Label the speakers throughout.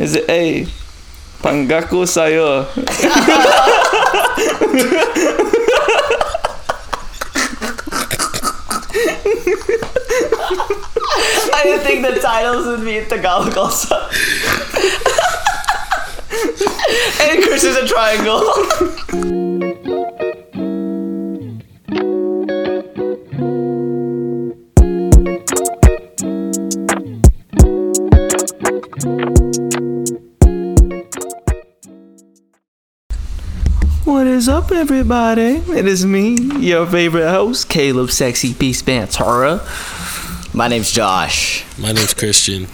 Speaker 1: Is it A? Pangaku Sayo.
Speaker 2: I didn't think the titles would be in Tagalog also. and Chris is a triangle.
Speaker 1: What is up, everybody? It is me, your favorite host, Caleb Sexy Beast Bantara.
Speaker 2: My name's Josh.
Speaker 3: My name's Christian.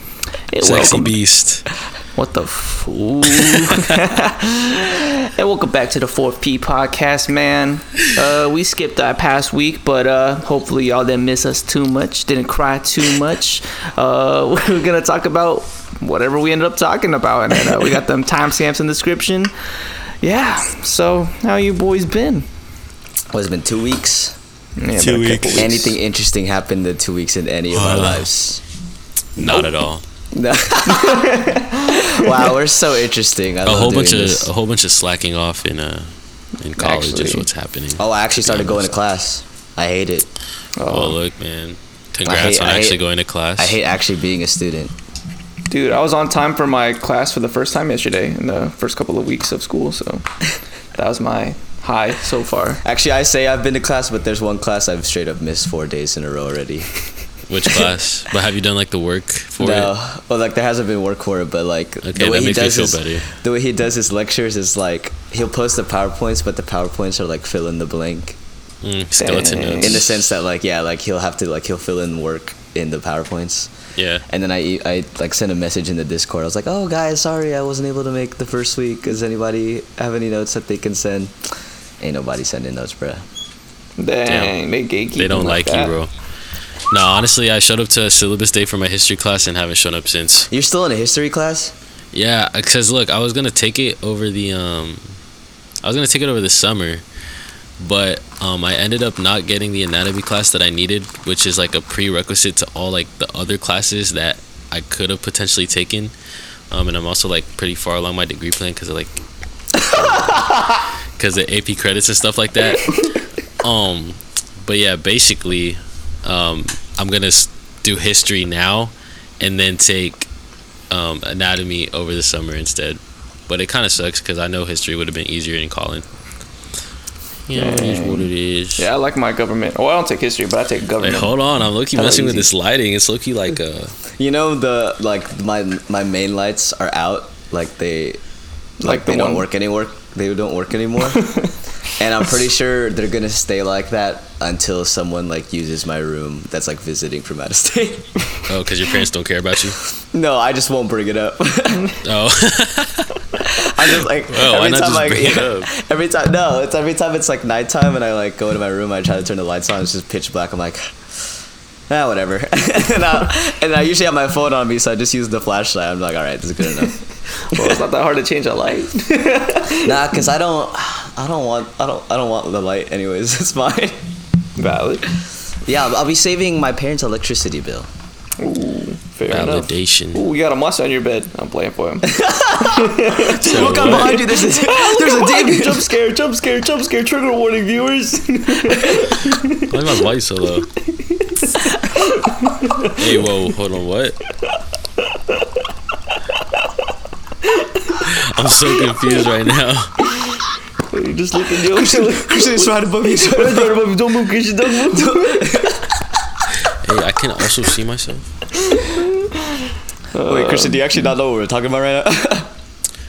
Speaker 1: Hey,
Speaker 3: Sexy
Speaker 1: welcome.
Speaker 3: Beast.
Speaker 1: What the fool? and welcome back to the 4P podcast, man. Uh, we skipped our past week, but uh, hopefully y'all didn't miss us too much, didn't cry too much. Uh, we're gonna talk about whatever we ended up talking about, and uh, we got them timestamps in the description. Yeah. So how you boys been?
Speaker 2: What's been two weeks?
Speaker 1: Yeah,
Speaker 3: Two
Speaker 1: been a
Speaker 3: weeks.
Speaker 1: couple
Speaker 2: Anything interesting happened in two weeks in any of our
Speaker 3: Uh.
Speaker 2: lives?
Speaker 3: Not at all.
Speaker 2: No. wow, we're so interesting. I
Speaker 3: A
Speaker 2: love
Speaker 3: whole
Speaker 2: doing
Speaker 3: bunch of
Speaker 2: this.
Speaker 3: a whole bunch of slacking off in uh in college is
Speaker 1: Actually.
Speaker 3: what's happening.
Speaker 2: Oh, I actually started going to class. I hate it.
Speaker 3: Well,
Speaker 1: Oh,
Speaker 3: look, man. Congrats on
Speaker 2: I hate-
Speaker 3: actually going to class.
Speaker 2: I hate actually being a student.
Speaker 1: dude, I was on time for my class for the first time yesterday in the first couple of weeks of school, so that was my high so far.
Speaker 2: Actually, I say I've been to class, but there's one class I've straight up missed four days in a row already.
Speaker 3: Which class? but have you done like the work for
Speaker 2: no,
Speaker 3: it?
Speaker 2: well, like there hasn't been work for it, but like
Speaker 3: Okay, that makes me feel better.
Speaker 2: his, the way he does his lectures is like he'll post the powerpoints, but the powerpoints are like fill in the blank
Speaker 3: Mm, skeleton
Speaker 1: Dang.
Speaker 3: notes.
Speaker 2: in the sense that like yeah, like he'll have to like he'll fill in work in the powerpoints.
Speaker 3: Yeah.
Speaker 2: And then I e- I like sent a message in the Discord. I was like, oh guys, sorry I wasn't able to make the first week. Does anybody have any notes that they can send? Ain't nobody sending notes, bruh.
Speaker 1: Dang, they gatekeep.
Speaker 3: They don't
Speaker 1: him
Speaker 3: like you,
Speaker 1: that.
Speaker 3: bro. No, honestly, I showed up to syllabus day for my history class and haven't shown up since.
Speaker 2: You're still in a history class?
Speaker 3: Yeah, because look, I was gonna take it over the um, I was gonna take it over the summer, but um, I ended up not getting the anatomy class that I needed, which is like a prerequisite to all like the other classes that I could have potentially taken. Um, and I'm also like pretty far along my degree plan because of like because the AP credits and stuff like that. Um, but yeah, basically, um, I'm gonna s- do history now, and then take um, anatomy over the summer instead. But it kind of sucks because I know history would have been easier in college. Yeah, it is what it is.
Speaker 1: Yeah, I like my government. Oh, I don't take history, but I take
Speaker 3: Wait,
Speaker 1: government.
Speaker 3: hold on. I'm looking
Speaker 1: Hella
Speaker 3: messing with
Speaker 1: easy.
Speaker 3: this lighting. It's looking like uh
Speaker 2: You know the like my my main lights are out, like they like,
Speaker 1: Like the
Speaker 2: they don't
Speaker 1: one-
Speaker 2: work anymore. They don't work anymore. and I'm pretty sure they're gonna stay like that until someone like uses my room that's like visiting from out of state.
Speaker 3: oh, because your parents don't care about you.
Speaker 2: no, I just won't bring it up.
Speaker 3: Oh,
Speaker 2: I just like
Speaker 3: Well, Oh, why
Speaker 2: every
Speaker 3: not
Speaker 2: time
Speaker 3: just
Speaker 2: I
Speaker 3: bring it up?
Speaker 2: every time no, it's every time it's like nighttime and I like go into my room, I try to turn the lights on, it's just pitch black. I'm like, ah, whatever. and, I, and I usually have my phone on me, so I just use the flashlight. I'm like, all right, this is good enough.
Speaker 1: Well, it's not that hard to change a light.
Speaker 2: Nah, cause I don't, I don't want, I don't, I don't want the light. Anyways, it's mine.
Speaker 1: Valid.
Speaker 2: Yeah, I'll be saving my parents' electricity bill.
Speaker 1: Ooh, fair enough.
Speaker 3: validation.
Speaker 1: Ooh, you got a monster on your bed. I'm playing for him.
Speaker 3: So
Speaker 2: Look out
Speaker 3: what?
Speaker 2: behind you. There's a, there's a demon.
Speaker 1: jump scare, jump scare, jump scare. Trigger warning, viewers.
Speaker 3: Why is my light so low? hey, whoa, hold on, what? I'm so confused right now.
Speaker 1: you just look at you.
Speaker 2: Christian is right above you.
Speaker 1: Don't move, Christian. Don't move.
Speaker 3: Hey, I can also see myself.
Speaker 2: Wait, Christian, do you actually not know what we're talking about right now?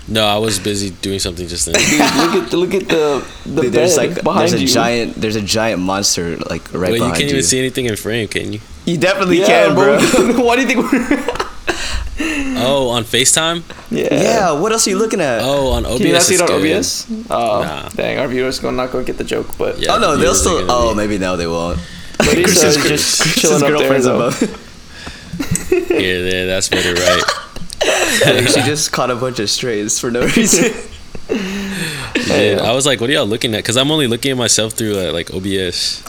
Speaker 3: No, I was busy doing something just then.
Speaker 1: Dude, look at look at the the bed
Speaker 2: Dude, there's like,
Speaker 1: behind
Speaker 2: there's a
Speaker 1: you.
Speaker 2: giant, there's a giant monster like
Speaker 3: Wait,
Speaker 2: right
Speaker 3: you
Speaker 2: behind
Speaker 3: can't even see anything in frame, can you?
Speaker 2: You definitely
Speaker 1: yeah,
Speaker 2: can,
Speaker 1: bro.
Speaker 2: bro.
Speaker 1: Why do you think? We're...
Speaker 3: Oh, on FaceTime?
Speaker 1: Yeah.
Speaker 2: yeah. What else are you looking at?
Speaker 3: Oh, on OBS.
Speaker 1: Can you not see
Speaker 3: is
Speaker 1: it on
Speaker 3: good.
Speaker 1: OBS? Oh,
Speaker 3: Nah.
Speaker 1: dang, our viewers gonna not gonna get the joke, but
Speaker 3: Yeah.
Speaker 2: oh no,
Speaker 3: you're
Speaker 2: they'll still.
Speaker 3: looking at
Speaker 2: Oh,
Speaker 3: me.
Speaker 2: maybe no, they won't.
Speaker 1: but he's uh,
Speaker 3: Chris's-
Speaker 1: just
Speaker 2: Chris's
Speaker 1: chilling up there.
Speaker 2: girlfriend's
Speaker 1: Though.
Speaker 2: above. oh.
Speaker 3: Yeah, there, that's better, right?
Speaker 2: she just caught a bunch of strays for no reason.
Speaker 3: Dude, I was like, what are y'all looking at? Because I'm only looking at myself through uh, like OBS.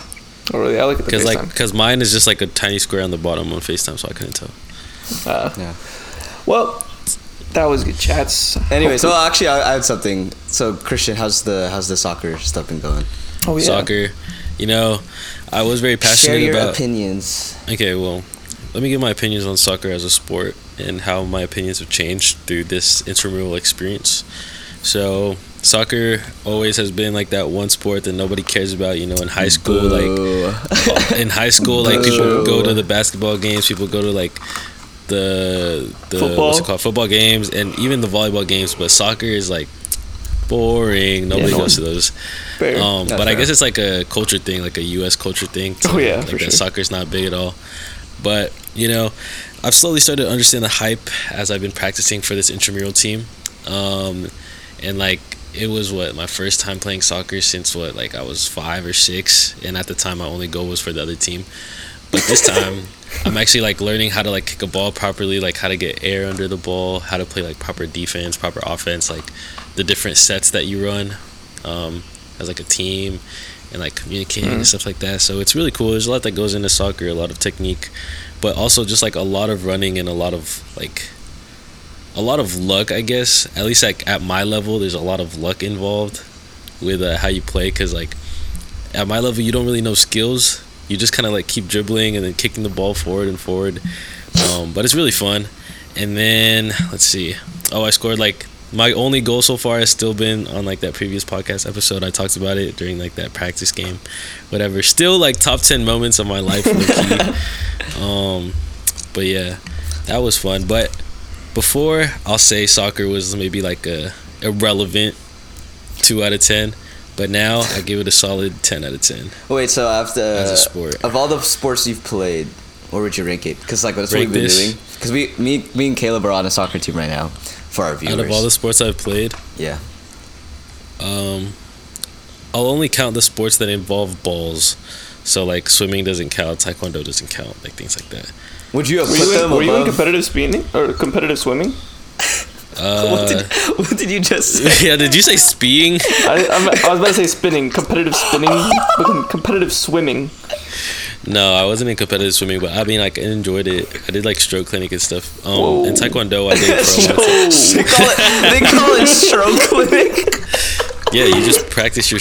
Speaker 1: Oh, really? I look at the
Speaker 3: Because
Speaker 1: FaceTime.
Speaker 3: like, because mine is just like a tiny square on the bottom on FaceTime, so I couldn't tell.
Speaker 1: Well, That was good chats.
Speaker 2: Anyway, so actually, I, I had something. So Christian, how's the how's the soccer stuff been going?
Speaker 1: Oh, yeah.
Speaker 3: Soccer, you know, I was very
Speaker 2: Share
Speaker 3: passionate
Speaker 2: your
Speaker 3: about.
Speaker 2: opinions.
Speaker 3: Okay, well, let me give my opinions on soccer as a sport and how my opinions have changed through this intramural experience. So, soccer always has been like that one sport that nobody cares about, you know, in high school, like
Speaker 2: Boo.
Speaker 3: in high school, like
Speaker 2: Boo.
Speaker 3: people go to the basketball games, people go to like the the what's
Speaker 1: Football.
Speaker 3: it called football games, and even the volleyball games. But soccer is like boring. Nobody
Speaker 1: no
Speaker 3: goes
Speaker 1: one-
Speaker 3: to those.
Speaker 1: Fair.
Speaker 3: Um,
Speaker 2: That's
Speaker 3: but I
Speaker 2: fair.
Speaker 3: guess it's like a culture thing, like a U.S. culture thing.
Speaker 1: Oh, yeah,
Speaker 3: like
Speaker 1: for
Speaker 3: that
Speaker 1: sure.
Speaker 3: soccer's not big at all. But you know, I've slowly started to understand the hype as I've been practicing for this intramural team, um, and like it was what my first time playing soccer since what like I was five or six, and at the time my only goal was for the other team. But this time, I'm actually like learning how to like kick a ball properly, like how to get air under the ball, how to play like proper defense, proper offense, like the different sets that you run um, as like a team and like communicating and stuff like that. So it's really cool. There's a lot that goes into soccer, a lot of technique, but also just like a lot of running and a lot of like a lot of luck, I guess. At least like at my level, there's a lot of luck involved with uh, how you play because like at my level, you don't really know skills. You just kind of like keep dribbling and then kicking the ball forward and forward. Um, but it's really fun. And then let's see. Oh, I scored like my only goal so far has still been on like that previous podcast episode. I talked about it during like that practice game, whatever. Still like top ten moments of my life. low-key. um, but yeah, that was fun. But before, I'll say soccer was maybe like a irrelevant two out of ten. But now I give it a solid ten out of ten.
Speaker 2: Wait, so after
Speaker 3: As a sport.
Speaker 2: of all the sports you've played, where would you rank it? Because like that's
Speaker 3: Rank
Speaker 2: what we've been
Speaker 3: this?
Speaker 2: doing. Because we, me, me and Caleb are on a soccer team right now for our viewers.
Speaker 3: Out of all the sports I've played,
Speaker 2: yeah.
Speaker 3: um, I'll only count the sports that involve balls. So like swimming doesn't count, taekwondo doesn't count, like things like that.
Speaker 2: Would you have
Speaker 1: Were
Speaker 2: put
Speaker 1: you, in,
Speaker 2: them
Speaker 1: were you in
Speaker 2: above?
Speaker 1: competitive spinning or competitive swimming?
Speaker 2: what,
Speaker 3: Uh,
Speaker 2: did, what did you just say?
Speaker 3: yeah, did you say speeing?
Speaker 1: I, I'm, I was about to say spinning, competitive spinning, but com- competitive swimming.
Speaker 3: No, I wasn't in competitive swimming, but I mean like I enjoyed it. I did like stroke clinic and stuff. Um,
Speaker 1: Whoa.
Speaker 3: and taekwondo I did for a while.
Speaker 2: they call
Speaker 1: Oh.
Speaker 2: it they call it stroke clinic.
Speaker 3: Yeah, you just practice your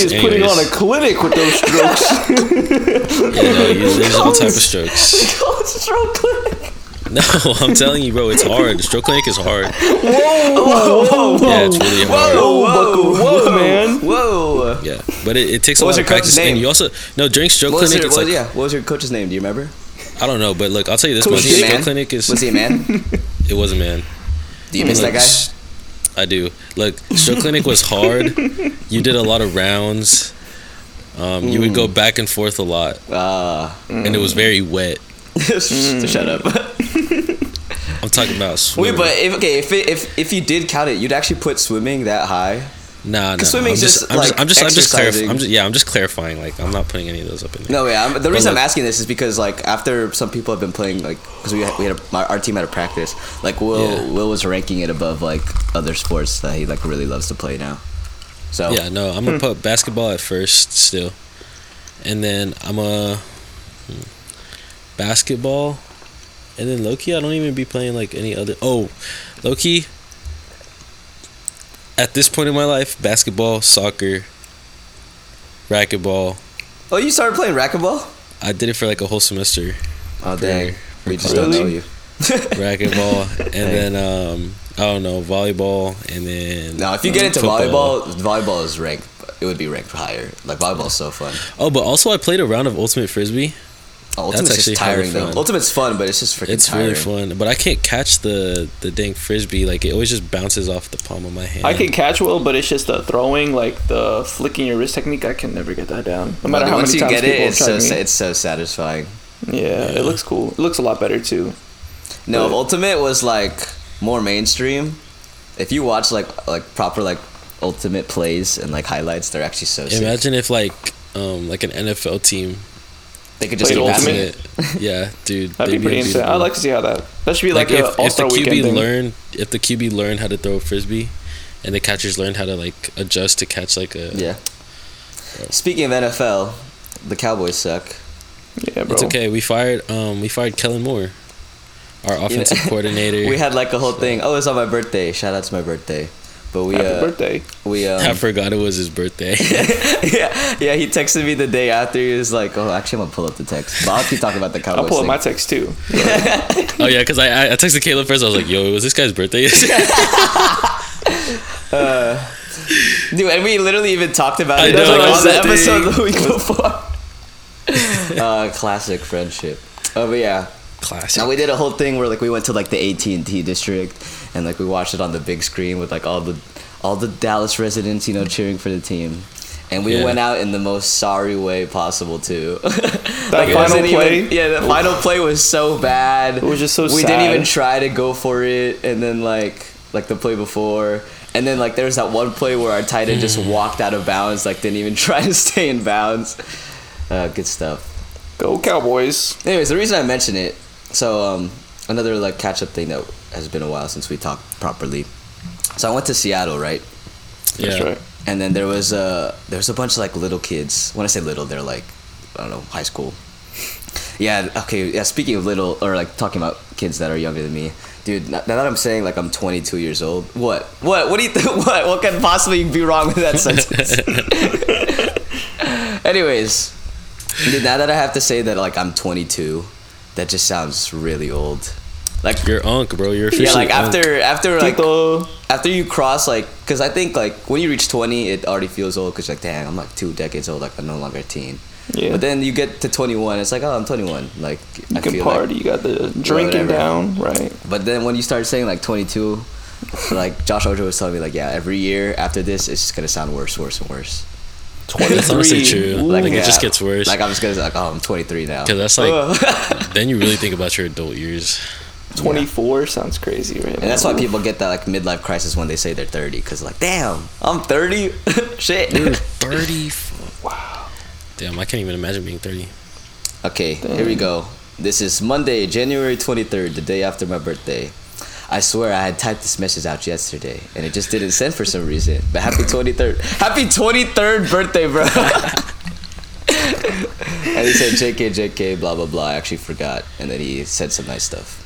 Speaker 1: He's putting
Speaker 3: Anyways,
Speaker 1: on a clinic with those strokes.
Speaker 3: you know, you- there's all type of strokes.
Speaker 2: call it stroke clinic.
Speaker 3: No, I'm telling you, bro, it's hard. Stroke clinic is hard.
Speaker 2: Whoa, whoa, whoa,
Speaker 3: Yeah, it's really hard.
Speaker 1: Whoa, buckle, whoa, man.
Speaker 2: whoa.
Speaker 3: Yeah, but it, it takes a
Speaker 2: What was
Speaker 3: lot
Speaker 2: your
Speaker 3: of
Speaker 2: coach's
Speaker 3: practice,
Speaker 2: name?
Speaker 3: and you also no during stroke
Speaker 2: What was,
Speaker 3: clinic.
Speaker 2: your,
Speaker 3: it's
Speaker 2: what,
Speaker 3: like
Speaker 2: yeah, what was your coach's name? Do you remember?
Speaker 3: I don't know, but look, I'll tell you this
Speaker 1: Coach
Speaker 3: much:
Speaker 2: Was he a
Speaker 3: stroke
Speaker 2: man?
Speaker 3: clinic is
Speaker 2: Was he a man?
Speaker 3: it was a man.
Speaker 2: Do you miss that guy?
Speaker 3: I do. Look, stroke clinic was hard. You did a lot of rounds. Um, You would go
Speaker 2: Mm.
Speaker 3: back and forth a lot,
Speaker 2: Ah,
Speaker 3: and it was very wet.
Speaker 2: shut up.
Speaker 3: I'm talking about
Speaker 2: Wait,
Speaker 3: swimming.
Speaker 2: but if, okay, if, it, if if you did count it, you'd actually put swimming that high.
Speaker 3: nah, nah. I'm
Speaker 2: 'cause swimming's just,
Speaker 3: I'm
Speaker 2: like,
Speaker 3: I'm just, I'm just, clarif-
Speaker 2: exercising.
Speaker 3: I'm just, yeah, I'm just clarifying. Like, I'm not putting any of those up in there.
Speaker 2: No, yeah. I'm, the reason
Speaker 3: like-
Speaker 2: I'm asking this is because like after some people have been playing like because we had, we had a, our, our team had a practice like Will
Speaker 3: Yeah.
Speaker 2: Will was ranking it above like other sports that he like really loves to play now. So
Speaker 3: Yeah, no, I'm gonna
Speaker 2: Hmm.
Speaker 3: put basketball at first still, and then I'm a hmm, basketball, and then Loki. I don't even be playing like any other. Oh, Loki. At this point in my life, basketball, soccer, racquetball.
Speaker 2: Oh, you started playing racquetball?
Speaker 3: I did it for like a whole semester.
Speaker 2: Oh dang, we just
Speaker 1: Really?
Speaker 2: don't know you.
Speaker 3: Racquetball, and then um, I don't know volleyball, and then
Speaker 2: Now, if you get
Speaker 3: um,
Speaker 2: into
Speaker 3: football.
Speaker 2: volleyball, volleyball is ranked. It would be ranked higher. Like volleyball's so fun.
Speaker 3: Oh, but also I played a round of ultimate frisbee.
Speaker 2: Oh, Ultimate's
Speaker 3: actually
Speaker 2: just
Speaker 3: hella
Speaker 2: tiring though.
Speaker 3: fun.
Speaker 2: Ultimate's fun, but it's just freaking
Speaker 3: It's
Speaker 2: tiring.
Speaker 3: really fun, but I can't catch the the dang frisbee. Like it always just bounces off the palm of my hand.
Speaker 1: I can catch well, but it's just the throwing, like the flicking your wrist technique. I can never get that down. No matter
Speaker 2: But
Speaker 1: how
Speaker 2: once
Speaker 1: many
Speaker 2: you
Speaker 1: times
Speaker 2: get it,
Speaker 1: people
Speaker 2: it's
Speaker 1: try
Speaker 2: so
Speaker 1: me.
Speaker 2: sa- it's so satisfying.
Speaker 1: yeah, it looks cool. It looks a lot better too.
Speaker 2: No,
Speaker 1: But-
Speaker 2: Ultimate was like more mainstream. If you watch like like proper like Ultimate plays and like highlights, they're actually so sick.
Speaker 3: imagine if like um like an NFL team
Speaker 2: they could just
Speaker 1: Played
Speaker 2: be
Speaker 1: Ultimate?
Speaker 3: did
Speaker 2: passing it.
Speaker 3: it. Yeah, dude,
Speaker 1: That'd
Speaker 3: they'd
Speaker 1: be pretty interesting.
Speaker 3: unbeatable.
Speaker 1: I'd like to see how that. That should be
Speaker 3: Like,
Speaker 1: like,
Speaker 3: if,
Speaker 1: a All
Speaker 3: if
Speaker 1: Star
Speaker 3: the
Speaker 1: Weekend
Speaker 3: QB
Speaker 1: thing.
Speaker 3: learned if the QB learned how to throw a frisbee, and the catchers learned how to like adjust to catch like a
Speaker 2: Yeah. Speaking of NFL, the Cowboys suck.
Speaker 1: yeah, bro.
Speaker 3: It's okay. We fired um we fired Kellen Moore. our offensive coordinator.
Speaker 2: we had like a whole thing. Oh, it's on my birthday. Shout out to my birthday. But we
Speaker 1: Happy
Speaker 2: uh,
Speaker 1: birthday.
Speaker 2: we um,
Speaker 3: I forgot it was his birthday.
Speaker 2: yeah, yeah. He texted me the day after. He was like, "Oh, actually, I'm gonna pull up the text." But I'll keep talking about the Cowboys.
Speaker 1: I'll pull up
Speaker 2: thing.
Speaker 1: my text too.
Speaker 3: oh yeah, because I, I I texted Caleb first. I was like, "Yo, it was this guy's birthday."
Speaker 2: Dude, and we literally even talked about
Speaker 3: I
Speaker 2: it
Speaker 3: know,
Speaker 2: like,
Speaker 3: I
Speaker 2: on
Speaker 3: was
Speaker 2: the
Speaker 3: like-
Speaker 2: episode the week before. uh, classic friendship. Oh, but yeah.
Speaker 3: Classic.
Speaker 2: Now we did a whole thing where like we went to like the AT and T district, and like we watched it on the big screen with like all the all the Dallas residents, you know, cheering for the team. And we
Speaker 3: Yeah.
Speaker 2: went out in the most sorry way possible too. that
Speaker 1: final play?
Speaker 2: yeah, the final play was so bad. It
Speaker 1: was just so
Speaker 2: We
Speaker 1: sad.
Speaker 2: didn't even try to go for it, and then like like the play before, and then like there was that one play where our tight end
Speaker 1: Mm.
Speaker 2: just walked out of bounds, like didn't even try to stay in bounds. Uh, good stuff.
Speaker 1: Go Cowboys.
Speaker 2: Anyways, the reason I mention it, so um, another like catch up thing that has been a while since we talked properly. So I went to Seattle, right?
Speaker 3: yeah.
Speaker 1: That's right.
Speaker 2: And then there was a there was a bunch of like little kids. When I say little, they're like I don't know, high school. Yeah. Okay. Yeah. Speaking of little, or like talking about kids that are younger than me, dude. Now now that I'm saying like I'm 22 years old, what? What? What do you? Th- what? What could possibly be wrong with that sentence? Anyways, dude, now that I have to say that like I'm 22, that just sounds really old. Like
Speaker 3: You're unk, bro. You're
Speaker 2: yeah,
Speaker 3: officially
Speaker 2: like after after like
Speaker 1: Tito.
Speaker 2: after you cross like because i think like when you reach 20 it already feels old because like dang i'm like two decades old like i'm no longer a teen
Speaker 1: Yeah.
Speaker 2: but then you get to 21 it's like oh i'm 21 like
Speaker 1: You can party. you got the drinking
Speaker 2: Whatever.
Speaker 1: down, right?
Speaker 2: but then when you start saying like 22 like josh ojo was telling me like yeah every year after this it's just gonna sound worse worse and worse
Speaker 3: unk. That's honestly
Speaker 1: 23.
Speaker 3: true.
Speaker 1: Ooh.
Speaker 3: Like,
Speaker 2: yeah,
Speaker 3: it just gets worse.
Speaker 2: like uh,
Speaker 3: Because
Speaker 2: i'm just gonna like oh i'm 23 now
Speaker 3: that's like, then you really think about your adult years.
Speaker 1: 24 sounds crazy, right?
Speaker 2: and that's why
Speaker 1: now.
Speaker 2: people get that like midlife crisis when they say they're 30 because like damn i'm 30 shit
Speaker 3: Dude, 30. Wow. Damn, I can't even imagine being 30.
Speaker 2: Okay, here we go. This is Monday, January 23rd, the day after my birthday. I swear I had typed this message out yesterday and it just didn't send for some reason. But happy 23rd. Happy 23rd birthday, bro. and he said, JK, JK, blah, blah, blah. I actually forgot. And then he said some nice stuff.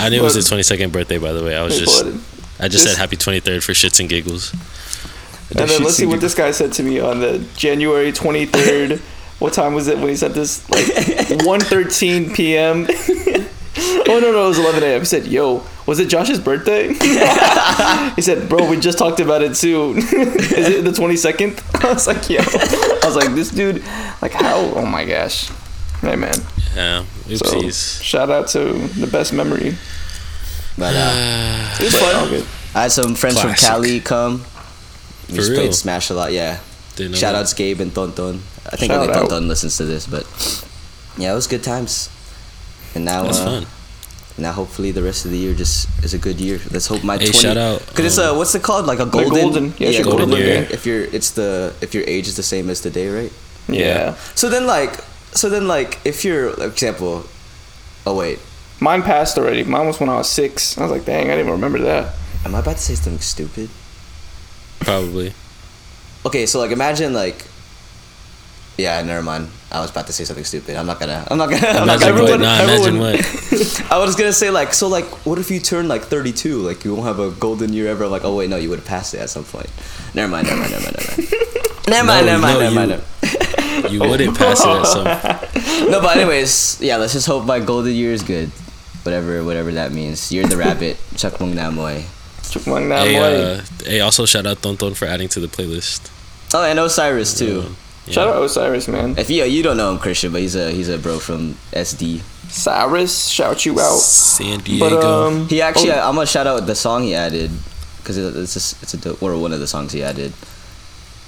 Speaker 3: I knew it was his 22nd birthday, by the way. I was
Speaker 1: Hey,
Speaker 3: just,
Speaker 1: bud.
Speaker 3: I just
Speaker 1: This-
Speaker 3: said happy 23rd for shits and giggles.
Speaker 1: And then let's see what this guy said to me on the January 23rd. what time was it when he sent this? Like 1.13 p.m. oh, no, no, it was 11 a.m. He said, yo, was it Josh's birthday? he said, bro, we just talked about it too. Is it the 22nd? I was like, yo. I was like, this dude, like how? Oh, my gosh. Hey, man.
Speaker 3: Yeah.
Speaker 1: So,
Speaker 3: Oopsies.
Speaker 1: shout out to the best memory.
Speaker 2: But uh,
Speaker 1: It's
Speaker 2: all
Speaker 1: fun.
Speaker 2: I had some friends
Speaker 3: Classic.
Speaker 2: from Cali come. We
Speaker 3: For
Speaker 2: just
Speaker 3: real?
Speaker 2: played Smash a lot, yeah.
Speaker 3: Didn't know
Speaker 2: Shout
Speaker 3: that.
Speaker 2: outs Gabe and Tonton. I think
Speaker 1: Shout
Speaker 2: only
Speaker 1: out.
Speaker 2: Tonton listens to this, but yeah, it was good times. And now,
Speaker 3: That's
Speaker 2: uh,
Speaker 3: fun.
Speaker 2: now hopefully the rest of the year just is a good year. Let's hope my
Speaker 3: Hey,
Speaker 2: 20
Speaker 3: shout out, um,
Speaker 2: Cause it's a what's it called like a golden
Speaker 1: golden. Yeah, it's your
Speaker 3: golden year.
Speaker 2: If you're it's the if your age is the same as the day, right?
Speaker 1: Yeah.
Speaker 2: So then like so then like if you're like, example, oh wait,
Speaker 1: Mine passed already. Mine was when I was six. I was like, dang, I didn't even remember that.
Speaker 2: am I about to say something stupid?
Speaker 3: Probably.
Speaker 2: Okay, so like imagine like. Yeah, never mind. I was about to say something stupid. I'm not gonna. I'm not gonna. I'm not
Speaker 3: Imagine
Speaker 2: gonna.
Speaker 3: what?
Speaker 1: everyone-
Speaker 3: Nah, imagine
Speaker 1: everyone-
Speaker 3: what?
Speaker 2: I was gonna say like so like what if you turn like 32 like you won't have a golden year ever I'm like oh wait no you would have passed it at some point never mind never mind never mind
Speaker 3: No,
Speaker 2: never mind never mind never mind
Speaker 3: no,
Speaker 2: never mind
Speaker 3: you-
Speaker 2: never-
Speaker 3: You
Speaker 1: Oh.
Speaker 3: wouldn't pass it at some.
Speaker 2: no but anyways yeah let's just hope my golden year is good whatever whatever that means you're the rabbit Chuck Mung Namoy
Speaker 1: Chipmunk that way.
Speaker 3: Hey, uh, hey, also shout out Tonton for adding to the playlist.
Speaker 2: oh and Osiris too
Speaker 3: Yeah.
Speaker 1: Shout out Osiris, man.
Speaker 2: if you you don't know him Christian but he's a he's a bro from SD
Speaker 1: Cyrus, shout you out.
Speaker 3: San Diego.
Speaker 1: But um,
Speaker 2: he actually
Speaker 1: oh,
Speaker 2: I'm gonna shout out the song he added because it's just, it's a dope, or one of the songs he added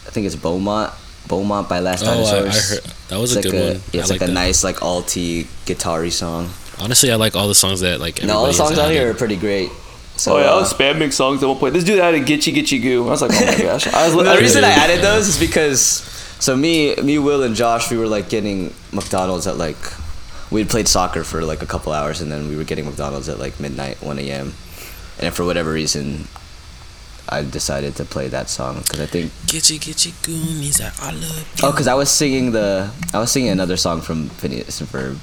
Speaker 2: I think it's Beaumont Beaumont by Last
Speaker 3: oh, I, I
Speaker 2: Dinosaurs
Speaker 3: heard that was
Speaker 2: It's
Speaker 3: a good
Speaker 2: like a,
Speaker 3: one.
Speaker 2: yeah, it's
Speaker 3: I
Speaker 2: like,
Speaker 3: like,
Speaker 2: a
Speaker 3: that.
Speaker 2: nice like alty guitar song.
Speaker 3: Honestly, I like all the songs that like.
Speaker 2: No, all
Speaker 3: everybody
Speaker 2: the
Speaker 3: has
Speaker 2: songs
Speaker 3: added.
Speaker 2: out here are pretty great. So,
Speaker 1: oh yeah, I was
Speaker 2: uh,
Speaker 1: spamming songs at one point. This dude had a Gitchy Gitchy Goo. I was like, oh my gosh. I was
Speaker 2: the reason I
Speaker 3: Yeah.
Speaker 2: added those is because so me, me, Will, and Josh, we were like getting McDonald's at like we'd played soccer for like a couple hours, and then we were getting McDonald's at like midnight, one a.m. And for whatever reason, I decided to play that song because I think
Speaker 3: Get you, get you, goonies. I I love.
Speaker 2: Oh, because I was singing the I was singing another song from Phineas and Ferb,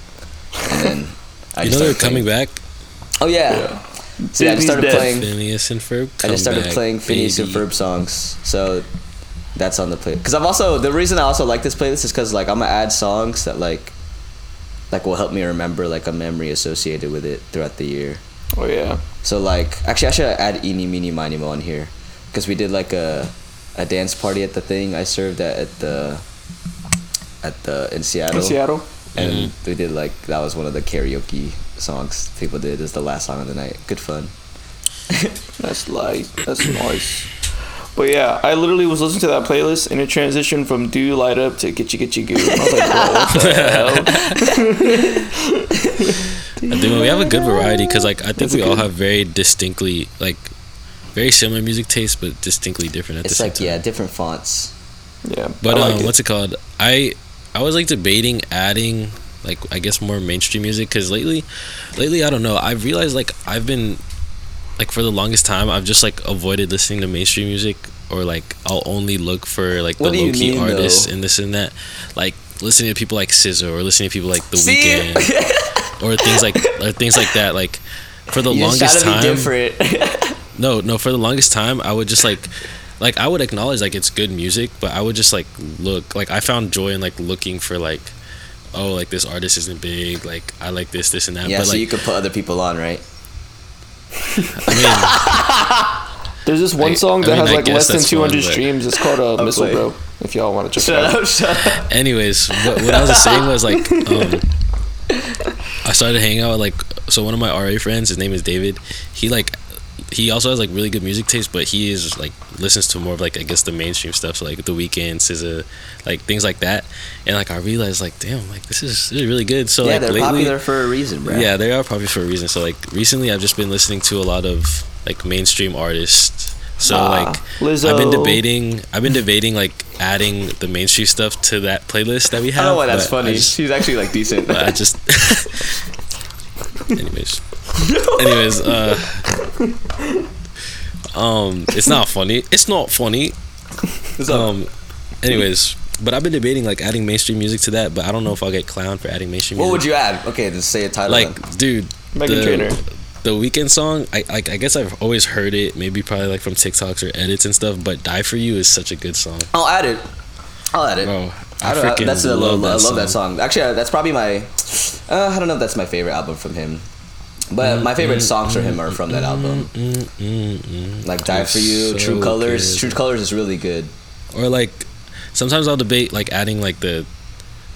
Speaker 2: and then I
Speaker 3: you
Speaker 2: just
Speaker 3: know they're coming
Speaker 2: started playing-
Speaker 3: back.
Speaker 2: Oh yeah. So yeah, I
Speaker 1: Disney's
Speaker 2: just started
Speaker 1: dead.
Speaker 2: playing.
Speaker 3: Phineas and Ferb.
Speaker 2: I
Speaker 3: Come
Speaker 2: just started
Speaker 3: back,
Speaker 2: playing Phineas
Speaker 3: baby.
Speaker 2: and Ferb songs, so that's on the play. Because I'm also the reason I also like this playlist is because like I'm gonna add songs that like like will help me remember like a memory associated with it throughout the year.
Speaker 1: Oh yeah.
Speaker 2: So like actually I should add Eeny Meeny Miny Mo on here because we did like a a dance party at the thing I served at, at the at the in Seattle.
Speaker 1: In Seattle.
Speaker 2: And
Speaker 3: Mm-hmm.
Speaker 2: we did like that was one of the karaoke songs people did is the last song of the night. Good fun.
Speaker 1: That's light. That's nice. But yeah, I literally was listening to that playlist and it transitioned from "Do You Light Up" to "Gitchy Gitchy Goo." I was like, "Whoa, what the hell?"
Speaker 3: I think we have a good variety because, like, I think
Speaker 1: That's
Speaker 3: we all
Speaker 1: good.
Speaker 3: have very distinctly, like, very similar music tastes, but distinctly different at
Speaker 2: It's
Speaker 3: the
Speaker 2: like
Speaker 3: same time.
Speaker 2: yeah, different fonts.
Speaker 1: Yeah,
Speaker 3: But
Speaker 1: I
Speaker 3: um,
Speaker 1: liked it.
Speaker 3: what's it called? I I was like debating adding like I guess more mainstream music because lately, lately I don't know. I've realized like I've been like for the longest time I've just like avoided listening to mainstream music or like I'll only look for like
Speaker 2: What do
Speaker 3: the
Speaker 2: you
Speaker 3: low key
Speaker 2: mean,
Speaker 3: artists
Speaker 2: though?
Speaker 3: and this and that. Like listening to people like SZA or listening to people like The
Speaker 2: See?
Speaker 3: Weeknd or things like or things like that. Like for the
Speaker 2: You
Speaker 3: longest
Speaker 2: just gotta be
Speaker 3: time,
Speaker 2: different.
Speaker 3: no, no. For the longest time, I would just like, like I would acknowledge like it's good music, but I would just like look like I found joy in like looking for like, oh, like this artist isn't big. Like I like this, this, and that.
Speaker 2: yeah,
Speaker 3: but
Speaker 2: so
Speaker 3: like
Speaker 2: you could put other people on, right?
Speaker 3: I
Speaker 1: There's this
Speaker 3: I-
Speaker 1: one song
Speaker 3: I
Speaker 1: that
Speaker 3: mean, I
Speaker 1: has like
Speaker 3: guess
Speaker 1: less than
Speaker 3: that's fine,
Speaker 1: 200
Speaker 3: but-
Speaker 1: streams. It's called uh, Missile
Speaker 2: play.
Speaker 1: Bro. If y'all want to check it out.
Speaker 2: Oh, shut up.
Speaker 3: mean, anyways, what, what I was saying was like, um, I started hanging out with like so one of my RA friends. His name is David. He like. He also has like really good music taste, but he is like listens to more of like I guess the mainstream stuff, so, like The Weeknd, SZA, like things like that. And like I realized, like damn, like this is this is really good. So
Speaker 2: yeah,
Speaker 3: like
Speaker 2: they're
Speaker 3: lately,
Speaker 2: popular for a reason, bro.
Speaker 3: Yeah, they are probably for a reason. So like recently, I've just been listening to a lot of like mainstream artists. So
Speaker 1: Ah,
Speaker 3: like
Speaker 1: Lizzo.
Speaker 3: I've been debating, I've been debating like adding the mainstream stuff to that playlist that we
Speaker 2: I
Speaker 3: have.
Speaker 2: don't know why that's
Speaker 3: but I
Speaker 2: funny.
Speaker 3: just-
Speaker 2: She's actually like decent.
Speaker 3: but I just, anyways, anyways, uh, um, it's not funny. It's not funny. Um, anyways, but I've been debating like adding mainstream music to that, but I don't know if I'll get clowned for adding mainstream.
Speaker 2: what
Speaker 3: music
Speaker 2: would you add? Okay, then say a title. then.
Speaker 3: like dude
Speaker 1: Megan
Speaker 3: the,
Speaker 1: Trainor.
Speaker 3: the weekend song i like i guess i've always heard it maybe probably like from tiktoks or edits and stuff but die for you is such a good song
Speaker 2: I'll add it. I'll add it.
Speaker 3: bro
Speaker 2: I
Speaker 3: i,
Speaker 2: don't know.
Speaker 3: freaking
Speaker 2: That's a,
Speaker 3: love,
Speaker 2: love,
Speaker 3: that,
Speaker 2: I love
Speaker 3: song.
Speaker 2: that song. Actually, uh, that's probably my. Uh, I don't know if that's my favorite album from him,
Speaker 3: Mm,
Speaker 2: but my favorite songs from him are from that album.
Speaker 3: mm,
Speaker 2: Like "Die for You,"
Speaker 3: so
Speaker 2: "True Colors."
Speaker 3: good.
Speaker 2: "True Colors" is really good.
Speaker 3: mm. or like sometimes i'll debate like adding like the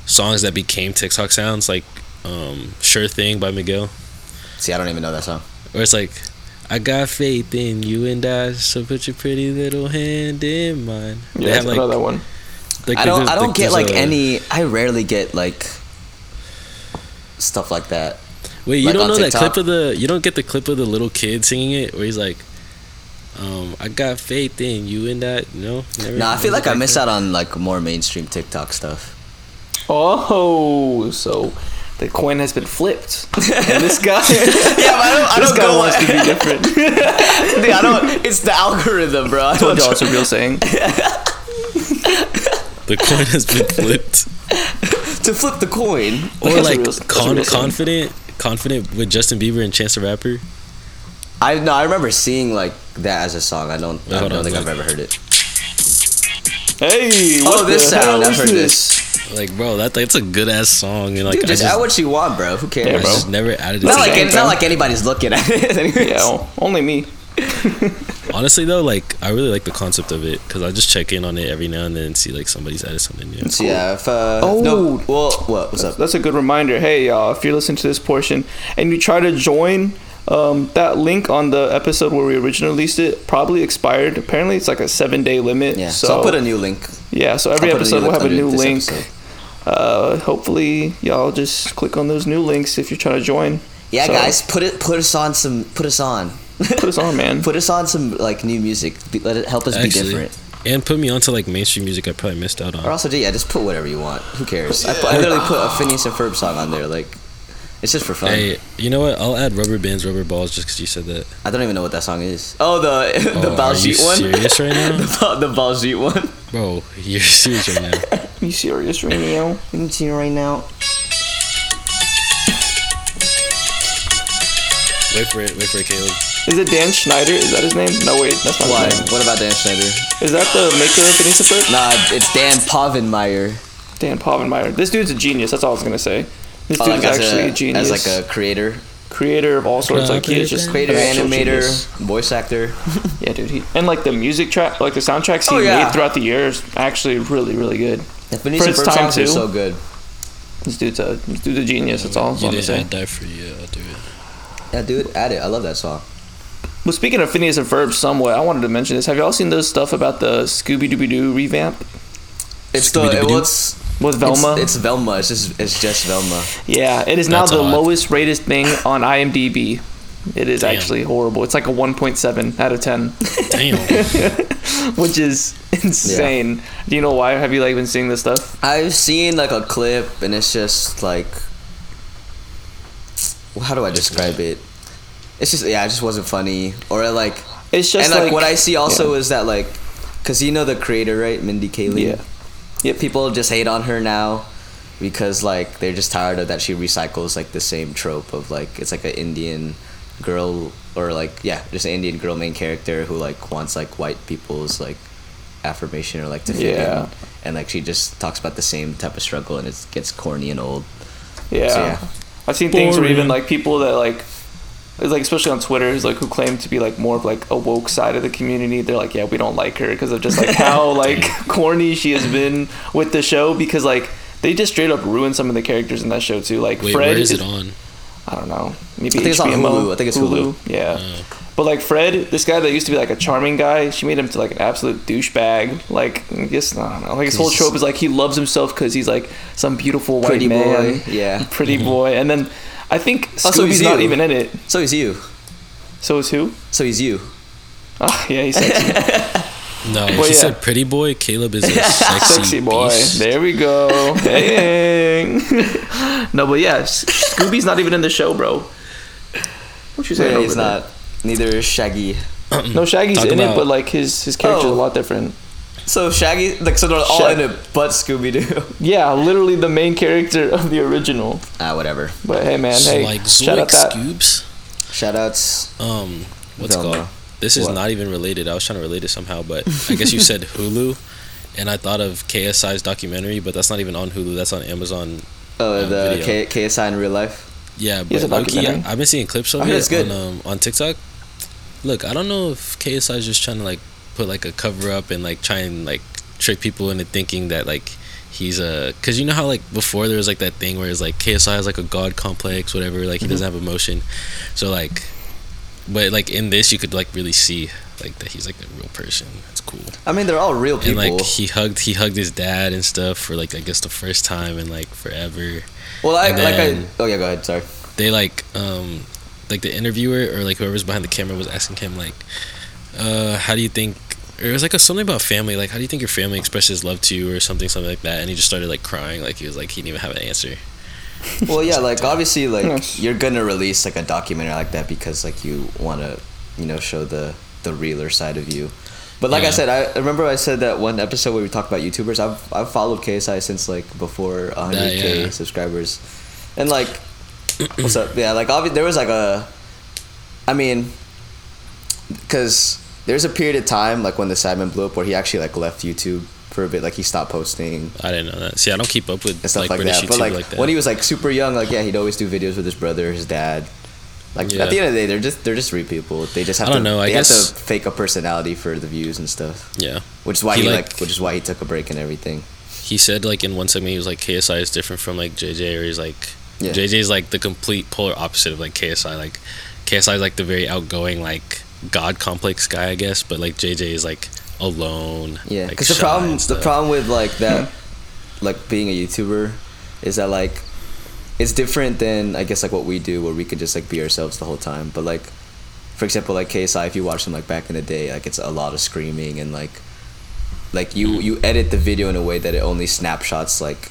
Speaker 3: songs that became tiktok sounds like um sure thing by miguel
Speaker 2: See, I don't even know that song.
Speaker 3: or it's like I got faith in you and I, so put your pretty little hand in mine.
Speaker 1: Yeah, I know that one.
Speaker 3: like,
Speaker 2: I don't.
Speaker 3: there's-
Speaker 2: I don't get
Speaker 3: there's
Speaker 2: like
Speaker 3: a-
Speaker 2: any. I rarely get like stuff like that.
Speaker 3: Wait, you
Speaker 2: like,
Speaker 3: don't
Speaker 2: on
Speaker 3: know that
Speaker 2: TikTok?
Speaker 3: clip of the you don't get the clip of the little kid singing it where he's like, um, "I got faith in you and that." No, never.
Speaker 2: No, I feel like I miss
Speaker 3: that
Speaker 2: out on like more mainstream TikTok stuff.
Speaker 1: Oh, so the coin has been flipped. And this guy,
Speaker 2: Yeah, but I don't. I
Speaker 1: this guy wants to be different.
Speaker 2: Dude, I don't. It's the algorithm, bro. I
Speaker 1: Told
Speaker 2: don't.
Speaker 1: y'all it's a real saying.
Speaker 3: The coin has been flipped.
Speaker 2: to flip the coin.
Speaker 3: or
Speaker 1: That's a
Speaker 3: like
Speaker 1: real- that's a
Speaker 3: con-
Speaker 1: real song.
Speaker 3: confident, confident with Justin Bieber and Chance the Rapper.
Speaker 2: I no. I remember seeing like that as a song. I don't.
Speaker 3: Wait,
Speaker 2: I
Speaker 3: hold
Speaker 2: don't
Speaker 3: on,
Speaker 2: think
Speaker 3: wait.
Speaker 2: I've ever heard it.
Speaker 1: Hey, what
Speaker 2: Oh, this
Speaker 1: the hell
Speaker 2: sound. I've
Speaker 1: is
Speaker 2: heard
Speaker 1: this?
Speaker 3: Like, bro, that that's a good ass song, and like
Speaker 2: Dude,
Speaker 3: I
Speaker 2: just,
Speaker 3: just,
Speaker 2: add what you want, bro. Who cares?
Speaker 1: Yeah,
Speaker 3: I
Speaker 1: bro.
Speaker 3: just never added it.
Speaker 2: Not
Speaker 3: to
Speaker 2: like
Speaker 3: it.
Speaker 2: it's not like anybody's looking at it. anyways.
Speaker 1: Yeah, oh, only me.
Speaker 3: Honestly though, like I really like the concept of it because I just check in on it every now and then and see like somebody's added something new.
Speaker 2: So, yeah. If, uh,
Speaker 1: Oh.
Speaker 2: No, well, what? What's up?
Speaker 1: That's a good reminder. Hey, y'all, if you're listening to this portion and you try to join um, that link on the episode where we originally released it, probably expired. Apparently, it's like a seven day limit.
Speaker 2: Yeah.
Speaker 1: So,
Speaker 2: So, I'll put a new link.
Speaker 1: yeah, so every
Speaker 2: I'll put a
Speaker 1: episode
Speaker 2: new
Speaker 1: will have a
Speaker 2: link
Speaker 1: new
Speaker 2: under this
Speaker 1: link.
Speaker 2: episode.
Speaker 1: Uh, hopefully, y'all just click on those new links if you're trying to join.
Speaker 2: Yeah,
Speaker 1: So,
Speaker 2: guys, put it. Put us on some. Put us on.
Speaker 1: Put us on, man.
Speaker 2: Put us on some like new music. Be, let it help us be
Speaker 3: Actually,
Speaker 2: different.
Speaker 3: and put me onto like mainstream music I probably missed out on.
Speaker 2: Or also, yeah, just put whatever you want. Who cares? I, put, I literally put a Phineas and Ferb song on there. Like, it's just for fun.
Speaker 3: Hey, you know what? I'll add rubber bands, rubber balls, just because you said that.
Speaker 2: I don't even know what that song is. Oh, the the
Speaker 3: Oh, are you
Speaker 2: Baljeet one.
Speaker 3: serious right now?
Speaker 2: the Bal- the Baljeet one.
Speaker 3: Bro, you're serious right now.
Speaker 1: you serious right now?
Speaker 2: Into you right now.
Speaker 3: Wait for it. Wait for it, Caleb.
Speaker 1: Is it Dan Schneider? Is that his name? No, wait, that's not
Speaker 2: Why?
Speaker 1: his name.
Speaker 2: What about Dan Schneider?
Speaker 1: Is that the maker of Vanessa Bird?
Speaker 2: Nah, it's Dan Povenmire.
Speaker 1: Dan Povenmire. This dude's a genius. That's all I was gonna say. This
Speaker 2: Oh,
Speaker 1: dude's
Speaker 2: like, as
Speaker 1: actually a, genius.
Speaker 2: As like a creator,
Speaker 1: creator of all sorts. Like he is just
Speaker 2: creator,
Speaker 1: an actual
Speaker 2: animator,
Speaker 1: genius.
Speaker 2: voice actor.
Speaker 1: Yeah, dude. He, and like the music track, like the soundtracks he
Speaker 2: Oh, yeah.
Speaker 1: made throughout the years, actually really, really good.
Speaker 2: Phineas and
Speaker 1: Prince
Speaker 2: Ferb
Speaker 1: Time
Speaker 2: songs are
Speaker 1: too.
Speaker 2: so good.
Speaker 1: This dude's a this dude's a genius. That's all I'm
Speaker 3: You
Speaker 1: gonna
Speaker 3: did
Speaker 1: say.
Speaker 3: I die for you. I'll do it.
Speaker 2: Yeah, dude, add it. I love that song.
Speaker 1: Well, speaking of Phineas and Ferb, somewhat, I wanted to mention this. Have y'all seen those stuff about the Scooby Dooby Doo revamp
Speaker 2: It's the it,
Speaker 3: Scooby-Doo-Doo?
Speaker 2: well, it's,
Speaker 1: with
Speaker 2: it's-
Speaker 1: Velma?
Speaker 2: It's, Velma. It's just it's just Velma.
Speaker 1: yeah, it is now
Speaker 3: That's
Speaker 1: the
Speaker 3: odd.
Speaker 1: lowest rated thing on IMDb. It is
Speaker 3: Damn.
Speaker 1: actually horrible. It's like a 1.7 out of 10,
Speaker 3: Damn.
Speaker 1: which is insane. Do you know why? Have you like been seeing this stuff?
Speaker 2: I've seen like a clip, and it's just like, how do I describe it? It's just yeah, it just wasn't funny, or like,
Speaker 1: It's just
Speaker 2: and like,
Speaker 1: like
Speaker 2: what I see also
Speaker 1: yeah.
Speaker 2: is that like, cause you know the creator right, Mindy Kaling.
Speaker 1: Yeah. Yep.
Speaker 2: People just hate on her now because like they're just tired of that she recycles like the same trope of like it's like an Indian girl or like yeah, just an Indian girl main character who like wants like white people's like affirmation or like to fit
Speaker 1: Yeah.
Speaker 2: in. And like she just talks about the same type of struggle and it gets corny and old.
Speaker 1: Yeah.
Speaker 2: So, yeah.
Speaker 1: I've seen things where even
Speaker 3: Boring.
Speaker 1: like people that like it's like especially on Twitter, who's like who claim to be like more of like a woke side of the community. They're like, yeah, we don't like her because of just like how like corny she has been with the show because like they just straight up ruin some of the characters in that show too. Like
Speaker 3: Wait,
Speaker 1: Fred
Speaker 3: where is it on?
Speaker 1: I don't know. Maybe
Speaker 2: I think it's on
Speaker 1: HBO.
Speaker 2: Hulu. I think it's Hulu.
Speaker 1: Yeah.
Speaker 3: Uh,
Speaker 1: But like Fred, this guy that used to be like a charming guy, she made him to like an absolute douchebag. Like, I guess I don't know. Like his whole
Speaker 2: He's-
Speaker 1: trope is like he loves himself because he's like some beautiful white
Speaker 2: Pretty
Speaker 1: man,
Speaker 2: boy, yeah.
Speaker 1: pretty boy. And then I think
Speaker 2: Oh, so
Speaker 1: Scooby's
Speaker 2: he's
Speaker 1: Mm-hmm. not
Speaker 2: you.
Speaker 1: even in it.
Speaker 2: So he's you.
Speaker 1: So is who?
Speaker 2: So he's you.
Speaker 1: Oh yeah, he's sexy,
Speaker 3: No,
Speaker 1: Well,
Speaker 3: she
Speaker 1: yeah.
Speaker 3: said pretty boy. Caleb is a sexy,
Speaker 1: sexy boy.
Speaker 3: beast.
Speaker 1: There we go. Dang. no, but yeah, S- Scooby's not even in the show, bro. What you saying?
Speaker 2: Yeah,
Speaker 1: over
Speaker 2: he's
Speaker 1: there?
Speaker 2: not. Neither is Shaggy.
Speaker 1: No, Shaggy's
Speaker 3: Talk
Speaker 1: in it,
Speaker 3: about-
Speaker 1: but like his his character's a
Speaker 2: Oh.
Speaker 1: lot different.
Speaker 2: So Shaggy like so they're all
Speaker 1: Shag-
Speaker 2: in it but Scooby Doo.
Speaker 1: Yeah, literally the main character of the original.
Speaker 2: ah, whatever.
Speaker 1: But hey, man,
Speaker 3: So
Speaker 1: hey,
Speaker 3: like
Speaker 1: shout
Speaker 3: Zoic
Speaker 1: out that.
Speaker 3: Scoobs.
Speaker 2: Shout outs.
Speaker 3: Um, what's it
Speaker 2: Velma.
Speaker 3: called? This is
Speaker 2: What?
Speaker 3: not even related. I was trying to relate it somehow, but I guess you said Hulu, and I thought of KSI's documentary, but that's not even on Hulu. That's on Amazon.
Speaker 2: Oh,
Speaker 3: Uh,
Speaker 2: the
Speaker 3: video.
Speaker 2: K- KSI in real life.
Speaker 3: Yeah,
Speaker 1: He has
Speaker 3: but
Speaker 1: a
Speaker 3: Loki, I,
Speaker 1: documentary?
Speaker 3: I've been seeing clips of
Speaker 2: I
Speaker 3: it
Speaker 2: heard it's good.
Speaker 3: on um, on TikTok. Look, I don't know if KSI is just trying to like put like a cover up and like try and like trick people into thinking that like he's a because you know how like before there was like that thing where it's like KSI has like a god complex, whatever. Like he
Speaker 1: Mm-hmm.
Speaker 3: doesn't have emotion, so like, but like in this you could like really see like that he's like a real person. That's cool.
Speaker 2: I mean, they're all real people.
Speaker 3: And like he hugged he hugged his dad and stuff for like I guess the first time in like forever.
Speaker 2: well, I
Speaker 3: and
Speaker 2: like
Speaker 3: then-
Speaker 2: I. Oh yeah, go ahead. Sorry.
Speaker 3: they like um like the interviewer or like whoever's behind the camera was asking him like uh how do you think or it was like a, something about family like how do you think your family expresses love to you or something something like that and he just started like crying like he was like he didn't even have an answer
Speaker 2: Well, yeah, like obviously, like
Speaker 1: Yes.
Speaker 2: you're gonna release like a documentary like that because like you want to, you know, show the the realer side of you. But like I
Speaker 3: Yeah.
Speaker 2: said, I I remember I said that one episode where we talked about YouTubers. I've I've followed KSI since like before 100k
Speaker 3: yeah.
Speaker 2: subscribers, and like, what's up? Yeah, like obvi- there was like a, I mean, because there's a period of time like when the Sidemen blew up where he actually like left YouTube for a bit, like he stopped posting
Speaker 3: i didn't know that see i don't keep up with
Speaker 2: and stuff
Speaker 3: like,
Speaker 2: like,
Speaker 3: british
Speaker 2: that.
Speaker 3: youtube
Speaker 2: But like,
Speaker 3: like, that
Speaker 2: when he was like super young, like yeah, he'd always do videos with his brother, his dad. Like
Speaker 3: Yeah.
Speaker 2: at the end of the day, they're just they're just real people. They just have
Speaker 3: I don't
Speaker 2: to
Speaker 3: know, I
Speaker 2: they
Speaker 3: guess-
Speaker 2: have to fake a personality for the views and stuff.
Speaker 3: yeah
Speaker 2: Which is why
Speaker 3: He,
Speaker 2: he,
Speaker 3: like-
Speaker 2: like, which is why he took a break and everything.
Speaker 3: he said like in one segment he was like ksi is different from like jj or he's like
Speaker 2: Yeah.
Speaker 3: jj is like the complete polar opposite of like ksi like ksi is like the very outgoing like god complex guy i guess but like jj is like alone
Speaker 2: Yeah,
Speaker 3: like,
Speaker 2: because the
Speaker 3: shy
Speaker 2: problem
Speaker 3: and
Speaker 2: the
Speaker 3: stuff.
Speaker 2: problem with like that, like being a YouTuber, is that like, it's different than I guess like what we do, where we could just like be ourselves the whole time. But like, for example, like KSI, if you watch him like back in the day, like it's a lot of
Speaker 3: Mm.
Speaker 2: screaming and like, like you you edit the video in a way that it only snapshots like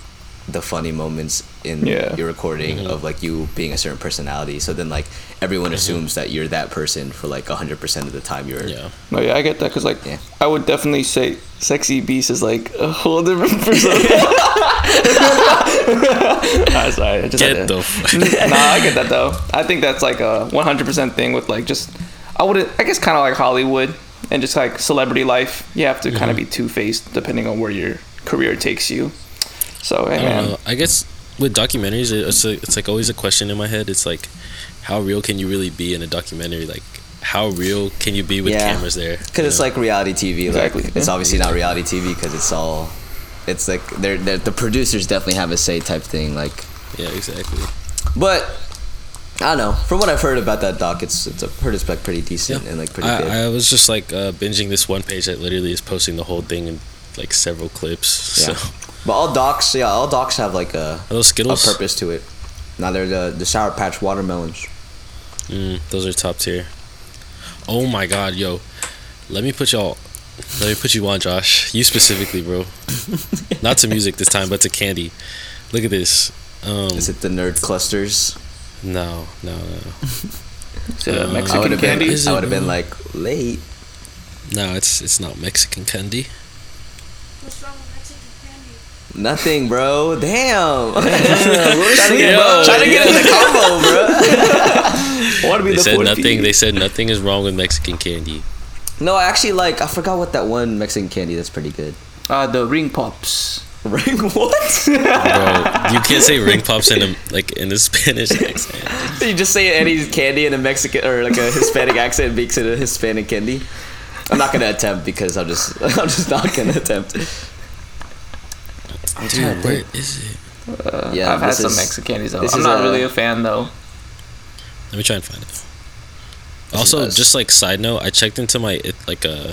Speaker 2: the funny moments in
Speaker 1: Yeah.
Speaker 2: your recording
Speaker 3: Mm-hmm.
Speaker 2: of like you being a certain personality. So then like everyone assumes that you're that person for like hundred percent of the time you're.
Speaker 3: Yeah.
Speaker 1: No, yeah, I get that because like
Speaker 2: Yeah.
Speaker 1: I would definitely say sexy beast is like a whole different persona. Ah, sorry, I just had
Speaker 3: Get
Speaker 1: to-
Speaker 3: the f-
Speaker 1: nah, I get that though. I think that's like a 100% thing with like just I would I guess kind of like Hollywood and just like celebrity life. You have to
Speaker 3: Mm-hmm.
Speaker 1: kind of be two faced depending on where your career takes you. So hey,
Speaker 3: I don't
Speaker 1: man,
Speaker 3: know. Uh, I guess with documentaries, it- it's a, it's like always a question in my head. It's like, how real can you really be in a documentary? Like, how real can you be with
Speaker 2: Yeah.
Speaker 3: cameras there?
Speaker 2: Because it's like reality TV.
Speaker 1: Exactly,
Speaker 2: Like, it's
Speaker 1: yeah.
Speaker 2: obviously not reality TV because it's all. It's like they're, they're the producers definitely have a say type thing. Like,
Speaker 3: yeah, exactly.
Speaker 2: but I don't know. From what I've heard about that doc, it's it's I've heard it's like pretty decent and like pretty good.
Speaker 3: I, I was just like uh, binging this one page that literally is posting the whole thing in like several clips.
Speaker 2: Yeah.
Speaker 3: So
Speaker 2: But all docs, yeah, all docs have like a
Speaker 3: are those
Speaker 2: a
Speaker 3: Skittles?
Speaker 2: purpose to it. Now they're the the sour patch watermelons.
Speaker 3: Mm, those are top tier. Oh my god, yo. Let me put y'all let me put you on, Josh. You specifically, bro. Not to music this time, but to candy. Look at this. Um
Speaker 2: Is it the nerd clusters?
Speaker 3: Uh, no, no, no.
Speaker 1: It's, uh,
Speaker 3: Uh, I
Speaker 2: I would
Speaker 1: Mexican
Speaker 2: have been
Speaker 1: candy.
Speaker 3: Is it
Speaker 2: I would have been
Speaker 3: really?
Speaker 2: like late.
Speaker 3: No, it's it's not Mexican candy.
Speaker 4: What's wrong with Mexican candy?
Speaker 2: Nothing, bro. Damn. trying, to
Speaker 1: sweet,
Speaker 2: get,
Speaker 1: bro.
Speaker 2: trying to get in the combo, bro.
Speaker 1: I want to be
Speaker 3: They
Speaker 1: the
Speaker 3: said
Speaker 1: fourth
Speaker 3: nothing
Speaker 1: beast.
Speaker 3: they said nothing is wrong with Mexican candy.
Speaker 2: No, I actually like. I forgot what that one Mexican candy that's pretty good.
Speaker 1: Uh, the ring pops.
Speaker 2: Right? What?
Speaker 3: Bro, you can't say ring pops in a like in a Spanish accent.
Speaker 2: you just say any candy in a Mexican or like a Hispanic accent makes it a Hispanic candy. I'm not gonna attempt because I'm just I'm just not gonna attempt.
Speaker 3: Dude, where is it?
Speaker 1: Uh,
Speaker 2: Yeah,
Speaker 1: I've had
Speaker 2: this
Speaker 1: some
Speaker 2: is-
Speaker 1: Mexican candies. Though.
Speaker 2: this
Speaker 1: I'm
Speaker 2: is
Speaker 1: not
Speaker 2: a-
Speaker 1: really a fan though.
Speaker 3: Let me try and find it.
Speaker 2: is
Speaker 3: Also,
Speaker 2: us.
Speaker 3: just like side note, I checked into my it, like uh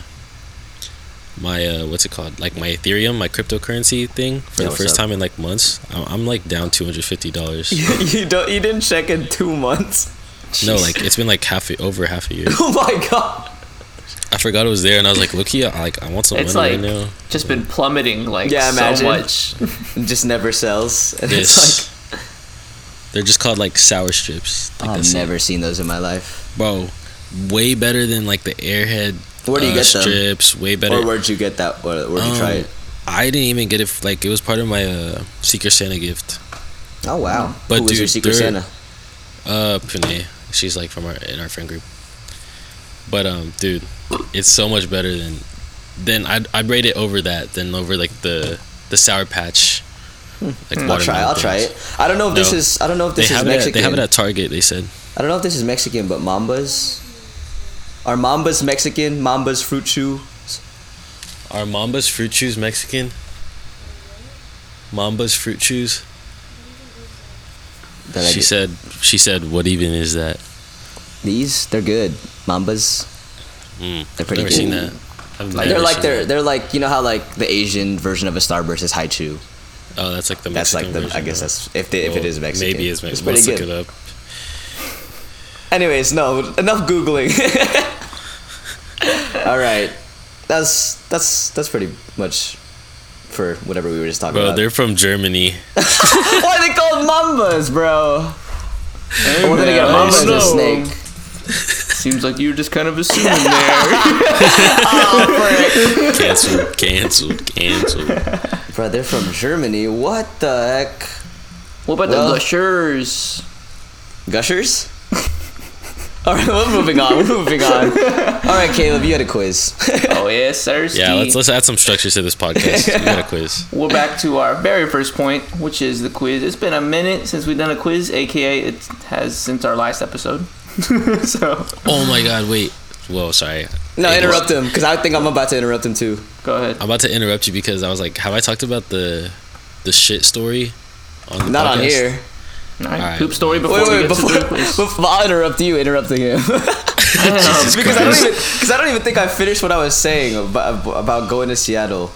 Speaker 3: my uh what's it called like my Ethereum, my cryptocurrency thing for
Speaker 2: Yeah,
Speaker 3: the
Speaker 2: what's
Speaker 3: first
Speaker 2: up?
Speaker 3: time in like months. I'm, I'm like down two hundred fifty dollars.
Speaker 2: you don't. You didn't check in two months.
Speaker 3: no, like it's been like half a, over half a year.
Speaker 2: Oh my god.
Speaker 3: I forgot it was there, and I was like, look here, I, like I want some
Speaker 1: It's
Speaker 3: money
Speaker 1: like
Speaker 3: right now.
Speaker 1: just been plummeting like
Speaker 2: Yeah,
Speaker 1: so
Speaker 2: imagine.
Speaker 1: much.
Speaker 2: It just never sells. And
Speaker 3: This.
Speaker 2: It's
Speaker 3: They're just called like sour strips. Like,
Speaker 2: like
Speaker 3: that's
Speaker 2: I've
Speaker 3: it.
Speaker 2: Oh, never seen those in my life.
Speaker 3: bro. Way better than like the Airhead
Speaker 2: Where do you
Speaker 3: uh,
Speaker 2: get them?
Speaker 3: strips. Way better.
Speaker 2: Or where'd you get that? Where, where'd you try
Speaker 3: Um,
Speaker 2: it?
Speaker 3: I didn't even get it. f- Like it was part of my uh, Secret Santa gift.
Speaker 2: Oh wow.
Speaker 3: but
Speaker 2: Who was your
Speaker 3: dude,
Speaker 2: secret
Speaker 3: they're-
Speaker 2: Santa?
Speaker 3: Uh, Pune. She's like from our in our friend group. But um, dude, it's so much better than than I'd I'd rate it over that than over like the the sour patch. Like
Speaker 2: Hmm. I'll try. I'll try it. I don't know if this
Speaker 3: No.
Speaker 2: is. I don't know if
Speaker 3: They
Speaker 2: this is
Speaker 3: have, it at,
Speaker 2: Mexican.
Speaker 3: they have it at Target. They said
Speaker 2: I don't know if this is Mexican, but mambas. Are mambas Mexican? Mambas fruit chew.
Speaker 3: are Mamba's fruit chews Mexican? Mamba's fruit chews.
Speaker 2: That I
Speaker 3: she
Speaker 2: get-
Speaker 3: said. She said, "What even is that?"
Speaker 2: these they're good. Mambas.
Speaker 3: Mm,
Speaker 2: They're pretty
Speaker 3: I've never
Speaker 2: good.
Speaker 3: seen that. I've
Speaker 2: Like,
Speaker 3: never
Speaker 2: they're like
Speaker 3: seen
Speaker 2: they're
Speaker 3: that.
Speaker 2: they're like you know how like the Asian version of a Starburst is high chew.
Speaker 3: Oh, that's like the.
Speaker 2: That's
Speaker 3: Mexican
Speaker 2: like the. I
Speaker 3: version,
Speaker 2: guess
Speaker 3: huh?
Speaker 2: that's if they, if it
Speaker 3: Well,
Speaker 2: is Mexican.
Speaker 3: Maybe it's
Speaker 2: It's
Speaker 3: Mexican.
Speaker 2: pretty
Speaker 3: Let's look
Speaker 2: good.
Speaker 3: it up.
Speaker 2: Anyways, no, enough googling. All right, that's that's that's pretty much for whatever we were just talking
Speaker 3: Bro,
Speaker 2: about.
Speaker 3: they're from Germany.
Speaker 2: Why are they called mambas, bro? We're gonna get
Speaker 1: man, I
Speaker 2: mamba
Speaker 1: don't
Speaker 2: as
Speaker 1: know.
Speaker 2: a snake.
Speaker 1: Seems like you were just kind of assuming there.
Speaker 3: Cancelled, cancelled, cancelled.
Speaker 2: Bro, they're from Germany. What the heck?
Speaker 1: what about
Speaker 2: Well-
Speaker 1: the gushers?
Speaker 2: Gushers? All right, we're moving on. We're moving on. All right, Caleb, you had a quiz.
Speaker 1: Oh yes, thirsty.
Speaker 3: Yeah, let's let's add some structure to this podcast. We got a quiz.
Speaker 1: We're back to our very first point, which is the quiz. It's been a minute since we've done a quiz, aka it has since our last episode. so
Speaker 3: Oh my god, wait. Whoa, sorry.
Speaker 2: No,
Speaker 3: Hey,
Speaker 2: interrupt him, because I think I'm about to interrupt him too.
Speaker 1: go ahead.
Speaker 3: I'm about to interrupt you because I was like, have I talked about the the shit story? On the
Speaker 2: Not on
Speaker 3: podcast?
Speaker 2: here.
Speaker 1: All right.
Speaker 3: Alright.
Speaker 1: Poop story before
Speaker 2: Wait,
Speaker 1: we
Speaker 2: wait,
Speaker 1: get
Speaker 2: before,
Speaker 1: to the quiz.
Speaker 2: before I'll interrupt you, interrupting him.
Speaker 1: Damn.
Speaker 2: because I don't even because I don't even think I finished what I was saying about, about going to Seattle.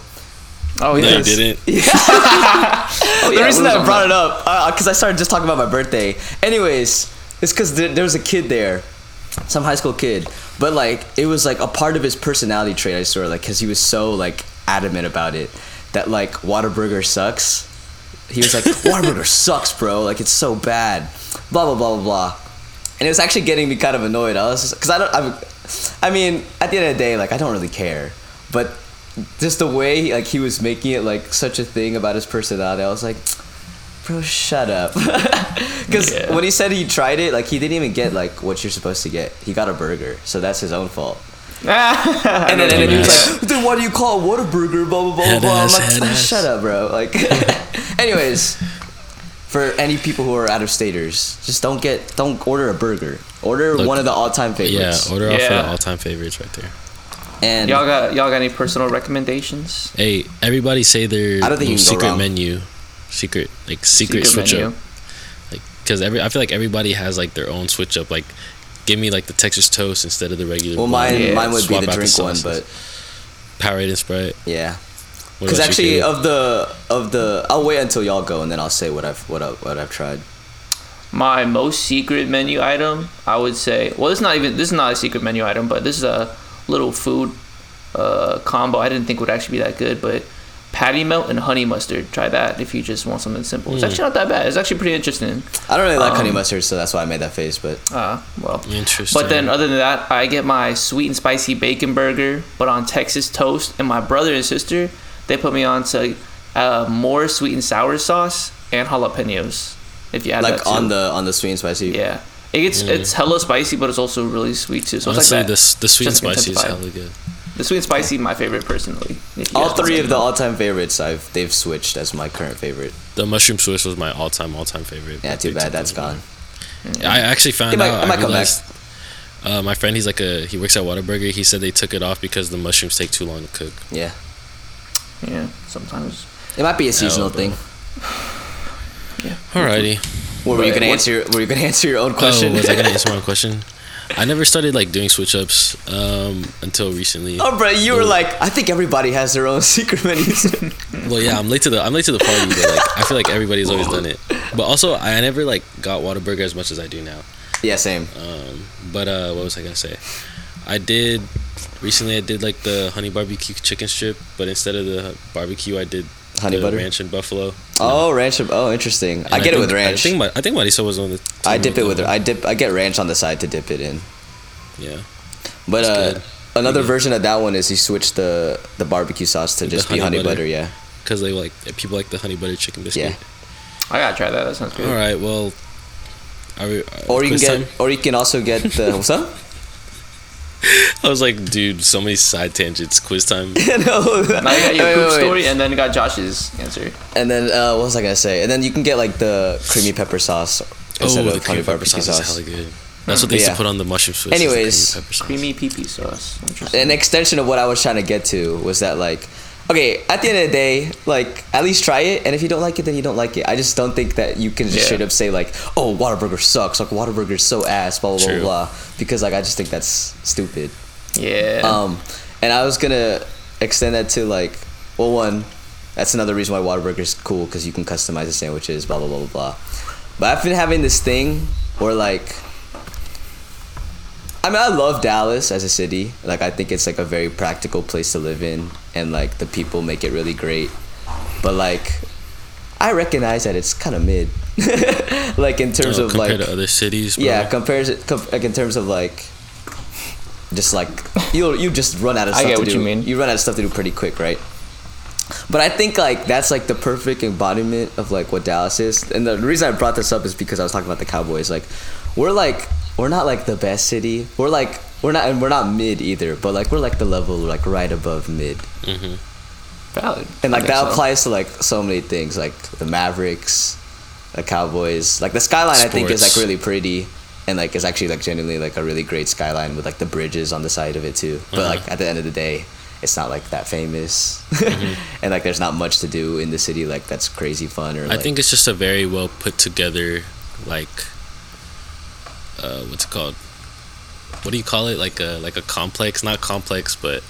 Speaker 1: oh,
Speaker 3: No, you
Speaker 1: yes.
Speaker 3: didn't.
Speaker 1: Oh,
Speaker 2: the
Speaker 1: yeah,
Speaker 2: reason
Speaker 1: what
Speaker 2: that I
Speaker 1: was
Speaker 2: brought it up, because I started just talking about my birthday. Anyways, it's because there, there was a kid there, some high school kid, but like it was like a part of his personality trait. I swear, like because he was so like adamant about it that like Whataburger sucks. He was like, Warburger sucks, bro. Like it's so bad. Blah blah blah blah blah. And it was actually getting me kind of annoyed. I was because I don't. I'm, I mean, at the end of the day, like I don't really care. But just the way like he was making it like such a thing about his personality, I was like, bro, shut up. Because
Speaker 1: Yeah.
Speaker 2: when he said he tried it, like he didn't even get like what you're supposed to get. He got a burger, so that's his own fault.
Speaker 1: and
Speaker 2: And then, and then he was
Speaker 3: Dumbass.
Speaker 2: like, dude, why do you call it Whataburger? Blah, blah, blah, blah, blah. I'm
Speaker 3: Headass,
Speaker 2: like,
Speaker 3: headass.
Speaker 2: shut up, bro. Like, anyways, for any people who are out of staters, just don't get, don't order a burger. Order
Speaker 3: Look,
Speaker 2: one of the all time
Speaker 3: Yeah,
Speaker 2: favorites.
Speaker 3: order off
Speaker 1: Yeah.
Speaker 3: the all-time favorites right there.
Speaker 2: And
Speaker 1: y'all got y'all got any personal recommendations?
Speaker 3: Hey, everybody say their
Speaker 2: I don't
Speaker 3: little
Speaker 2: think you can go
Speaker 3: secret
Speaker 2: wrong.
Speaker 3: menu, secret like secret, switch
Speaker 1: menu.
Speaker 3: up. Like, cause every I feel like everybody has like their own switch up. Like, give me like the Texas toast instead of the regular.
Speaker 2: well,
Speaker 3: one.
Speaker 2: mine,
Speaker 1: Yeah,
Speaker 2: mine would be
Speaker 3: swap
Speaker 2: the
Speaker 3: out the
Speaker 2: drink one,
Speaker 3: sauces.
Speaker 2: but
Speaker 3: Powerade and Sprite.
Speaker 2: yeah.
Speaker 3: What
Speaker 2: Because
Speaker 3: about you,
Speaker 2: actually,
Speaker 3: Caleb?
Speaker 2: of the, of the, I'll wait until y'all go and then I'll say what I've, what I've, what I've tried.
Speaker 1: My most secret menu item, I would say. Well, it's not even this is not a secret menu item, but this is a little food uh, combo. I didn't think would actually be that good, but patty melt and honey mustard. Try that if you just want something simple. It's actually not that bad. It's actually pretty interesting.
Speaker 2: I don't really like honey
Speaker 1: Um,
Speaker 2: mustard, so that's why I made that face, but
Speaker 1: Uh, well,
Speaker 3: Interesting.
Speaker 1: But then,
Speaker 2: uh,
Speaker 1: other than that, I get my sweet and spicy bacon burger, but on Texas toast. And my brother and sister, they put me on to uh, more sweet and sour sauce and jalapenos. If you add that
Speaker 2: like
Speaker 1: too.
Speaker 2: on the, on the sweet and spicy.
Speaker 1: yeah, it gets it's hella spicy, but it's also really sweet too. So it's
Speaker 3: Honestly,
Speaker 1: like that.
Speaker 3: the the sweet and
Speaker 1: Just like
Speaker 3: spicy is
Speaker 1: intensified.
Speaker 3: hella good.
Speaker 1: The sweet and spicy, my favorite personally. If you
Speaker 2: All
Speaker 1: ask
Speaker 2: three
Speaker 1: me.
Speaker 2: of the all-time favorites, I've they've switched as my current favorite.
Speaker 3: The mushroom Swiss was my all-time all-time favorite.
Speaker 2: Yeah,
Speaker 3: but
Speaker 2: too
Speaker 3: they
Speaker 2: bad
Speaker 3: took
Speaker 2: that's
Speaker 3: that
Speaker 2: gone.
Speaker 3: away. I actually found
Speaker 2: It might-
Speaker 3: out.
Speaker 2: it
Speaker 3: I
Speaker 2: might come back.
Speaker 3: realized, Uh, my friend, he's like a he works at Whataburger. He said they took it off because the mushrooms take too long to cook.
Speaker 2: Yeah,
Speaker 1: yeah, sometimes.
Speaker 2: it might be a seasonal
Speaker 3: but-
Speaker 2: thing.
Speaker 3: Alrighty.
Speaker 2: Well, were you
Speaker 1: But
Speaker 2: gonna
Speaker 1: what-
Speaker 2: answer? Your, were you gonna answer your own question?
Speaker 3: Oh, was I gonna answer my own question? I never started like doing switch ups um, until recently.
Speaker 2: Oh, bro, you were like, I think everybody has their own secret menus.
Speaker 3: Well, yeah, I'm late to the I'm late to the party, but like I feel like everybody's always done it. But also, I never like got Whataburger as much as I do now.
Speaker 2: yeah, same.
Speaker 3: Um, but uh, what was I gonna say? I did recently. I did like the honey barbecue chicken strip, but instead of the barbecue, I did
Speaker 2: Honey
Speaker 3: the
Speaker 2: butter?
Speaker 3: ranch and buffalo.
Speaker 2: Oh, ranch. Oh, interesting.
Speaker 3: And
Speaker 2: I get it
Speaker 3: think-
Speaker 2: with ranch.
Speaker 3: I think my, I think Marisa was on the.
Speaker 2: I
Speaker 3: team
Speaker 2: dip it
Speaker 3: that
Speaker 2: with.
Speaker 3: one.
Speaker 2: I dip. I get ranch on the side to dip it in.
Speaker 3: Yeah.
Speaker 2: But
Speaker 3: That's
Speaker 2: uh,
Speaker 3: good.
Speaker 2: another
Speaker 3: Yeah.
Speaker 2: version of that one is he switched the the barbecue sauce to
Speaker 3: The
Speaker 2: just be
Speaker 3: honey
Speaker 2: honey butter.
Speaker 3: butter.
Speaker 2: Yeah.
Speaker 3: Because they like people like the honey butter chicken biscuit.
Speaker 1: I gotta try that. That sounds good.
Speaker 3: All right. Well. Are we, uh,
Speaker 2: Or you can
Speaker 3: quiz
Speaker 2: get.
Speaker 3: time?
Speaker 2: Or you can also get the. What's up?
Speaker 3: I was like, dude, so many side tangents. Quiz time.
Speaker 2: no.
Speaker 1: Now you got your
Speaker 2: Wait,
Speaker 1: poop
Speaker 2: wait, wait.
Speaker 1: story, and then you got Josh's answer.
Speaker 2: And then uh, what was I gonna say? And then you can get like the creamy pepper sauce
Speaker 1: Oh,
Speaker 2: instead of
Speaker 3: Oh,
Speaker 2: honey
Speaker 3: cream pepper
Speaker 2: barbecue sauce.
Speaker 3: is hella good. That's what they used
Speaker 2: Yeah.
Speaker 3: to put on the mushroom Swiss. is the
Speaker 2: Anyways,
Speaker 3: cream pepper sauce.
Speaker 1: Creamy pee pee sauce. Interesting.
Speaker 2: An extension of what I was trying to get to was that like, okay, at the end of the day, like at least try it, and if you don't like it, then you don't like it. I just don't think that you can just
Speaker 1: Yeah.
Speaker 2: straight up say like, oh, Whataburger sucks, like Whataburger's so ass, blah blah blah
Speaker 3: True.
Speaker 2: blah, because like I just think that's stupid.
Speaker 1: Yeah.
Speaker 2: Um, and I was gonna extend that to like, well, one, that's another reason why Whataburger is cool because you can customize the sandwiches, blah blah blah blah blah. But I've been having this thing where like, I mean, I love Dallas as a city. Like, I think it's like a very practical place to live in, and like the people make it really great. But like, I recognize that it's kind of mid, like in terms
Speaker 3: Oh,
Speaker 2: of
Speaker 3: compared
Speaker 2: like
Speaker 3: to other cities. Bro.
Speaker 2: yeah, compares it com- like in terms of like, just like you you just run out of
Speaker 1: I
Speaker 2: stuff
Speaker 1: get
Speaker 2: to
Speaker 1: what
Speaker 2: do.
Speaker 1: you mean.
Speaker 2: run out of stuff to do pretty quick, right? But I think like that's like the perfect embodiment of like what Dallas is, and the reason I brought this up is because I was talking about the Cowboys. Like, we're like we're not like the best city. We're like we're not and we're not mid either, but like we're like the level like right above mid.
Speaker 3: Mm-hmm.
Speaker 1: Valid.
Speaker 2: And like
Speaker 1: I think
Speaker 2: that
Speaker 1: so.
Speaker 2: applies to like so many things, like the Mavericks, the Cowboys, like the skyline. I think is like
Speaker 3: Sports.
Speaker 2: really pretty, and like it's actually like genuinely like a really great skyline with like the bridges on the side of it too. But
Speaker 3: Uh-huh.
Speaker 2: like at the end of the day, it's not like that famous,
Speaker 3: Mm-hmm.
Speaker 2: and like there's not much to do in the city like that's crazy fun or
Speaker 3: I
Speaker 2: like
Speaker 3: think it's just a very well put together, like, uh, what's it called? What do you call it? Like a like a complex, not complex, but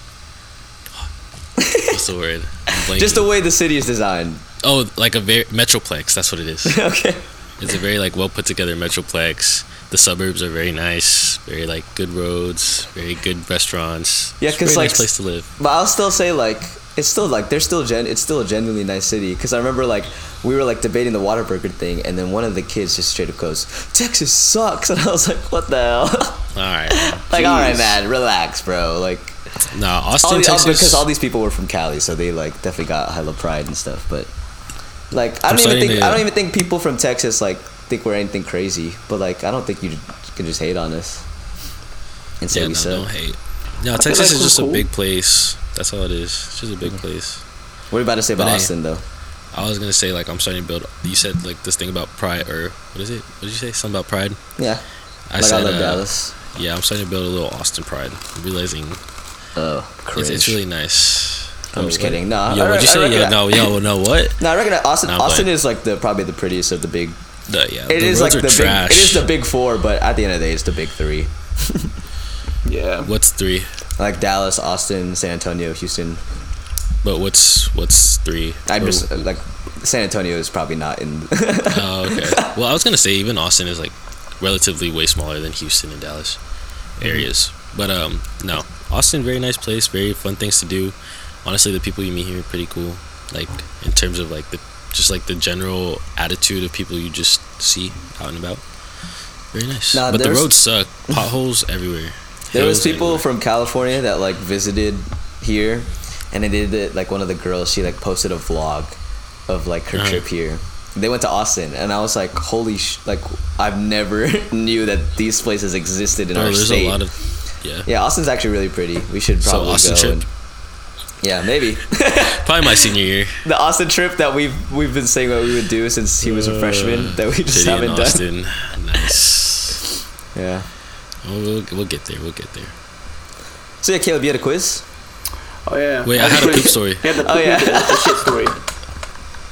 Speaker 3: what's the word? I'm blanking.
Speaker 2: just the way the city is designed.
Speaker 3: oh, like a very metroplex. That's what it is.
Speaker 2: okay.
Speaker 3: It's a very like well put together metroplex. The suburbs are very nice, very like good roads, very good restaurants.
Speaker 2: Yeah,
Speaker 3: It's a
Speaker 2: 'cause,
Speaker 3: very
Speaker 2: like,
Speaker 3: nice place to live.
Speaker 2: But I'll still say like it's still like they're still gen. It's still a genuinely nice city because I remember like we were like debating the Whataburger thing, and then one of the kids just straight up goes, "Texas sucks," and I was like, "What the hell?"
Speaker 3: All right.
Speaker 2: like, all right,
Speaker 1: Jeez.
Speaker 2: man, relax, bro. Like,
Speaker 3: No,
Speaker 2: all
Speaker 3: Austin,
Speaker 2: the, all-
Speaker 3: Texas.
Speaker 2: because all these people were from Cali, so they like definitely got hella pride and stuff. But like, I
Speaker 3: I'm
Speaker 2: don't even
Speaker 3: starting
Speaker 2: think
Speaker 3: to-
Speaker 2: I don't even think people from Texas like think we're anything crazy. But like, I don't think you can just hate on us and say
Speaker 3: yeah,
Speaker 2: we
Speaker 3: no,
Speaker 2: suck.
Speaker 3: don't hate. No, Texas
Speaker 1: like
Speaker 3: is
Speaker 1: we're
Speaker 3: just a
Speaker 1: cool.
Speaker 3: big place. That's all it is. It's just a big place.
Speaker 2: What are you about to say about
Speaker 3: But hey.
Speaker 2: Austin though?
Speaker 3: I was gonna say like I'm starting to build. You said like this thing about pride or what is it? What did you say? Something about pride.
Speaker 2: Yeah,
Speaker 3: I
Speaker 2: like
Speaker 3: said
Speaker 2: I love
Speaker 3: uh,
Speaker 2: Dallas.
Speaker 3: Yeah, I'm starting to build a little Austin pride. I'm realizing
Speaker 2: Oh, cringe.
Speaker 3: it's, it's really nice.
Speaker 2: I'm
Speaker 3: Oh,
Speaker 2: just
Speaker 3: what-
Speaker 2: kidding. No,
Speaker 3: Yo,
Speaker 2: I,
Speaker 3: what'd you
Speaker 2: I
Speaker 3: say?
Speaker 2: reckon
Speaker 3: Yo,
Speaker 2: I-
Speaker 3: no, yo, no, what?
Speaker 2: No, I reckon that Austin.
Speaker 3: Nah, but-
Speaker 2: Austin is like the probably the prettiest of the big.
Speaker 3: No, yeah,
Speaker 2: It
Speaker 3: the
Speaker 2: is
Speaker 3: roads
Speaker 2: like
Speaker 3: are
Speaker 2: the
Speaker 3: trash.
Speaker 2: big. It is the big four, but at the end of the day, it's the big three.
Speaker 1: Yeah.
Speaker 3: What's three?
Speaker 2: Like Dallas, Austin, San Antonio, Houston.
Speaker 3: But what's what's three?
Speaker 2: I'm
Speaker 3: Or-
Speaker 2: just like San Antonio is probably not in.
Speaker 3: Oh, okay. well, I was gonna say even Austin is like relatively way smaller than Houston and Dallas areas, but um, no, Austin very nice place, very fun things to do. Honestly, the people you meet here are pretty cool. Like in terms of like the just like the general attitude of people you just see out and about. Very nice.
Speaker 2: Nah,
Speaker 3: but the
Speaker 2: there's-
Speaker 3: roads suck. Potholes everywhere.
Speaker 2: there was
Speaker 3: Hills
Speaker 2: people
Speaker 3: everywhere.
Speaker 2: from California that like visited here, and they did it. Like one of the girls, she like posted a vlog of like her
Speaker 3: Uh-huh.
Speaker 2: trip here. They went to Austin, and I was like, "Holy sh!" Like I've never knew that these places existed in
Speaker 3: Bro,
Speaker 2: our
Speaker 3: Oh, there's
Speaker 2: state.
Speaker 3: a lot of yeah.
Speaker 2: Yeah, Austin's actually really pretty. We should
Speaker 3: So
Speaker 2: probably
Speaker 3: Austin
Speaker 2: go.
Speaker 3: trip?
Speaker 2: and- yeah, maybe
Speaker 3: Probably my senior year.
Speaker 2: the Austin trip that we've we've been saying what we would do since he was a freshman that we just
Speaker 3: City in
Speaker 2: haven't done.
Speaker 3: Uh, Austin. Nice.
Speaker 2: Yeah.
Speaker 3: Oh, we'll, we'll get there. We'll get there.
Speaker 2: So yeah, Caleb, you had a quiz.
Speaker 1: Oh yeah.
Speaker 3: Wait, I had a poop story.
Speaker 1: Yeah, the,
Speaker 2: Oh, yeah.
Speaker 1: the shit story.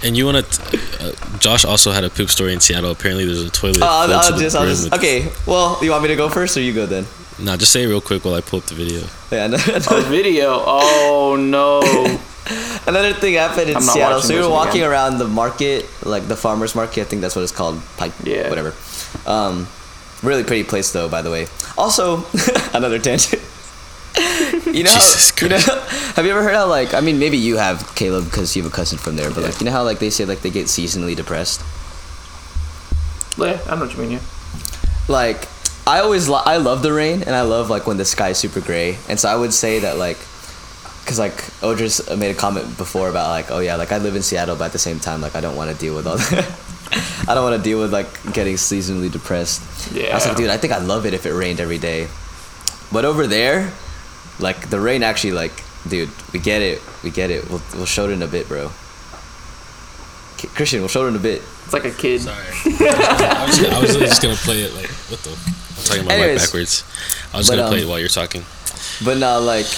Speaker 3: And you want to? Uh, Josh also had a poop story in Seattle. Apparently, there's a toilet.
Speaker 2: Uh, I'll,
Speaker 3: full to
Speaker 2: I'll
Speaker 3: the
Speaker 2: just, I'll
Speaker 3: brim
Speaker 2: just.
Speaker 3: with-
Speaker 2: Okay. Well, you want me to go first or you go then?
Speaker 3: Nah, just say it real quick while I pull up the video.
Speaker 2: Yeah. no-
Speaker 1: Oh, video. Oh no.
Speaker 2: Another thing happened in
Speaker 1: I'm not
Speaker 2: Seattle.
Speaker 1: watching
Speaker 2: So we
Speaker 1: this
Speaker 2: were
Speaker 1: one
Speaker 2: walking
Speaker 1: again.
Speaker 2: around the market, like the farmers market. I think that's what it's called. Pike.
Speaker 1: Yeah.
Speaker 2: Whatever. Um, really pretty place though, by the way. Also, another tangent. you know, how-
Speaker 3: Jesus
Speaker 2: you know,
Speaker 3: Christ.
Speaker 2: have you ever heard how like I mean maybe you have Caleb because you have a cousin from there, but like you know how like they say like they get seasonally depressed.
Speaker 1: Yeah, I know what you mean. Yeah.
Speaker 2: like I always lo- I love the rain and I love like when the sky's super gray and so I would say that like because like Odris made a comment before about like oh yeah like I live in Seattle but at the same time like I don't want to deal with all that I don't want to deal with like getting seasonally depressed I was
Speaker 1: Yeah.
Speaker 2: like dude I think I'd love it if it rained every day but over there like the rain actually like dude we get it we get it we'll, we'll show it in a bit bro K- Christian we'll show it in a bit
Speaker 1: It's like a kid.
Speaker 3: Sorry. I was, I was literally just gonna play it like what the. I'm talking about
Speaker 2: Anyways.
Speaker 3: mic backwards. I was
Speaker 2: But,
Speaker 3: gonna play
Speaker 2: um,
Speaker 3: it while you're talking.
Speaker 2: But no, like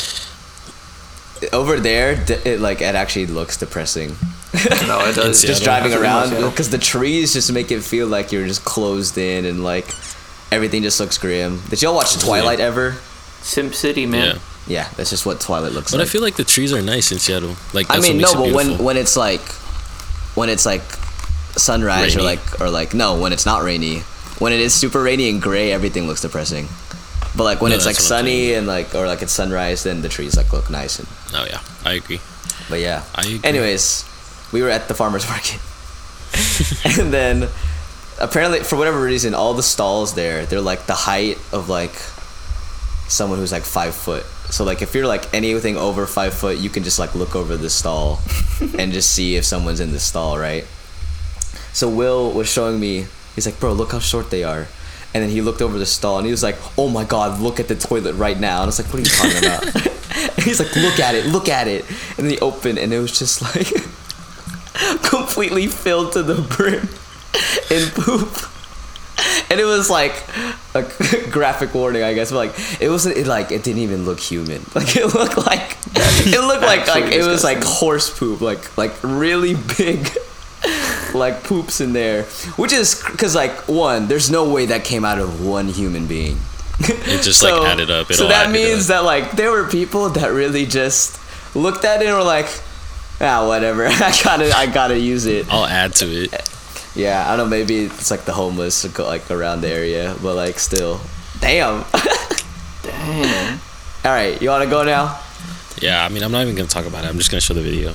Speaker 2: over there, d- it like it actually looks depressing.
Speaker 1: No, it does.
Speaker 3: Seattle.
Speaker 2: just
Speaker 3: Yeah,
Speaker 2: driving around
Speaker 1: Yeah.
Speaker 2: because the trees just make it feel like you're just closed in and like everything just looks grim. Did y'all watch Twilight ever?
Speaker 1: Sim City,
Speaker 3: Yeah,
Speaker 1: man.
Speaker 2: Yeah, that's just what Twilight looks
Speaker 3: but I
Speaker 2: like.
Speaker 3: feel like the trees are nice in Seattle. Like
Speaker 2: I
Speaker 3: that's what
Speaker 2: mean,
Speaker 3: makes
Speaker 2: no,
Speaker 3: it
Speaker 2: but when
Speaker 3: beautiful.
Speaker 2: when it's like when it's like sunrise or
Speaker 3: Rainy.
Speaker 2: like or like no, when it's not rainy, when it is super rainy and gray, everything looks depressing. But like when
Speaker 3: No,
Speaker 2: it's like
Speaker 3: that's what I'm
Speaker 2: sunny and like or like it's sunrise, then the trees like look nice and
Speaker 3: oh yeah, I agree.
Speaker 2: But yeah.
Speaker 3: I agree.
Speaker 2: Anyways, we were at the farmers market, and then apparently for whatever reason, all the stalls there they're like the height of like someone who's like five foot. So like if you're like anything over five foot, you can just like look over the stall and just see if someone's in the stall, right? So Will was showing me. He's like, bro, look how short they are. And then he looked over the stall and he was like, oh my god, look at the toilet right now. And I was like, what are you talking about? and he's like, look at it, look at it. And then he opened and it was just like completely filled to the brim in poop. And it was like a graphic warning, I guess. But like, it wasn't it like it didn't even look human. Like it looked like it looked like like it was like horse poop, like like really big like poops in there, which is because like one, there's no way that came out of one human being. It
Speaker 3: just, like, added up. It
Speaker 2: so
Speaker 3: all
Speaker 2: that
Speaker 3: added
Speaker 2: means
Speaker 3: up.
Speaker 2: that like there were people that really just looked at it and were like, ah, whatever. I gotta, I gotta use it.
Speaker 3: I'll add to it.
Speaker 2: Yeah, I don't know. Maybe it's like the homeless go- like around the area, but like still, damn.
Speaker 1: Damn.
Speaker 2: All right, you wanna go now?
Speaker 3: Yeah, I mean, I'm not even gonna talk about it. I'm just gonna show the video.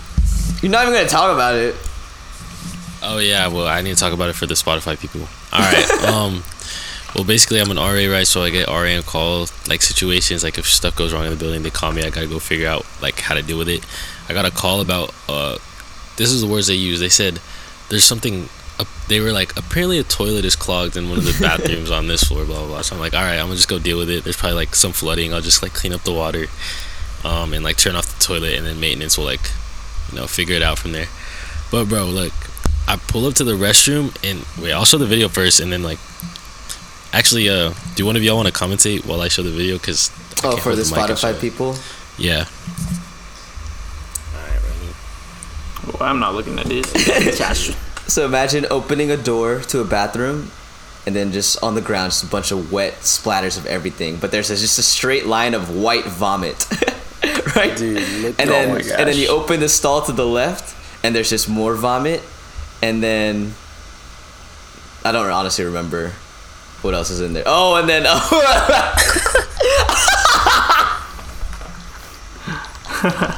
Speaker 2: You're not even gonna talk about it.
Speaker 3: Oh yeah, well, I need to talk about it for the Spotify people. All right. um, well, basically, I'm an RA, right? So I get RA and call like situations. Like if stuff goes wrong in the building, they call me. I gotta go figure out like how to deal with it. I got a call about uh, this is the words they use. They said there's something. up they were like, apparently a toilet is clogged in one of the bathrooms on this floor, blah, blah, blah. So I'm like, all right, I'm gonna just go deal with it. There's probably like some flooding. I'll just like clean up the water um, and like turn off the toilet, and then maintenance will like, you know, figure it out from there. But bro, look, I pull up to the restroom and wait. I'll show the video first, and then like, actually, uh, do one of y'all want to commentate while I show the video? Cause I
Speaker 2: Oh,
Speaker 3: can't
Speaker 2: for
Speaker 3: hold
Speaker 2: the
Speaker 3: mic up, so-
Speaker 2: Spotify people.
Speaker 3: Yeah.
Speaker 1: Well, I'm not looking at this. Josh.
Speaker 2: So imagine opening a door to a bathroom, and then just on the ground, just a bunch of wet splatters of everything. But there's just a straight line of white vomit, right?
Speaker 5: Dude, look-
Speaker 2: and
Speaker 5: oh
Speaker 2: then
Speaker 5: my
Speaker 2: and then you
Speaker 5: gosh.
Speaker 2: open the stall to the left, and there's just more vomit, and then I don't honestly remember what else is in there. Oh, and then oh. and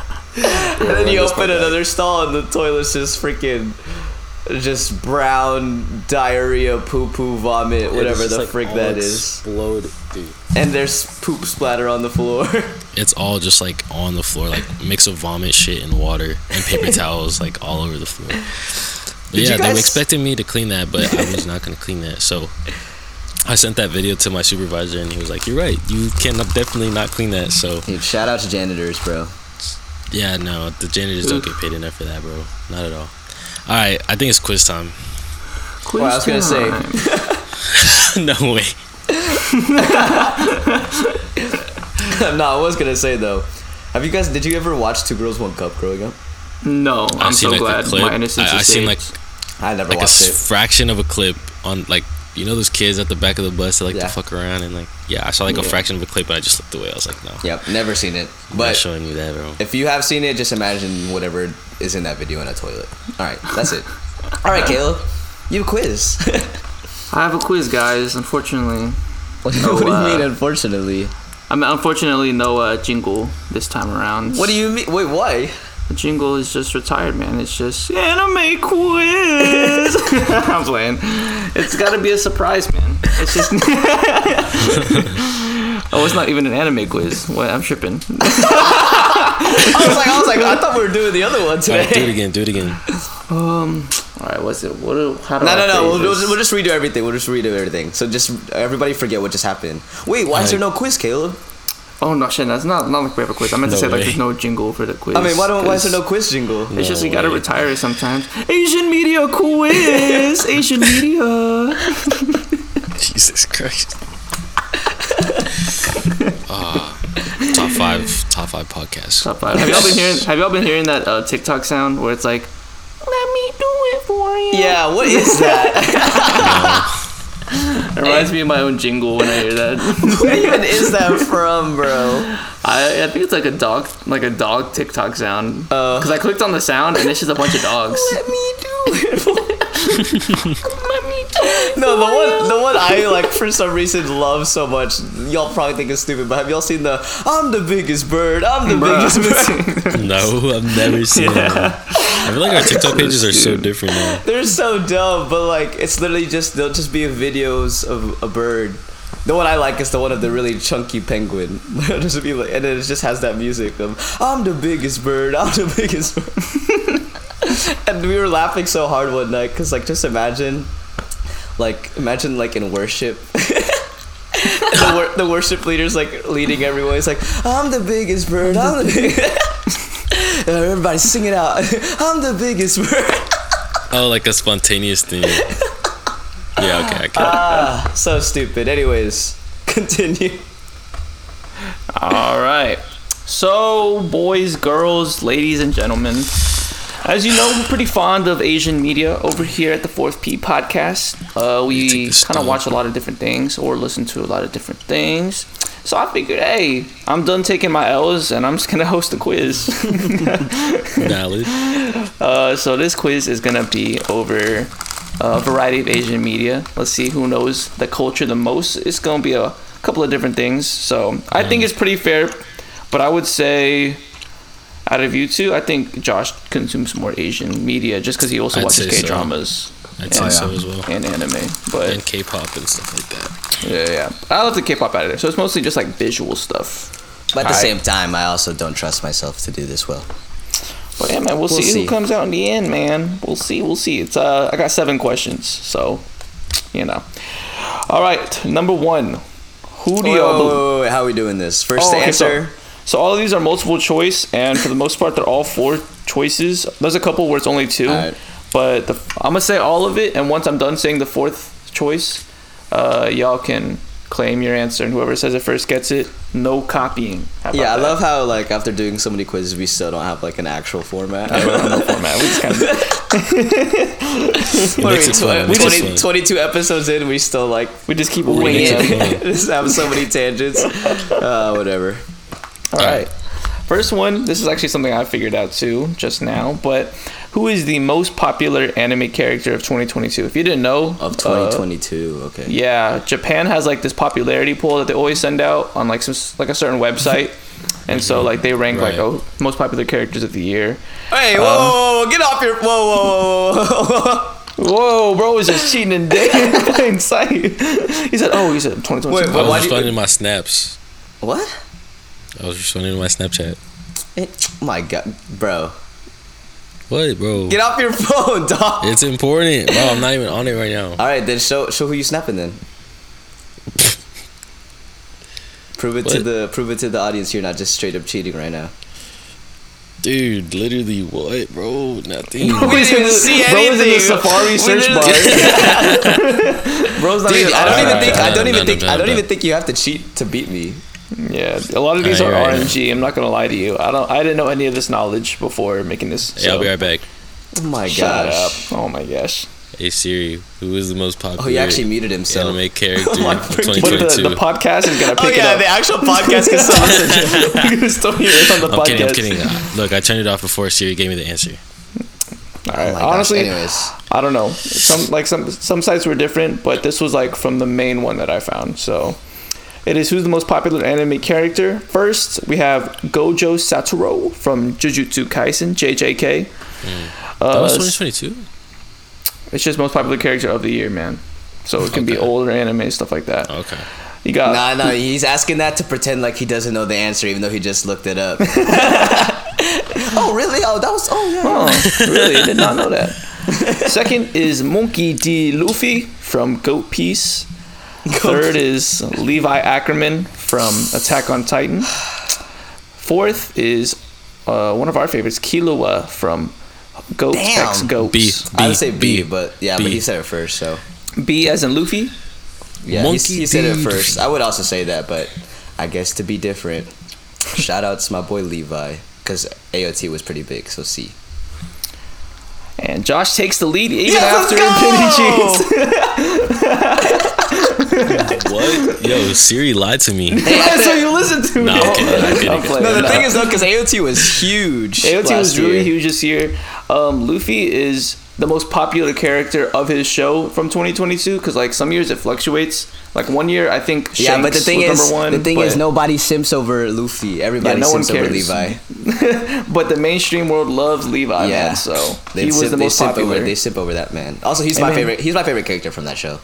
Speaker 2: then you open another stall, and the toilet's just freaking. Just brown diarrhea, poo poo, vomit, whatever the frick that is,
Speaker 5: Explode, dude.
Speaker 2: and there's poop splatter on the floor.
Speaker 3: It's all just like on the floor, like mix of vomit, shit, and water, and paper towels, like all over the floor. But
Speaker 2: Did you
Speaker 3: yeah, they
Speaker 2: guys-
Speaker 3: were expecting me to clean that, but I was not gonna clean that. So I sent that video to my supervisor, and he was like, "You're right. You can definitely not clean that." So
Speaker 2: Dude, shout out to janitors, bro.
Speaker 3: yeah, no, the janitors don't get paid enough for that, bro. Not at all. All right, I think it's quiz time.
Speaker 1: Quiz
Speaker 2: Well, I was gonna say-
Speaker 1: time.
Speaker 3: no way.
Speaker 2: no, I was gonna say though. Have you guys? Did you ever watch Two Girls One Cup growing up?
Speaker 1: No, I'm so glad my innocence
Speaker 3: I, I
Speaker 1: is
Speaker 3: seen like
Speaker 1: saved.
Speaker 2: I never
Speaker 3: like a
Speaker 2: watched
Speaker 3: s-
Speaker 2: it.
Speaker 3: fraction of a clip on like you know those kids at the back of the bus that like
Speaker 2: Yeah.
Speaker 3: to fuck around and like yeah I saw like a fraction of a clip and I just looked away. I was like no,
Speaker 2: Yep, never seen it.
Speaker 3: I'm not
Speaker 2: But
Speaker 3: showing you that, bro.
Speaker 2: if you have seen it, just imagine whatever is in that video in a toilet. All right, that's it. All right, Caleb, you have a quiz.
Speaker 1: I have a quiz, guys. Unfortunately,
Speaker 2: what
Speaker 3: Oh,
Speaker 1: No,
Speaker 2: do you
Speaker 1: uh,
Speaker 2: mean? Unfortunately,
Speaker 1: I mean, unfortunately, no uh, jingle this time around.
Speaker 2: what do you mean? Wait, why?
Speaker 1: The jingle is just retired, man. It's just anime quiz. I'm playing. It's got to be a surprise, man. It's just. oh, it's not even an anime quiz. What? I'm tripping.
Speaker 2: I was like, I was like, I thought we were doing the other one
Speaker 3: All
Speaker 2: today.
Speaker 3: right, do it again, do it again.
Speaker 1: Um. All right. What's it? What? do- How do
Speaker 2: No,
Speaker 1: I
Speaker 2: no, no.
Speaker 1: phrase
Speaker 2: We'll, we'll,
Speaker 1: this?
Speaker 2: just, we'll just redo everything. We'll just redo everything. So just everybody forget what just happened. Wait, why is there no quiz, Caleb?
Speaker 1: Oh no, shit. That's not not like we have a quiz. I meant to
Speaker 3: No
Speaker 1: say like
Speaker 3: way.
Speaker 1: there's no jingle for the quiz.
Speaker 2: I mean, why don't why is there
Speaker 1: 'cause-
Speaker 2: no quiz jingle?
Speaker 1: It's just you gotta
Speaker 3: way.
Speaker 1: retire sometimes. Asian media quiz. Asian media.
Speaker 3: Jesus Christ. Ah, top five, top five podcasts.
Speaker 1: Top five. Have y'all been hearing? Have y'all been hearing that uh, TikTok sound where it's like, "Let me do it for you."
Speaker 2: Yeah, what is that?
Speaker 1: it reminds me of my own jingle when I hear that.
Speaker 2: Where even is that from, bro?
Speaker 1: I, I think it's like a dog, like a dog TikTok sound.
Speaker 3: Uh,
Speaker 1: Because I clicked on the sound and it's just a bunch of dogs.
Speaker 2: Uh. Let me do it. No, the one, the one I like for some reason love so much. Y'all probably think it's stupid, but have y'all seen the "I'm the biggest bird, I'm the biggest bird"?
Speaker 3: No, I've never seen that. I feel like our TikTok pages are so different now.
Speaker 2: They're so dumb, but like it's literally just they'll just be videos of a bird. The one I like is the one of the really chunky penguin. It'll just be like, and then it just has that music of "I'm the biggest bird, I'm the biggest bird." and we were laughing so hard one night because like just imagine, like imagine like in worship. the, wor- the worship leader's like leading everyone. He's like, "I'm the biggest bird. I'm the big-" Everybody sing it out. I'm the biggest bird.
Speaker 3: Oh, like a spontaneous thing. Yeah, okay, okay.
Speaker 2: Ah, so stupid. Anyways, continue.
Speaker 1: All right. So, boys, girls, ladies, and gentlemen, as you know, we're pretty fond of Asian media over here at the Fourth P podcast. Uh,
Speaker 3: You take
Speaker 1: we
Speaker 3: this
Speaker 1: kind of
Speaker 3: down.
Speaker 1: watch a lot of different things or listen to a lot of different things. So I figured, hey, I'm done taking my L's and I'm just gonna host a quiz.
Speaker 3: Valid.
Speaker 1: Uh, so this quiz is gonna be over a variety of Asian media. Let's see who knows the culture the most. It's gonna be a couple of different things. So I think it's pretty fair, but I would say out of you two, I think Josh consumes more Asian media just because he also
Speaker 3: I'd
Speaker 1: watches
Speaker 3: say so.
Speaker 1: K dramas
Speaker 3: I'd say
Speaker 1: Oh,
Speaker 3: so
Speaker 2: yeah.
Speaker 3: as well.
Speaker 1: and anime.
Speaker 3: And
Speaker 1: But
Speaker 3: K-pop and stuff like that.
Speaker 1: yeah, yeah, I love the K-pop out of there, so it's mostly just like visual stuff.
Speaker 2: But at
Speaker 1: I-
Speaker 2: the same time, I also don't trust myself to do this well.
Speaker 1: But yeah, man, we'll, see,
Speaker 2: see.
Speaker 1: who comes out in the end, man. We'll see, we'll see. It's uh, I got seven questions, so you know. All right, number one, who do
Speaker 2: Wait,
Speaker 1: y'all
Speaker 2: wait,
Speaker 1: believe?
Speaker 2: wait, wait, how are we doing this? First
Speaker 1: Oh, okay,
Speaker 2: answer.
Speaker 1: So, so all of these are multiple choice, and for the most part, they're all four choices. There's a couple where it's only two,
Speaker 2: Alright.
Speaker 1: but the, I'm gonna say all of it, and once I'm done saying the fourth choice, uh, y'all can claim your answer, and whoever says it first gets it. No copying. How about
Speaker 2: yeah, I
Speaker 1: that?
Speaker 2: love how like after doing so many quizzes, we still don't have like an actual format.
Speaker 1: I don't know format. We just kind of
Speaker 3: It
Speaker 2: What are
Speaker 3: makes
Speaker 2: we,
Speaker 3: it fun. It
Speaker 2: tw-
Speaker 3: makes it fun.
Speaker 2: 20 22 episodes in, we still like
Speaker 1: we just keep
Speaker 3: It makes
Speaker 1: winging
Speaker 3: it
Speaker 1: it.
Speaker 3: fun.
Speaker 2: just have so many tangents. Uh, whatever.
Speaker 1: All right. First one. This is actually something I figured out too just now. But who is the most popular anime character of 2022? If you didn't know,
Speaker 2: Of
Speaker 1: uh,
Speaker 2: 2022, okay.
Speaker 1: Yeah, Japan has like this popularity poll that they always send out on like some like a certain website, and so like they rank like
Speaker 3: Right.
Speaker 1: oh most popular characters of the year.
Speaker 2: Hey, whoa, whoa, whoa, get off your. Whoa, whoa, whoa, whoa, whoa.
Speaker 1: Whoa, bro was just cheating and dating in plain sight. He said, "Oh, he said 2022."
Speaker 2: Wait,
Speaker 3: I was
Speaker 2: Why do you-
Speaker 3: responding to my snaps.
Speaker 2: What?
Speaker 3: I was responding to my Snapchat.
Speaker 2: It, my god, bro.
Speaker 3: What, bro?
Speaker 2: Get off your phone, dog.
Speaker 3: It's important, bro. I'm not even on it right now.
Speaker 2: All right, then show show who you snapping then. prove it to
Speaker 3: What?
Speaker 2: the prove it to the audience. You're not just straight up cheating right now.
Speaker 3: Dude, literally what, bro? Nothing.
Speaker 2: We didn't even see
Speaker 1: bro was in the
Speaker 2: anything.
Speaker 1: Safari
Speaker 2: We
Speaker 1: search bar. Bro's not
Speaker 2: Dude,
Speaker 1: even.
Speaker 2: I
Speaker 1: on
Speaker 2: don't
Speaker 1: it.
Speaker 2: even
Speaker 3: Alright,
Speaker 2: think I don't
Speaker 3: no,
Speaker 2: even
Speaker 3: no,
Speaker 2: think
Speaker 3: no,
Speaker 2: I don't
Speaker 3: no.
Speaker 2: even think you have to cheat to beat me.
Speaker 1: Yeah, a lot of these
Speaker 3: Alright,
Speaker 1: are
Speaker 3: you're right.
Speaker 1: RNG. I'm not gonna lie to you. I don't. I didn't know any of this knowledge before making this.
Speaker 3: Hey, I'll
Speaker 1: so-
Speaker 3: be right back.
Speaker 2: Oh my
Speaker 1: Shut
Speaker 2: gosh.
Speaker 1: up! Oh my gosh.
Speaker 3: Hey Siri, who is the most popular?
Speaker 2: Oh, he actually muted himself.
Speaker 3: anime character
Speaker 2: my
Speaker 3: of
Speaker 2: freaking-
Speaker 1: But the,
Speaker 3: 2022.
Speaker 1: the podcast is gonna pick
Speaker 2: oh
Speaker 1: it
Speaker 2: yeah,
Speaker 1: up.
Speaker 2: the actual podcast can stop.
Speaker 1: you can still hear it on the
Speaker 3: I'm
Speaker 1: podcast.
Speaker 3: kidding. I'm kidding. Uh, Look, I turned it off before Siri gave me the answer.
Speaker 1: All right.
Speaker 2: Oh my gosh,
Speaker 1: Honestly,
Speaker 2: anyways.
Speaker 1: I don't know. Some like some some sites were different, but this was like from the main one that I found. So it is who's the most popular anime character. First, we have Gojo Satoru from Jujutsu Kaisen (JJK).
Speaker 3: Hmm. That was
Speaker 1: Uh,
Speaker 3: 2022.
Speaker 1: it's just most popular character of the year, man. So it can be
Speaker 3: Okay. Oh.
Speaker 1: older anime stuff like that.
Speaker 3: Okay.
Speaker 1: You got
Speaker 2: Nah, no, he's asking that to pretend like he doesn't know the answer, even though he just looked it up. oh really? Oh, that was oh yeah.
Speaker 1: Oh, really? I did not know that. Second is Monkey D. Luffy from Goat Piece. Third is Levi Ackerman from Attack on Titan. Fourth is uh, one of our favorites, Killua from Goat
Speaker 2: Damn.
Speaker 1: X Goats.
Speaker 3: B.
Speaker 2: I would say B,
Speaker 3: B,
Speaker 2: but yeah, but
Speaker 3: B.
Speaker 2: he said it first, so
Speaker 1: B as in Luffy.
Speaker 2: yeah, he,
Speaker 3: Monkey
Speaker 2: he said it
Speaker 3: D.
Speaker 2: first. I would also say that, but I guess to be different, shout out to my boy Levi because AOT was pretty big, so C.
Speaker 1: And Josh takes the lead even
Speaker 2: Yes, let's
Speaker 1: after
Speaker 2: go!
Speaker 1: Infinity Cheese.
Speaker 3: What? Yo, Siri lied to me.
Speaker 1: That's what you listen to.
Speaker 3: No,
Speaker 1: me.
Speaker 3: I'm kidding, I'm kidding.
Speaker 1: playing,
Speaker 2: No, the
Speaker 1: no.
Speaker 2: thing is though, because AOT was huge.
Speaker 1: AOT was
Speaker 2: last
Speaker 1: really
Speaker 2: year.
Speaker 1: huge this year. Um, Luffy is the most popular character of his show from 2022 because like some years it fluctuates. Like one year I think Shanks
Speaker 2: Yeah, but the thing
Speaker 1: was
Speaker 2: is,
Speaker 1: number one.
Speaker 2: the thing
Speaker 1: but,
Speaker 2: is, nobody simps over Luffy. Everybody
Speaker 1: no one
Speaker 2: simps over
Speaker 1: cares.
Speaker 2: Levi.
Speaker 1: But the mainstream world loves Levi,
Speaker 2: yeah,
Speaker 1: man. So
Speaker 2: They
Speaker 1: he was
Speaker 2: simp-
Speaker 1: the
Speaker 2: they
Speaker 1: most
Speaker 2: simp
Speaker 1: popular.
Speaker 2: Over, they simp over that man. Also, he's
Speaker 1: Hey,
Speaker 2: my
Speaker 1: man.
Speaker 2: favorite. He's my favorite character from that show.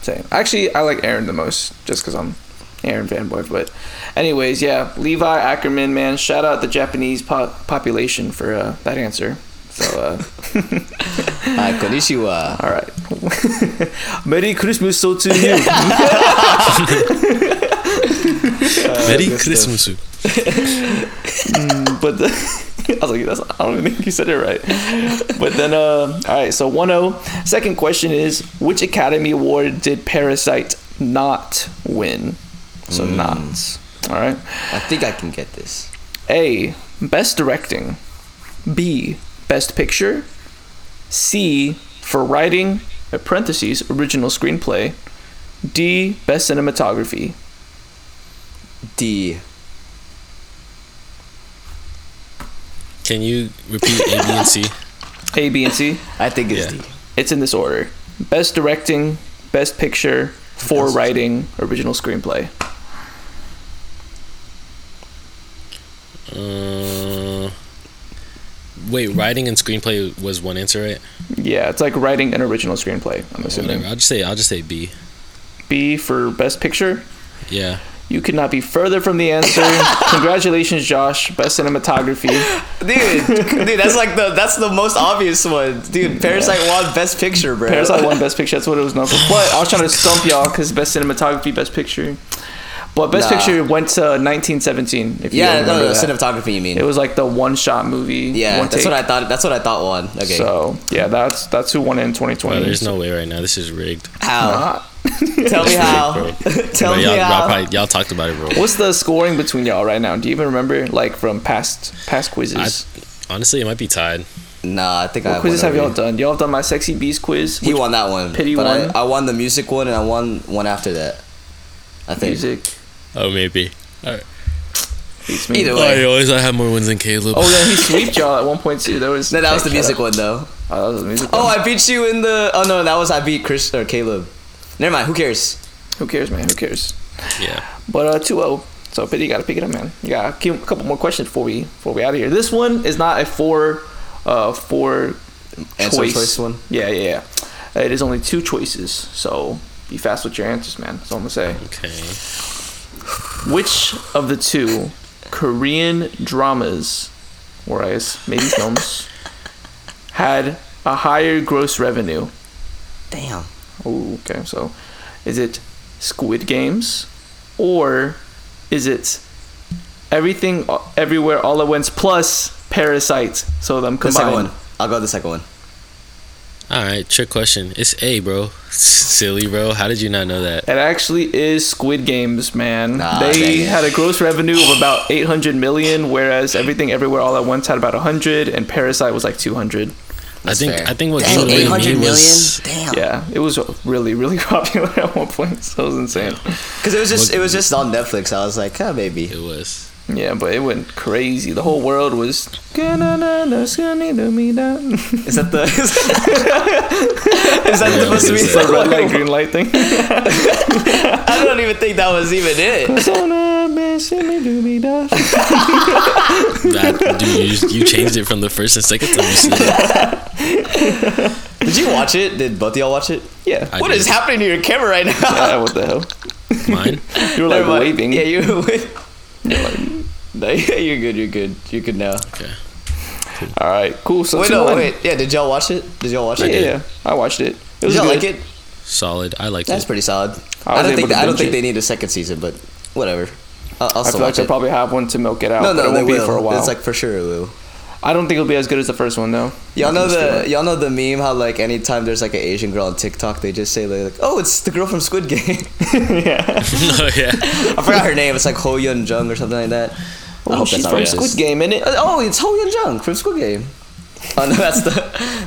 Speaker 1: Same. Actually, I like Aaron the most just because I'm Aaron fanboy. But, anyways, yeah, Levi Ackerman, man. Shout out the Japanese po- population for uh, that answer. So. Uh,
Speaker 2: Uh, Konnichiwa.
Speaker 1: All right. Merry Christmas, so to you.
Speaker 3: Merry
Speaker 2: good stuff.
Speaker 3: Christmas.
Speaker 1: but the, I was like, That's, I don't even think you said it right. But then, uh, all right. So 1-0. Second question is, which Academy Award did Parasite not win? So not. All right.
Speaker 2: I think I can get this.
Speaker 1: A. Best directing. B. Best picture. C. For writing. uh, Parentheses. Original screenplay. D. Best cinematography.
Speaker 2: D.
Speaker 3: Can you repeat A, B, and C?
Speaker 1: A, B, and C.
Speaker 2: I think it's
Speaker 3: Yeah.
Speaker 2: D.
Speaker 1: It's in this order: best directing, best picture, for writing, original screenplay.
Speaker 3: Uh, Wait, writing and screenplay was one answer, right?
Speaker 1: Yeah, it's like writing an original screenplay. I'm assuming
Speaker 3: Whatever. I'll just say I'll just say B.
Speaker 1: B for best picture.
Speaker 3: Yeah.
Speaker 1: You could not be further from the answer. Congratulations, Josh. Best cinematography.
Speaker 2: dude, dude, that's like the that's the most obvious one, dude. Parasite won Best Picture, bro.
Speaker 1: Parasite won Best Picture. That's what it was known for. But I was trying to stump y'all because Best Cinematography, Best Picture. But Best
Speaker 2: Nah.
Speaker 1: Picture went to 1917. If you
Speaker 2: Yeah, no,
Speaker 1: remember
Speaker 2: no,
Speaker 1: that.
Speaker 2: cinematography. You mean?
Speaker 1: It was like the one shot movie.
Speaker 2: yeah,
Speaker 1: one
Speaker 2: that's
Speaker 1: take.
Speaker 2: what I thought. That's what I thought won. Okay,
Speaker 1: So yeah, that's that's who won it in 2020.
Speaker 3: Bro, there's no way right now. This is rigged.
Speaker 2: how?
Speaker 1: Not.
Speaker 2: Tell me how.
Speaker 3: Rigged, bro.
Speaker 2: Tell
Speaker 3: Bro,
Speaker 2: me
Speaker 3: y'all, y'all,
Speaker 2: how.
Speaker 3: probably, y'all talked about it, bro.
Speaker 1: What's the scoring between y'all right now? Do you even remember like from past past
Speaker 3: I,
Speaker 1: quizzes?
Speaker 3: honestly, it might be tied.
Speaker 2: Nah, I think I
Speaker 1: what quizzes
Speaker 2: won
Speaker 1: have y'all
Speaker 2: already.
Speaker 1: done? Y'all have done my sexy beast quiz.
Speaker 2: He won that one.
Speaker 1: Pity
Speaker 2: but
Speaker 1: won.
Speaker 2: I, I won the music one, and I won one after that. I think.
Speaker 1: music.
Speaker 3: Oh, maybe.
Speaker 1: Beats me.
Speaker 2: Either way.
Speaker 3: Oh, you always I have more wins than Caleb.
Speaker 1: Oh yeah, he sweeped y'all at one point too. There was
Speaker 2: No, that was the
Speaker 1: Shut
Speaker 2: music
Speaker 1: up.
Speaker 2: one though.
Speaker 1: Oh, that was the music.
Speaker 2: Oh,
Speaker 1: one.
Speaker 2: I beat you in the. Oh no, that was I beat Chris or Caleb. Never mind. Who cares?
Speaker 1: who cares, man? Who cares?
Speaker 3: yeah.
Speaker 1: But uh, 2-0. So pity you gotta pick it up, man. You got a few- couple more questions before we before we out of here. This one is not a four, uh, four
Speaker 2: Answer
Speaker 1: choice.
Speaker 2: choice one.
Speaker 1: Yeah, yeah, yeah. It is only two choices, so be fast with your answers, man. That's all I'm gonna say.
Speaker 3: Okay.
Speaker 1: Which of the two Korean dramas, or I guess maybe films, had a higher gross revenue?
Speaker 2: Damn.
Speaker 1: Ooh, okay. So, is it Squid Games, or is it Everything All- Everywhere All at Once plus Parasite? So them
Speaker 2: The second one.
Speaker 1: combined.
Speaker 2: I'll go with the second one.
Speaker 3: All right. Trick question. It's A, bro. Silly, bro. How did you not know that?
Speaker 1: It actually is Squid Games, man.
Speaker 2: Nah, dang
Speaker 1: they
Speaker 2: it.
Speaker 1: had a gross revenue of about 800 million, whereas Everything Everywhere All at Once had about 100, and Parasite was like 200.
Speaker 3: I
Speaker 2: That's
Speaker 3: think
Speaker 2: fair.
Speaker 3: I think what
Speaker 2: Dang,
Speaker 3: killed
Speaker 2: eight
Speaker 3: me
Speaker 2: hundred
Speaker 3: was
Speaker 2: million. Damn.
Speaker 1: Yeah, it was really, really popular at one point. So it was insane.
Speaker 2: Because it was just it was just on Netflix. I was like, huh, maybe.
Speaker 3: it was.
Speaker 1: Yeah, but it went crazy. The whole world was. It's
Speaker 2: Is that the? Is that, is that
Speaker 3: Yeah,
Speaker 2: supposed to be?
Speaker 3: it's
Speaker 1: a red light, green light thing.
Speaker 2: I don't even think that was even it.
Speaker 1: That's
Speaker 3: That, dude, you, you changed it from the first and second time you said it.
Speaker 2: Did you watch it? Did both of y'all watch it?
Speaker 1: Yeah.
Speaker 3: I
Speaker 2: What is
Speaker 3: did.
Speaker 2: happening to your camera right now?
Speaker 1: Yeah, what the hell?
Speaker 3: Mine.
Speaker 1: You were like
Speaker 2: Never mind.
Speaker 1: waving.
Speaker 2: Yeah, you. were No, yeah, you're good. You're good. You're good now.
Speaker 3: Okay.
Speaker 1: All right, cool. So
Speaker 2: Wait,
Speaker 1: two
Speaker 2: no,
Speaker 1: one.
Speaker 2: wait. Yeah, did y'all watch it? Did y'all watch
Speaker 1: Yeah,
Speaker 2: it?
Speaker 1: yeah, yeah. I watched it. It
Speaker 2: Did
Speaker 1: was
Speaker 2: y'all like
Speaker 1: good.
Speaker 2: it?
Speaker 3: Solid. I liked
Speaker 2: That's
Speaker 3: it.
Speaker 2: pretty solid.
Speaker 1: I was
Speaker 2: I, don't
Speaker 1: able to
Speaker 2: think they, I don't
Speaker 1: binge
Speaker 2: think
Speaker 1: it.
Speaker 2: they need a second season, but whatever. I'll, I'll
Speaker 1: I
Speaker 2: still
Speaker 1: feel like
Speaker 2: watch
Speaker 1: they'll
Speaker 2: it.
Speaker 1: probably have one to milk it out,
Speaker 2: no,
Speaker 1: but
Speaker 2: no,
Speaker 1: it
Speaker 2: they
Speaker 1: won't be
Speaker 2: will.
Speaker 1: for a while.
Speaker 2: It's like for sure it will.
Speaker 1: I don't think it'll be as good as the first one though.
Speaker 2: Y'all know
Speaker 1: Let's do
Speaker 2: the
Speaker 1: it.
Speaker 2: y'all know the meme how like anytime there's like an Asian girl on TikTok, they just say like, "Oh, it's the girl from Squid Game."
Speaker 3: no, yeah.
Speaker 2: I forgot her name. It's like Ho Yun Jung or something like that. I
Speaker 1: Oh,
Speaker 2: hope that's
Speaker 1: she's
Speaker 2: not
Speaker 1: from
Speaker 2: racist.
Speaker 1: Squid Game, innit?
Speaker 2: Uh, Oh, it's Ho Yun Jung from Squid Game. Oh no, that's the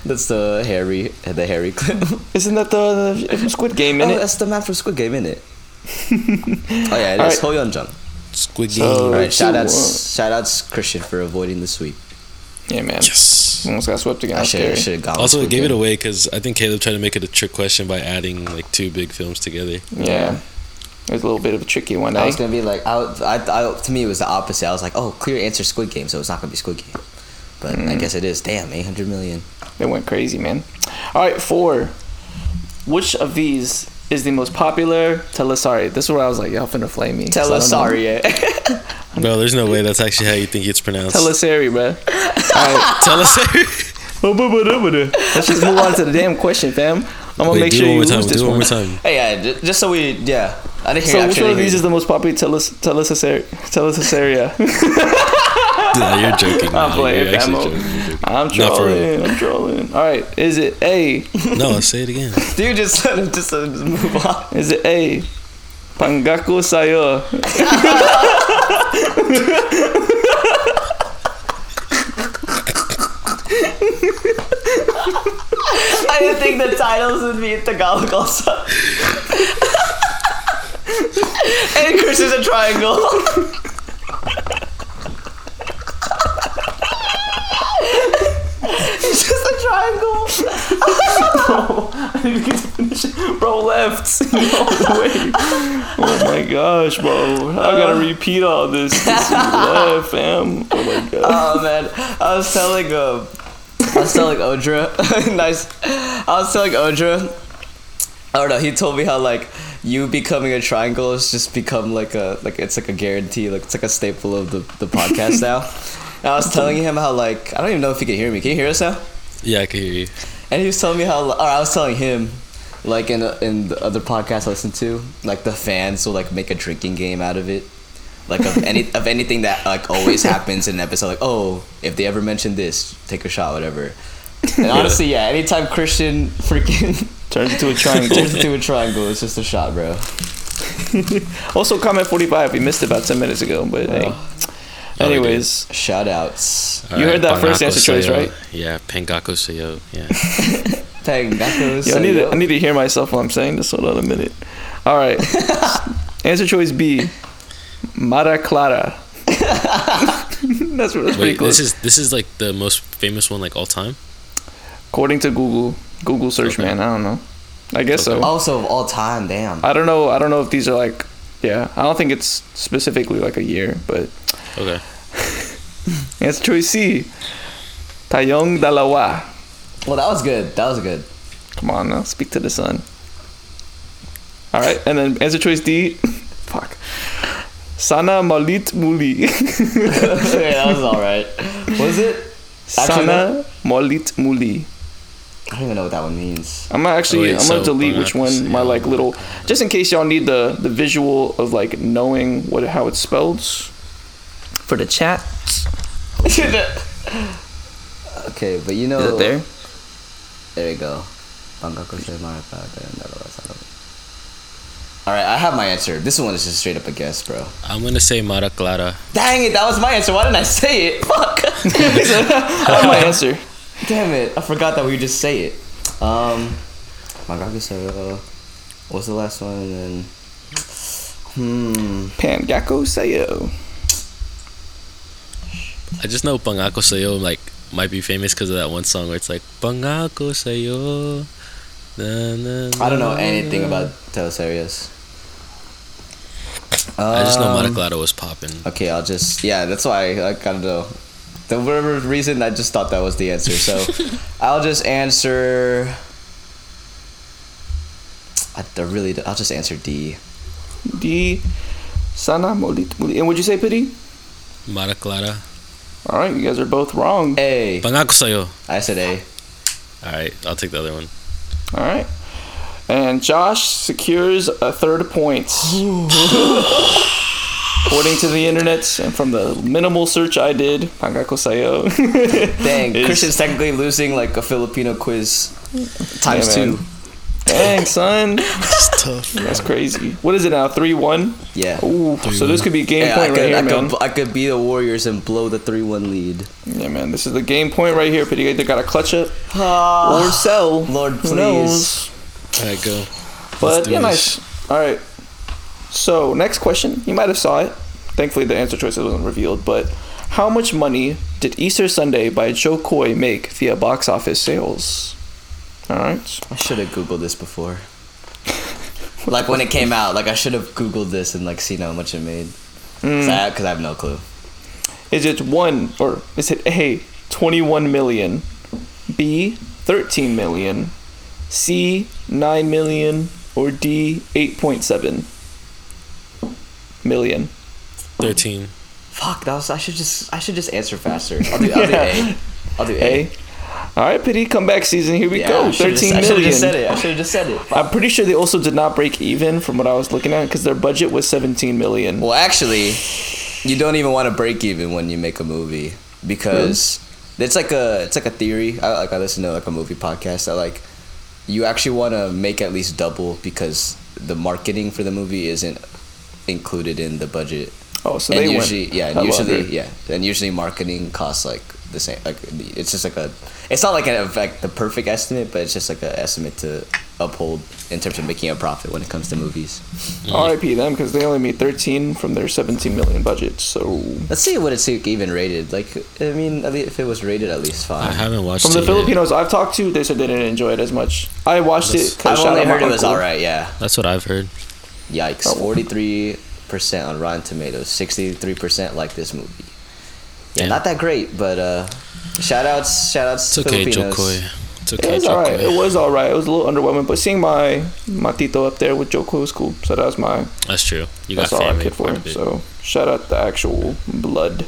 Speaker 2: that's the Harry the Harry clip. Oh,
Speaker 1: Isn't that the, the from Squid Game, innit?
Speaker 2: that's the man from Squid Game, isn't it? oh yeah, it
Speaker 1: All
Speaker 2: is
Speaker 1: right.
Speaker 2: Ho Yun Jung.
Speaker 3: Squid Game.
Speaker 1: So-
Speaker 2: All right,
Speaker 1: two,
Speaker 2: shout
Speaker 1: one.
Speaker 2: outs shout outs Christian for avoiding the sweep.
Speaker 1: yeah, man.
Speaker 3: yes.
Speaker 1: Almost got swept again.
Speaker 2: I
Speaker 1: That's
Speaker 2: should
Speaker 1: scary.
Speaker 2: should have gone. with
Speaker 3: Mm. Also, it
Speaker 2: Squid
Speaker 3: gave it
Speaker 2: Game.
Speaker 3: away because I think Caleb tried to make it a trick question by adding like two big films together.
Speaker 1: Yeah. It was a little bit of a tricky one.
Speaker 2: I
Speaker 1: eh?
Speaker 2: was gonna be like, I, I, I, to me it was the opposite. I was like, oh, clear answer Squid Game, so it's not gonna be Squid Game. But I guess it is. Damn, eight hundred million.
Speaker 1: They went crazy, man. All right, four. Which of these is the most popular Telesari? This is where I was like, y'all finna flame me.
Speaker 2: Tell us sorry. yeah.
Speaker 3: Bro, there's no way that's actually how you think it's pronounced.
Speaker 1: Telesari, bruh. All right.
Speaker 3: Tell us.
Speaker 1: Let's just move on to the damn question, fam. I'm gonna
Speaker 3: Wait,
Speaker 1: make
Speaker 3: do
Speaker 1: sure
Speaker 3: it
Speaker 1: you
Speaker 3: one more
Speaker 1: lose
Speaker 3: time.
Speaker 1: this
Speaker 3: Do it one
Speaker 1: one.
Speaker 3: more time.
Speaker 2: Hey, yeah, ju- just so we, yeah. I didn't hear.
Speaker 1: So which one
Speaker 2: actually
Speaker 1: of
Speaker 2: didn't
Speaker 1: these
Speaker 2: hear
Speaker 1: is the most popular teles telesacer- telesaceria?
Speaker 3: Nah, you're joking.
Speaker 1: I'm
Speaker 3: Nah,
Speaker 1: playing
Speaker 3: you're actually
Speaker 1: Famo.
Speaker 3: joking. You're joking.
Speaker 1: I'm
Speaker 3: Not for real.
Speaker 1: trolling. I'm trolling. All right, is it A?
Speaker 3: No, say it again.
Speaker 2: Dude, just let him just let him move on.
Speaker 1: Is it A? Pangaku Sayo.
Speaker 2: I didn't think the titles would be in Tagalog also. and Chris is a triangle. He's just a triangle.
Speaker 1: bro left all the way. Oh my gosh, bro! I gotta repeat all this. this you left, fam. Oh my god.
Speaker 2: Oh man, I was telling um, I was telling Odra, nice. I was telling Odra, I don't know. He told me how like you becoming a triangle has just become like a like it's like a guarantee, like it's like a staple of the the podcast now. And I was telling him how like I don't even know if he can hear me. Can you hear us now?
Speaker 3: Yeah, I can hear you.
Speaker 2: And he was telling me how, or I was telling him, like in in the other podcast I listened to, like the fans will like make a drinking game out of it, like of any of anything that like always happens in an episode. Like, oh, if they ever mention this, take a shot, whatever. And honestly, yeah, anytime Christian freaking
Speaker 1: Turns into a triangle.
Speaker 2: turns into a triangle, it's just a shot, bro.
Speaker 1: also, comment forty-five. We missed about ten minutes ago, but hey.
Speaker 3: Oh, we did.
Speaker 1: Anyways,
Speaker 2: Shoutouts.
Speaker 1: You heard that first
Speaker 3: Pangako
Speaker 1: answer choice,
Speaker 3: Sayo.
Speaker 1: right?
Speaker 3: Yeah, Pangako Sayo. Yeah.
Speaker 2: Tang, that goes.
Speaker 1: yeah, I
Speaker 2: so
Speaker 1: need to,
Speaker 2: yo.
Speaker 1: I need to hear myself while I'm saying this. Hold on a minute. All right. answer choice B. Mara Clara. that's that's pretty
Speaker 3: Wait,
Speaker 1: close.
Speaker 3: this is this is like the most famous one like all time.
Speaker 1: According to Google, Google search
Speaker 3: Okay.
Speaker 1: man. I don't know. I guess so.
Speaker 2: Also of all time, damn.
Speaker 1: I don't know. I don't know if these are like. Yeah, I don't think it's specifically like a year, but
Speaker 3: Okay.
Speaker 1: answer choice C. Tayong Dalawa.
Speaker 2: Well, that was good. That was good.
Speaker 1: Come on now, speak to the sun. All right, and then answer choice D. Fuck. Sana Malit Muli.
Speaker 2: yeah, that was all right. Was it? Actually,
Speaker 1: Sana Malit Muli.
Speaker 2: I don't even know what that one means.
Speaker 1: I'm gonna actually
Speaker 3: Oh, Wait,
Speaker 1: I'm
Speaker 3: so
Speaker 1: gonna delete
Speaker 3: I'm
Speaker 1: which
Speaker 3: gonna have to
Speaker 1: one
Speaker 3: see
Speaker 1: my
Speaker 3: how
Speaker 1: like
Speaker 3: long
Speaker 1: little just in case y'all need the the visual of like knowing what how it's spelled for the chat.
Speaker 2: Okay, but you know.
Speaker 1: Is it there?
Speaker 2: There you go. Bangkok Sri Lanka, then that was- I don't- All right, I have my answer. This one is just straight up a guess, bro.
Speaker 3: I'm gonna say Mara Clara.
Speaker 2: Dang it, that was my answer. Why didn't I say it? Fuck.
Speaker 1: I have my answer.
Speaker 2: Damn it, I forgot that we just say it. Um, Bangkok Sri Lanka. What's the last one? And hmm, then,
Speaker 1: Pangako Sayo.
Speaker 3: I just know Pangako Sayo like might be famous because of that one song where it's like Pangako Sayo. Na, na,
Speaker 2: hmm, I don't know
Speaker 3: na,
Speaker 2: anything
Speaker 3: na.
Speaker 2: about Telesarius.
Speaker 3: I just know Mara
Speaker 2: Um,
Speaker 3: Clara was popping.
Speaker 2: Okay, I'll just yeah. That's why I, kind of know. The whatever reason, I just thought that was the answer. So I'll just answer. I, I really. I'll just answer D.
Speaker 1: D Sana Malit Muli. And would you say pity?
Speaker 3: Mara Clara.
Speaker 1: All right, you guys are both wrong.
Speaker 2: A.
Speaker 3: Pangako Sayo.
Speaker 2: I said A.
Speaker 3: All right, I'll take the other one.
Speaker 1: All right. And Josh secures a third point. According to the internet and from the minimal search I did, Pangako Sayo.
Speaker 2: Dang,
Speaker 1: Is-
Speaker 2: Christian's technically losing like a Filipino quiz times
Speaker 1: Yeah, man.
Speaker 2: two.
Speaker 1: Dang, son.
Speaker 3: It's tough.
Speaker 1: That's crazy. What is it now? 3 1?
Speaker 2: Yeah.
Speaker 1: Ooh, so this could be game
Speaker 2: Yeah, I
Speaker 1: point
Speaker 2: could,
Speaker 1: right here,
Speaker 2: I,
Speaker 1: man.
Speaker 2: could, I could be the Warriors and blow the three-one lead.
Speaker 1: yeah, man. This is the game point right here. But you either got to clutch up or
Speaker 2: Ah,
Speaker 1: sell.
Speaker 2: Lord,
Speaker 1: Who knows?
Speaker 2: please.
Speaker 3: All right, go. Let's
Speaker 1: But
Speaker 3: do
Speaker 1: yeah,
Speaker 3: this.
Speaker 1: nice. All right. So next question, you might have saw it. Thankfully, the answer choices wasn't revealed. But how much money did Easter Sunday by Joe Coy make via box office sales? All right.
Speaker 2: I should have googled this before. like when it came out, like I should have googled this and like seen how much it made.
Speaker 1: Mm.
Speaker 2: Because I, 'cause I have no clue.
Speaker 1: Is it one or is it A, twenty-one million, B, thirteen million, C, nine million, or D, eight point seven million?
Speaker 3: Thirteen.
Speaker 2: Fuck, that was I should just I should just answer faster. I'll do, I'll do
Speaker 1: Yeah.
Speaker 2: A. I'll do A.
Speaker 1: A. All right, pity comeback season. Here we
Speaker 2: Yeah,
Speaker 1: go.
Speaker 2: I should've
Speaker 1: Thirteen million.
Speaker 2: just, I should have just said it. I should have just said it.
Speaker 1: I'm pretty sure they also did not break even from what I was looking at because their budget was 17 million.
Speaker 2: Well, actually, you don't even want to break even when you make a movie because it's like a it's like a theory. I, like I listen to like a movie podcast that like you actually want to make at least double because the marketing for the movie isn't included in the budget.
Speaker 1: Oh, so
Speaker 2: and
Speaker 1: they
Speaker 2: usually,
Speaker 1: went.
Speaker 2: yeah, and
Speaker 1: above
Speaker 2: usually,
Speaker 1: it.
Speaker 2: yeah, and usually marketing costs like the same. Like it's just like a, it's not like an like the perfect estimate, but it's just like an estimate to uphold in terms of making a profit when it comes to movies.
Speaker 1: RIP them because they only made 13 from their 17 million budget. So
Speaker 2: Let's see what it's even rated. Like, I mean, at least if it was rated at least
Speaker 3: I
Speaker 2: fine.
Speaker 3: haven't watched
Speaker 1: from
Speaker 3: it.
Speaker 1: the
Speaker 3: yet.
Speaker 1: Filipinos I've talked to, they said they didn't enjoy it as much. I watched it. 'cause
Speaker 2: I've
Speaker 1: shout
Speaker 2: only
Speaker 1: out my
Speaker 2: heard it was
Speaker 1: uncle.
Speaker 2: alright. Yeah.
Speaker 3: That's what I've heard.
Speaker 2: Yikes.
Speaker 1: Oh.
Speaker 2: Forty-three percent on Rotten Tomatoes. Sixty-three percent like this movie. Yeah,
Speaker 3: Yeah.
Speaker 2: not that great, but uh, shout outs, shout outs.
Speaker 3: It's okay,
Speaker 2: Filipinos.
Speaker 3: Jokoy. It's
Speaker 1: It
Speaker 3: okay,
Speaker 1: was alright. It
Speaker 3: Jokoy.
Speaker 1: was alright. It was a little underwhelming, but seeing my my Tito up there with Joko was cool. So that was my
Speaker 3: That's true. You got
Speaker 1: that's all I
Speaker 3: family
Speaker 1: could for
Speaker 3: part
Speaker 1: him.
Speaker 3: of it.
Speaker 1: So shout out the actual blood.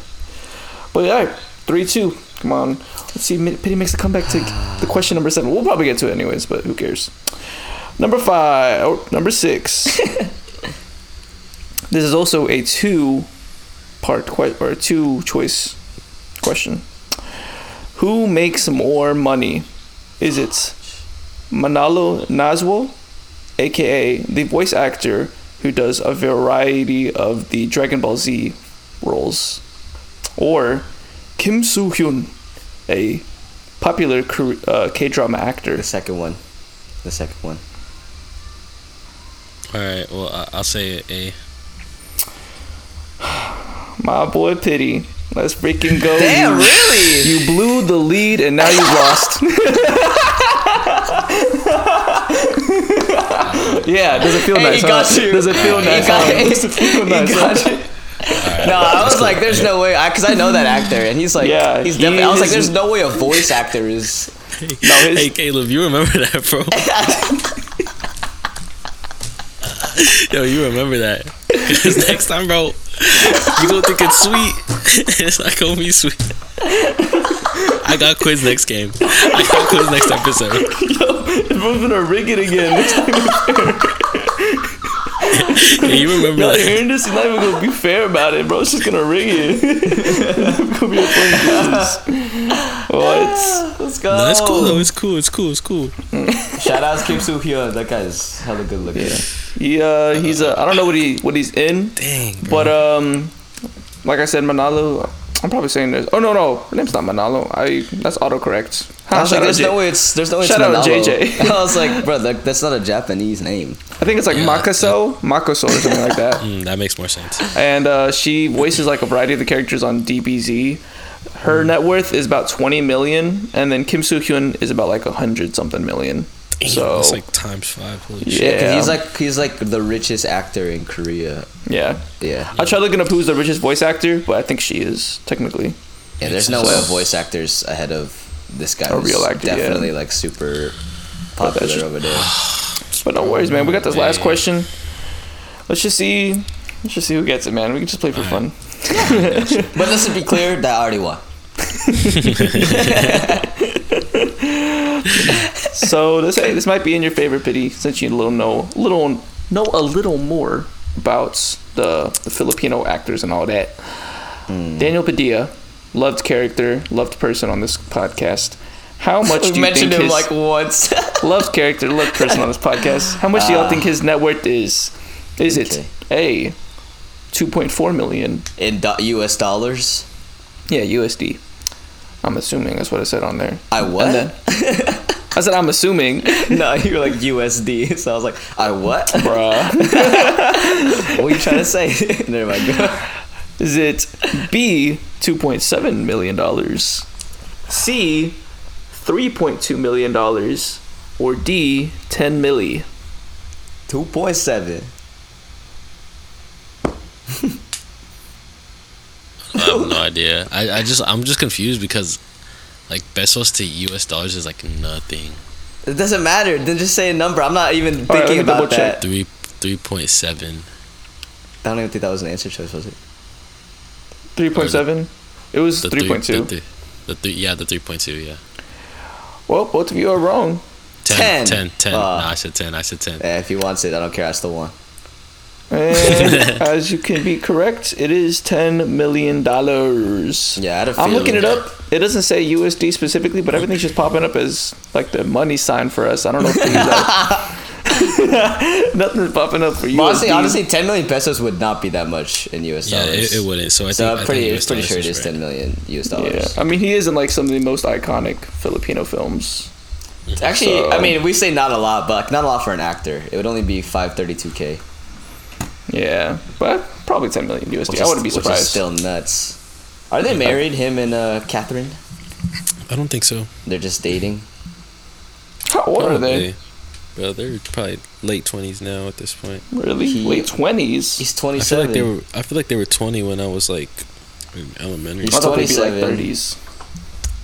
Speaker 1: But yeah, three two. Come on, let's see. Mi- Pity makes a comeback to the question number seven. We'll probably get to it anyways, but who cares? Number five, or number six. this is also a two part que- or two choice question. Who makes more money? Is it Manalo Nazwal, aka the voice actor who does a variety of the Dragon Ball Z roles, or Kim Soo Hyun, a popular Kore- uh, K drama actor.
Speaker 2: The second one. The second one.
Speaker 3: All right. Well, I- I'll say A.
Speaker 1: My boy Pity, let's freaking go!
Speaker 2: Damn,
Speaker 1: you,
Speaker 2: really?
Speaker 1: you blew the lead and now you lost. yeah, does it feel
Speaker 2: Hey,
Speaker 1: nice?
Speaker 2: he
Speaker 1: huh?
Speaker 2: got you.
Speaker 1: Does it feel
Speaker 2: He
Speaker 1: nice?
Speaker 2: got-
Speaker 1: huh? Does it feel
Speaker 2: he
Speaker 1: nice?
Speaker 2: got
Speaker 1: huh?
Speaker 2: you. No, I was like, there's no way, because I know that actor, and he's like,
Speaker 1: Yeah,
Speaker 2: he's
Speaker 1: he
Speaker 2: definitely. I was like,
Speaker 1: is-
Speaker 2: there's no way a voice actor is.
Speaker 1: his-
Speaker 3: hey, Caleb, you remember that, bro? Yo, you remember that? 'Cause next time, bro, you don't think it's sweet. it's not gonna be sweet. I got quiz next game. I got quiz next episode.
Speaker 1: We're gonna rig it again.
Speaker 3: Yeah, you remember
Speaker 1: Not
Speaker 3: that?
Speaker 1: hearing this, he's not even gonna be fair about it, bro. It's just gonna ring it. It's gonna be a fun quiz. What?
Speaker 2: Ah, Let's go.
Speaker 3: No, that's cool though. It's cool. It's cool. It's cool.
Speaker 2: Shout out Kim Soo Hyun. That guy's hella good looking.
Speaker 1: He uh, he's uh, I don't know what he what he's in,
Speaker 3: Dang. bro.
Speaker 1: but um, like I said, Manalo. I'm probably saying this. Oh no no, her name's not Manalo. I that's autocorrect.
Speaker 2: I was
Speaker 1: Shout
Speaker 2: like,
Speaker 1: out
Speaker 2: there's
Speaker 1: J-
Speaker 2: no way it's there's no way
Speaker 1: Shout
Speaker 2: it's
Speaker 1: out
Speaker 2: Manalo.
Speaker 1: JJ.
Speaker 2: I was like, bro, that, that's not a Japanese name.
Speaker 1: I think it's like
Speaker 3: Yeah.
Speaker 1: Makaso, Makoso or something like that.
Speaker 3: Mm, that makes more sense.
Speaker 1: and uh, she voices like a variety of the characters on DBZ. Her net worth is about 20 million, and then Kim Soo Hyun is about like 100 something million.
Speaker 3: Damn,
Speaker 1: So,
Speaker 3: that's like times five. Holy shit.
Speaker 1: yeah,
Speaker 2: Because he's like he's like the richest actor in Korea.
Speaker 1: yeah.
Speaker 2: Yeah.
Speaker 1: I tried looking up who's the richest voice actor, but I think she is technically.
Speaker 2: Yeah. There's no way a voice actor's ahead of this guy.
Speaker 1: A
Speaker 2: who's
Speaker 1: real actor, yeah.
Speaker 2: Definitely like super
Speaker 1: But that's
Speaker 2: popular
Speaker 1: just-
Speaker 2: over there.
Speaker 1: But no worries, man. We got this last
Speaker 3: Yeah.
Speaker 1: question. Let's just see. Let's just see who gets it, man. We can just play for fun.
Speaker 2: But let's be clear, that I already won.
Speaker 1: so this hey, this might be in your favorite pity since you little know little know a little more about the, the Filipino actors and all that. Daniel Padilla, loved character, loved person on this podcast. How much do you think his
Speaker 2: once.
Speaker 1: loved character, loved person on this podcast? How much do y'all think his net worth is? Is
Speaker 2: okay.
Speaker 1: it a two point four million?
Speaker 2: in do- U.S. dollars.
Speaker 1: Yeah, USD. I'm assuming that's what I said on there.
Speaker 2: I what?
Speaker 1: And then- I said I'm assuming,
Speaker 2: no, you were like USD. So I was like, I what?
Speaker 1: bruh.
Speaker 2: What were you trying to say? Never mind. go.
Speaker 1: Is it B, $2.7 million, C, $3.2 million, or D, 10 milli?
Speaker 2: Two point seven.
Speaker 3: I have no idea. I, I just I'm just confused because like pesos to U.S. dollars is like nothing.
Speaker 2: It doesn't matter. Then just say a number. I'm not
Speaker 1: All
Speaker 2: even
Speaker 1: right, let me
Speaker 2: thinking
Speaker 1: double
Speaker 2: about
Speaker 1: check.
Speaker 2: that.
Speaker 3: Three three point seven.
Speaker 2: I don't even think that was an answer choice, was it?
Speaker 1: 3.7? It was 3.2.
Speaker 3: The, the three, yeah, the three point two. Yeah.
Speaker 1: Well, both of you are wrong.
Speaker 3: 10,
Speaker 2: 10.
Speaker 3: 10, 10.
Speaker 2: Uh,
Speaker 3: Nah, I said 10. I said 10.
Speaker 2: Eh, if he wants it, I don't care. I still won.
Speaker 1: And as you can be correct, it is $10 million. Yeah.
Speaker 2: Yeah, I had a
Speaker 1: I'm looking it
Speaker 2: feeling.
Speaker 1: up. It doesn't say USD specifically, but everything's just popping up as like the money sign for us. I don't know if they use that. Nothing's popping up for you.
Speaker 2: But Honestly, honestly, 10 million pesos would not be that much in U.S.
Speaker 3: Yeah,
Speaker 2: dollars.
Speaker 3: it, it wouldn't. So I
Speaker 2: So
Speaker 3: think
Speaker 2: I'm pretty,
Speaker 3: I think
Speaker 2: it's pretty sure it is 10 million U.S. dollars.
Speaker 1: Yeah, I mean, he is in like some of the most iconic Filipino films.
Speaker 2: Actually,
Speaker 1: So-
Speaker 2: I mean, we say not a lot, but not a lot for an actor. It would only be 532k.
Speaker 1: Yeah, but probably 10 million USD.
Speaker 2: which
Speaker 1: I
Speaker 2: is-
Speaker 1: wouldn't be
Speaker 2: Which
Speaker 1: surprised.
Speaker 2: is still nuts. Are they married? Him and uh, Catherine?
Speaker 3: I don't think so.
Speaker 2: They're just dating.
Speaker 1: How old are they?
Speaker 3: Well, they're probably late twenties now at this point.
Speaker 1: Really?
Speaker 2: He-
Speaker 1: Late 20s?
Speaker 2: He's
Speaker 3: I feel
Speaker 2: 27.
Speaker 3: like they were. I feel like they were twenty when I was like in elementary.
Speaker 1: I
Speaker 2: He's
Speaker 3: school.
Speaker 1: thought they'd be like
Speaker 2: 27.
Speaker 1: 30s.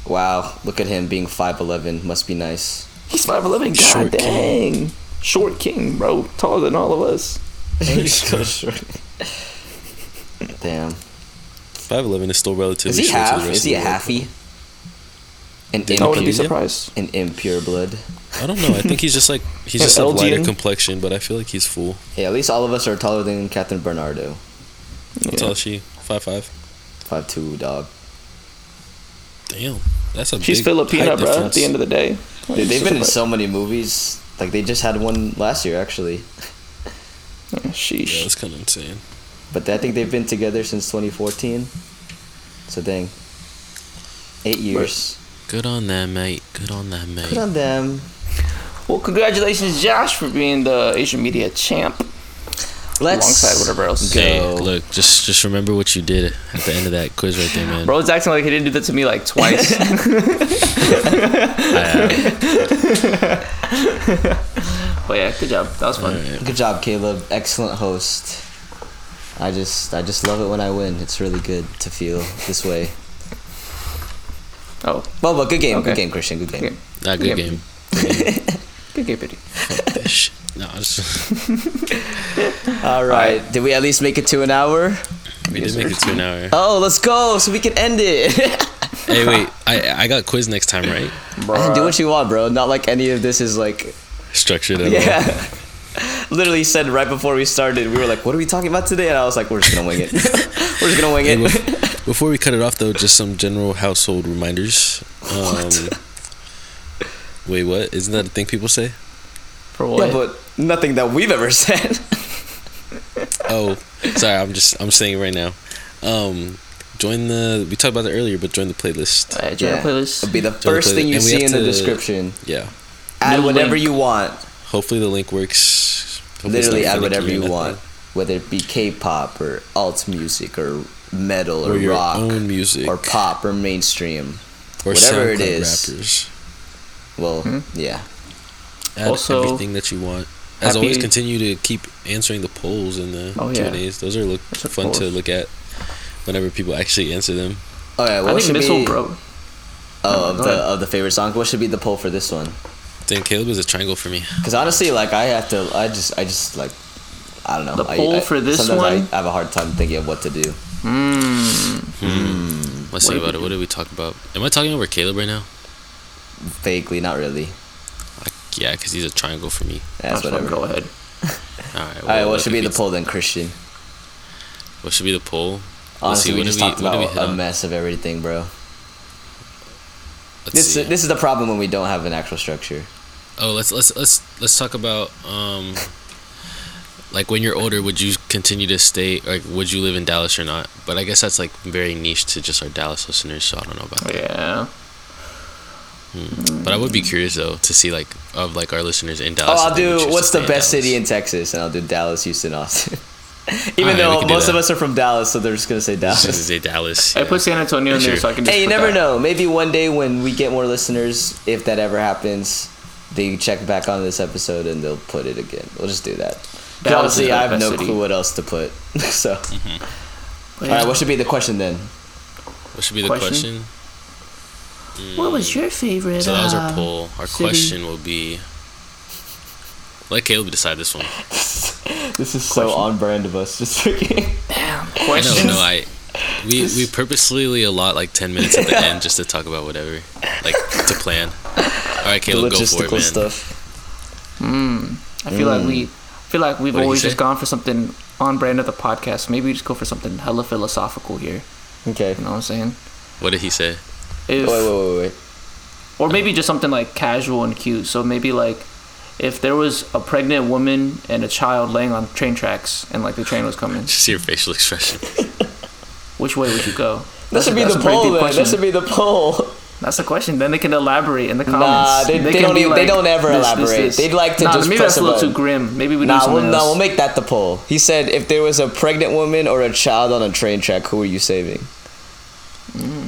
Speaker 2: Wow, look at him being 5'11. Must be nice.
Speaker 1: He's 5'11. God
Speaker 3: Short
Speaker 1: dang.
Speaker 3: king.
Speaker 1: Short king, bro. Taller than all of us.
Speaker 2: He's so short. Damn.
Speaker 3: Five eleven is still relatively.
Speaker 2: Is he
Speaker 3: short to the
Speaker 2: half?
Speaker 3: rest
Speaker 2: Is he a
Speaker 3: of the world.
Speaker 2: halfie? An
Speaker 1: I wouldn't be
Speaker 2: impure,
Speaker 3: Wikipedia?
Speaker 1: surprised.
Speaker 2: an impure blood.
Speaker 3: I don't know. I think he's just like he's
Speaker 1: An
Speaker 3: just a lighter
Speaker 1: LGN?
Speaker 3: complexion, but I feel like he's full.
Speaker 2: Hey, at least all of us are taller than Catherine Bernardo.
Speaker 1: Yeah.
Speaker 3: How tall is she? Five five.
Speaker 2: 5'2", dog.
Speaker 3: Damn, that's a.
Speaker 1: She's
Speaker 3: big
Speaker 1: Filipino,
Speaker 3: height
Speaker 1: bro, at
Speaker 3: difference.
Speaker 1: the end of the day.
Speaker 2: Dude, they've been in
Speaker 1: Surprised.
Speaker 2: so many movies. Like, they just had one last year, actually.
Speaker 3: Yeah,
Speaker 1: Sheesh.
Speaker 3: that's kind of insane.
Speaker 2: But I think they've been together since 2014. So, dang. Eight years.
Speaker 3: Good on that, mate. Good on that, mate.
Speaker 2: Good on them.
Speaker 1: Well, congratulations, Josh, for being the Asian media champ.
Speaker 2: Let's
Speaker 1: Alongside whatever else.
Speaker 2: Go.
Speaker 3: Hey, look, just just remember what you did at the end of that quiz right there, man.
Speaker 1: Bro's acting like he didn't do that to me like twice.
Speaker 3: I,
Speaker 1: but yeah, good job. That was
Speaker 3: all
Speaker 1: fun.
Speaker 3: right.
Speaker 2: Good job, Caleb. Excellent host. I just, I just love it when I win. It's really good to feel this way.
Speaker 1: Oh,
Speaker 2: Well, but good game,
Speaker 1: Okay.
Speaker 2: good game, Christian. Good game.
Speaker 1: Okay.
Speaker 3: Not good
Speaker 1: Yeah.
Speaker 3: game.
Speaker 1: good game, Pity.
Speaker 3: That shit. No, I just,
Speaker 2: All right. Did we at least make it to an hour?
Speaker 3: we did make it to an hour.
Speaker 2: Oh, let's go, so we can end it.
Speaker 3: Hey, wait, I I got quiz next time, right?
Speaker 2: Do what you want, bro. Not like any of this is like.
Speaker 3: Structured at all.
Speaker 2: Yeah. Literally said right before we started, we were like, "What are we talking about today?" And I was like, "We're just gonna wing it. we're just gonna wing
Speaker 3: Hey,
Speaker 2: it."
Speaker 3: bef- before we cut it off, though, just some general household reminders. Um, Wait, what? Isn't that a thing people say?
Speaker 1: For what?
Speaker 2: Yeah, but nothing that we've ever said.
Speaker 3: Oh, sorry, I'm just I'm saying it right now. Um, join the. We talked about it earlier, but join the playlist.
Speaker 1: Alright, join our playlist.
Speaker 2: It'll be the
Speaker 3: Join the
Speaker 2: first thing
Speaker 3: playlist.
Speaker 2: you
Speaker 3: And we
Speaker 2: see in
Speaker 3: have
Speaker 2: the
Speaker 3: to-
Speaker 2: description.
Speaker 3: Yeah.
Speaker 2: Add
Speaker 1: New
Speaker 2: whatever
Speaker 1: link.
Speaker 2: you want.
Speaker 3: Hopefully the link works. Hopefully it's
Speaker 2: literally
Speaker 3: not
Speaker 2: add
Speaker 3: finicky
Speaker 2: whatever
Speaker 3: or
Speaker 2: you
Speaker 3: nothing.
Speaker 2: want, whether it be K-pop or alt music or metal
Speaker 3: Or
Speaker 2: or,
Speaker 3: your
Speaker 2: rock
Speaker 3: own music.
Speaker 2: or pop or mainstream.
Speaker 3: Or
Speaker 2: whatever
Speaker 3: SoundCloud
Speaker 2: it is.
Speaker 3: Rappers.
Speaker 2: Well,
Speaker 1: Hmm?
Speaker 2: yeah,
Speaker 3: Add
Speaker 1: Also,
Speaker 3: everything that you want. As always,
Speaker 1: happy-
Speaker 3: continue to keep answering the polls and the
Speaker 1: Oh, yeah.
Speaker 3: Q and A's. Those are look
Speaker 1: Those are
Speaker 3: fun to
Speaker 1: polls.
Speaker 3: look at. Whenever people actually answer them,
Speaker 2: all right. Oh, What
Speaker 1: I think
Speaker 2: should
Speaker 1: this
Speaker 2: be
Speaker 1: will, bro.
Speaker 2: oh, of
Speaker 1: Go
Speaker 2: the
Speaker 1: ahead.
Speaker 2: of the favorite song? What should be the poll for this one?
Speaker 3: then Caleb is a triangle for me.
Speaker 2: Because honestly, like I have to, I just, I just like, I don't know.
Speaker 1: The
Speaker 2: I-
Speaker 1: poll
Speaker 2: I-
Speaker 1: for this
Speaker 2: sometimes
Speaker 1: one?
Speaker 2: I have a hard time thinking of what to do.
Speaker 1: Hmm,
Speaker 3: Hmm.
Speaker 2: Hmm.
Speaker 3: Let's
Speaker 1: What
Speaker 3: think
Speaker 1: did
Speaker 3: about it. What did we talk about? Am I talking over Caleb right now?
Speaker 2: Vaguely, not really.
Speaker 3: Like, yeah, because he's a triangle for me.
Speaker 1: That's
Speaker 2: That's
Speaker 1: fine,
Speaker 2: whatever.
Speaker 1: Go ahead.
Speaker 3: All right.
Speaker 2: All right, what should be
Speaker 3: if
Speaker 2: the
Speaker 3: we-
Speaker 2: poll then, Christian?
Speaker 3: What should be the poll? Let's see,
Speaker 2: Honestly, we
Speaker 3: what did
Speaker 2: just talked
Speaker 3: what did
Speaker 2: about
Speaker 3: hit
Speaker 2: a
Speaker 3: on?
Speaker 2: mess of everything, bro.
Speaker 3: Let's
Speaker 2: This
Speaker 3: see.
Speaker 2: this is the problem when we don't have an actual structure.
Speaker 3: Oh, let's let's let's let's talk about um, like when you're older, would you continue to stay? Like, would you live in Dallas or not? But I guess that's like very niche to just our Dallas listeners, so I don't know about that.
Speaker 1: Yeah.
Speaker 3: But I would be curious though to see like of like our listeners in Dallas.
Speaker 2: Oh,
Speaker 3: if
Speaker 2: I'll
Speaker 3: they would
Speaker 2: do
Speaker 3: choose to
Speaker 2: what's the
Speaker 3: stay in
Speaker 2: best city
Speaker 3: Dallas.
Speaker 2: in Texas, and I'll do Dallas, Houston, Austin. Even
Speaker 3: Alright, we
Speaker 2: though
Speaker 3: can do
Speaker 2: most of
Speaker 3: that.
Speaker 2: us are from Dallas, so they're just gonna say
Speaker 3: Just to
Speaker 2: Dallas.
Speaker 3: say Dallas.
Speaker 1: I put San Antonio in there
Speaker 3: Sure.
Speaker 1: so I can just.
Speaker 2: hey, you
Speaker 1: put
Speaker 2: never
Speaker 1: that.
Speaker 2: know. Maybe one day when we get more listeners, if that ever happens, they check back on this episode and they'll put it again. We'll just do that. 'Cause
Speaker 1: Dallas is
Speaker 2: Honestly,
Speaker 1: the
Speaker 2: I have
Speaker 1: best
Speaker 2: no
Speaker 1: city.
Speaker 2: clue what else to put. so,
Speaker 3: Mm-hmm.
Speaker 1: But
Speaker 2: all right,
Speaker 1: yeah.
Speaker 2: what should be the question then?
Speaker 3: What should be the
Speaker 1: Question?
Speaker 3: question?
Speaker 1: What was your favorite?
Speaker 3: So that was our
Speaker 1: uh,
Speaker 3: poll. Our
Speaker 1: city.
Speaker 3: question will be. Let Caleb decide this one.
Speaker 2: This is so on brand of us. Just freaking.
Speaker 3: I know,
Speaker 1: Questions?
Speaker 3: no, I. We, we purposely allot like ten minutes at the end just to talk about whatever, like to plan. All right, Caleb, go for it,
Speaker 2: logistical
Speaker 3: man.
Speaker 2: stuff. Hmm.
Speaker 1: I feel like we, I feel like we've
Speaker 3: What did he
Speaker 1: always just
Speaker 3: say?
Speaker 1: gone for something on brand of the podcast. Maybe we just go for something hella philosophical here.
Speaker 2: Okay.
Speaker 1: You know what I'm saying?
Speaker 3: What did he say?
Speaker 1: If,
Speaker 2: Wait, wait, wait, wait.
Speaker 1: or maybe just something like casual and cute. So maybe like if there was a pregnant woman and a child laying on train tracks and like the train was coming,
Speaker 3: Just your facial expression.
Speaker 1: which way would you go?
Speaker 2: That
Speaker 1: That's a-
Speaker 2: should be
Speaker 1: that's
Speaker 2: the
Speaker 1: a pretty
Speaker 2: poll
Speaker 1: deep
Speaker 2: then. That
Speaker 1: question.
Speaker 2: should be the poll.
Speaker 1: That's the question. Then they can elaborate in the
Speaker 2: Nah,
Speaker 1: comments.
Speaker 2: they, they,
Speaker 1: can
Speaker 2: don't
Speaker 1: be
Speaker 2: even, they
Speaker 1: like,
Speaker 2: don't ever
Speaker 1: this, this,
Speaker 2: elaborate.
Speaker 1: this.
Speaker 2: They'd like to
Speaker 1: Nah,
Speaker 2: just
Speaker 1: maybe
Speaker 2: press
Speaker 1: that's
Speaker 2: a
Speaker 1: a little
Speaker 2: button.
Speaker 1: too grim. Maybe we do
Speaker 2: Nah,
Speaker 1: something
Speaker 2: we'll, nah,
Speaker 1: else.
Speaker 2: we'll make that the poll. He said, if there was a pregnant woman or a child on a train track, who are you saving?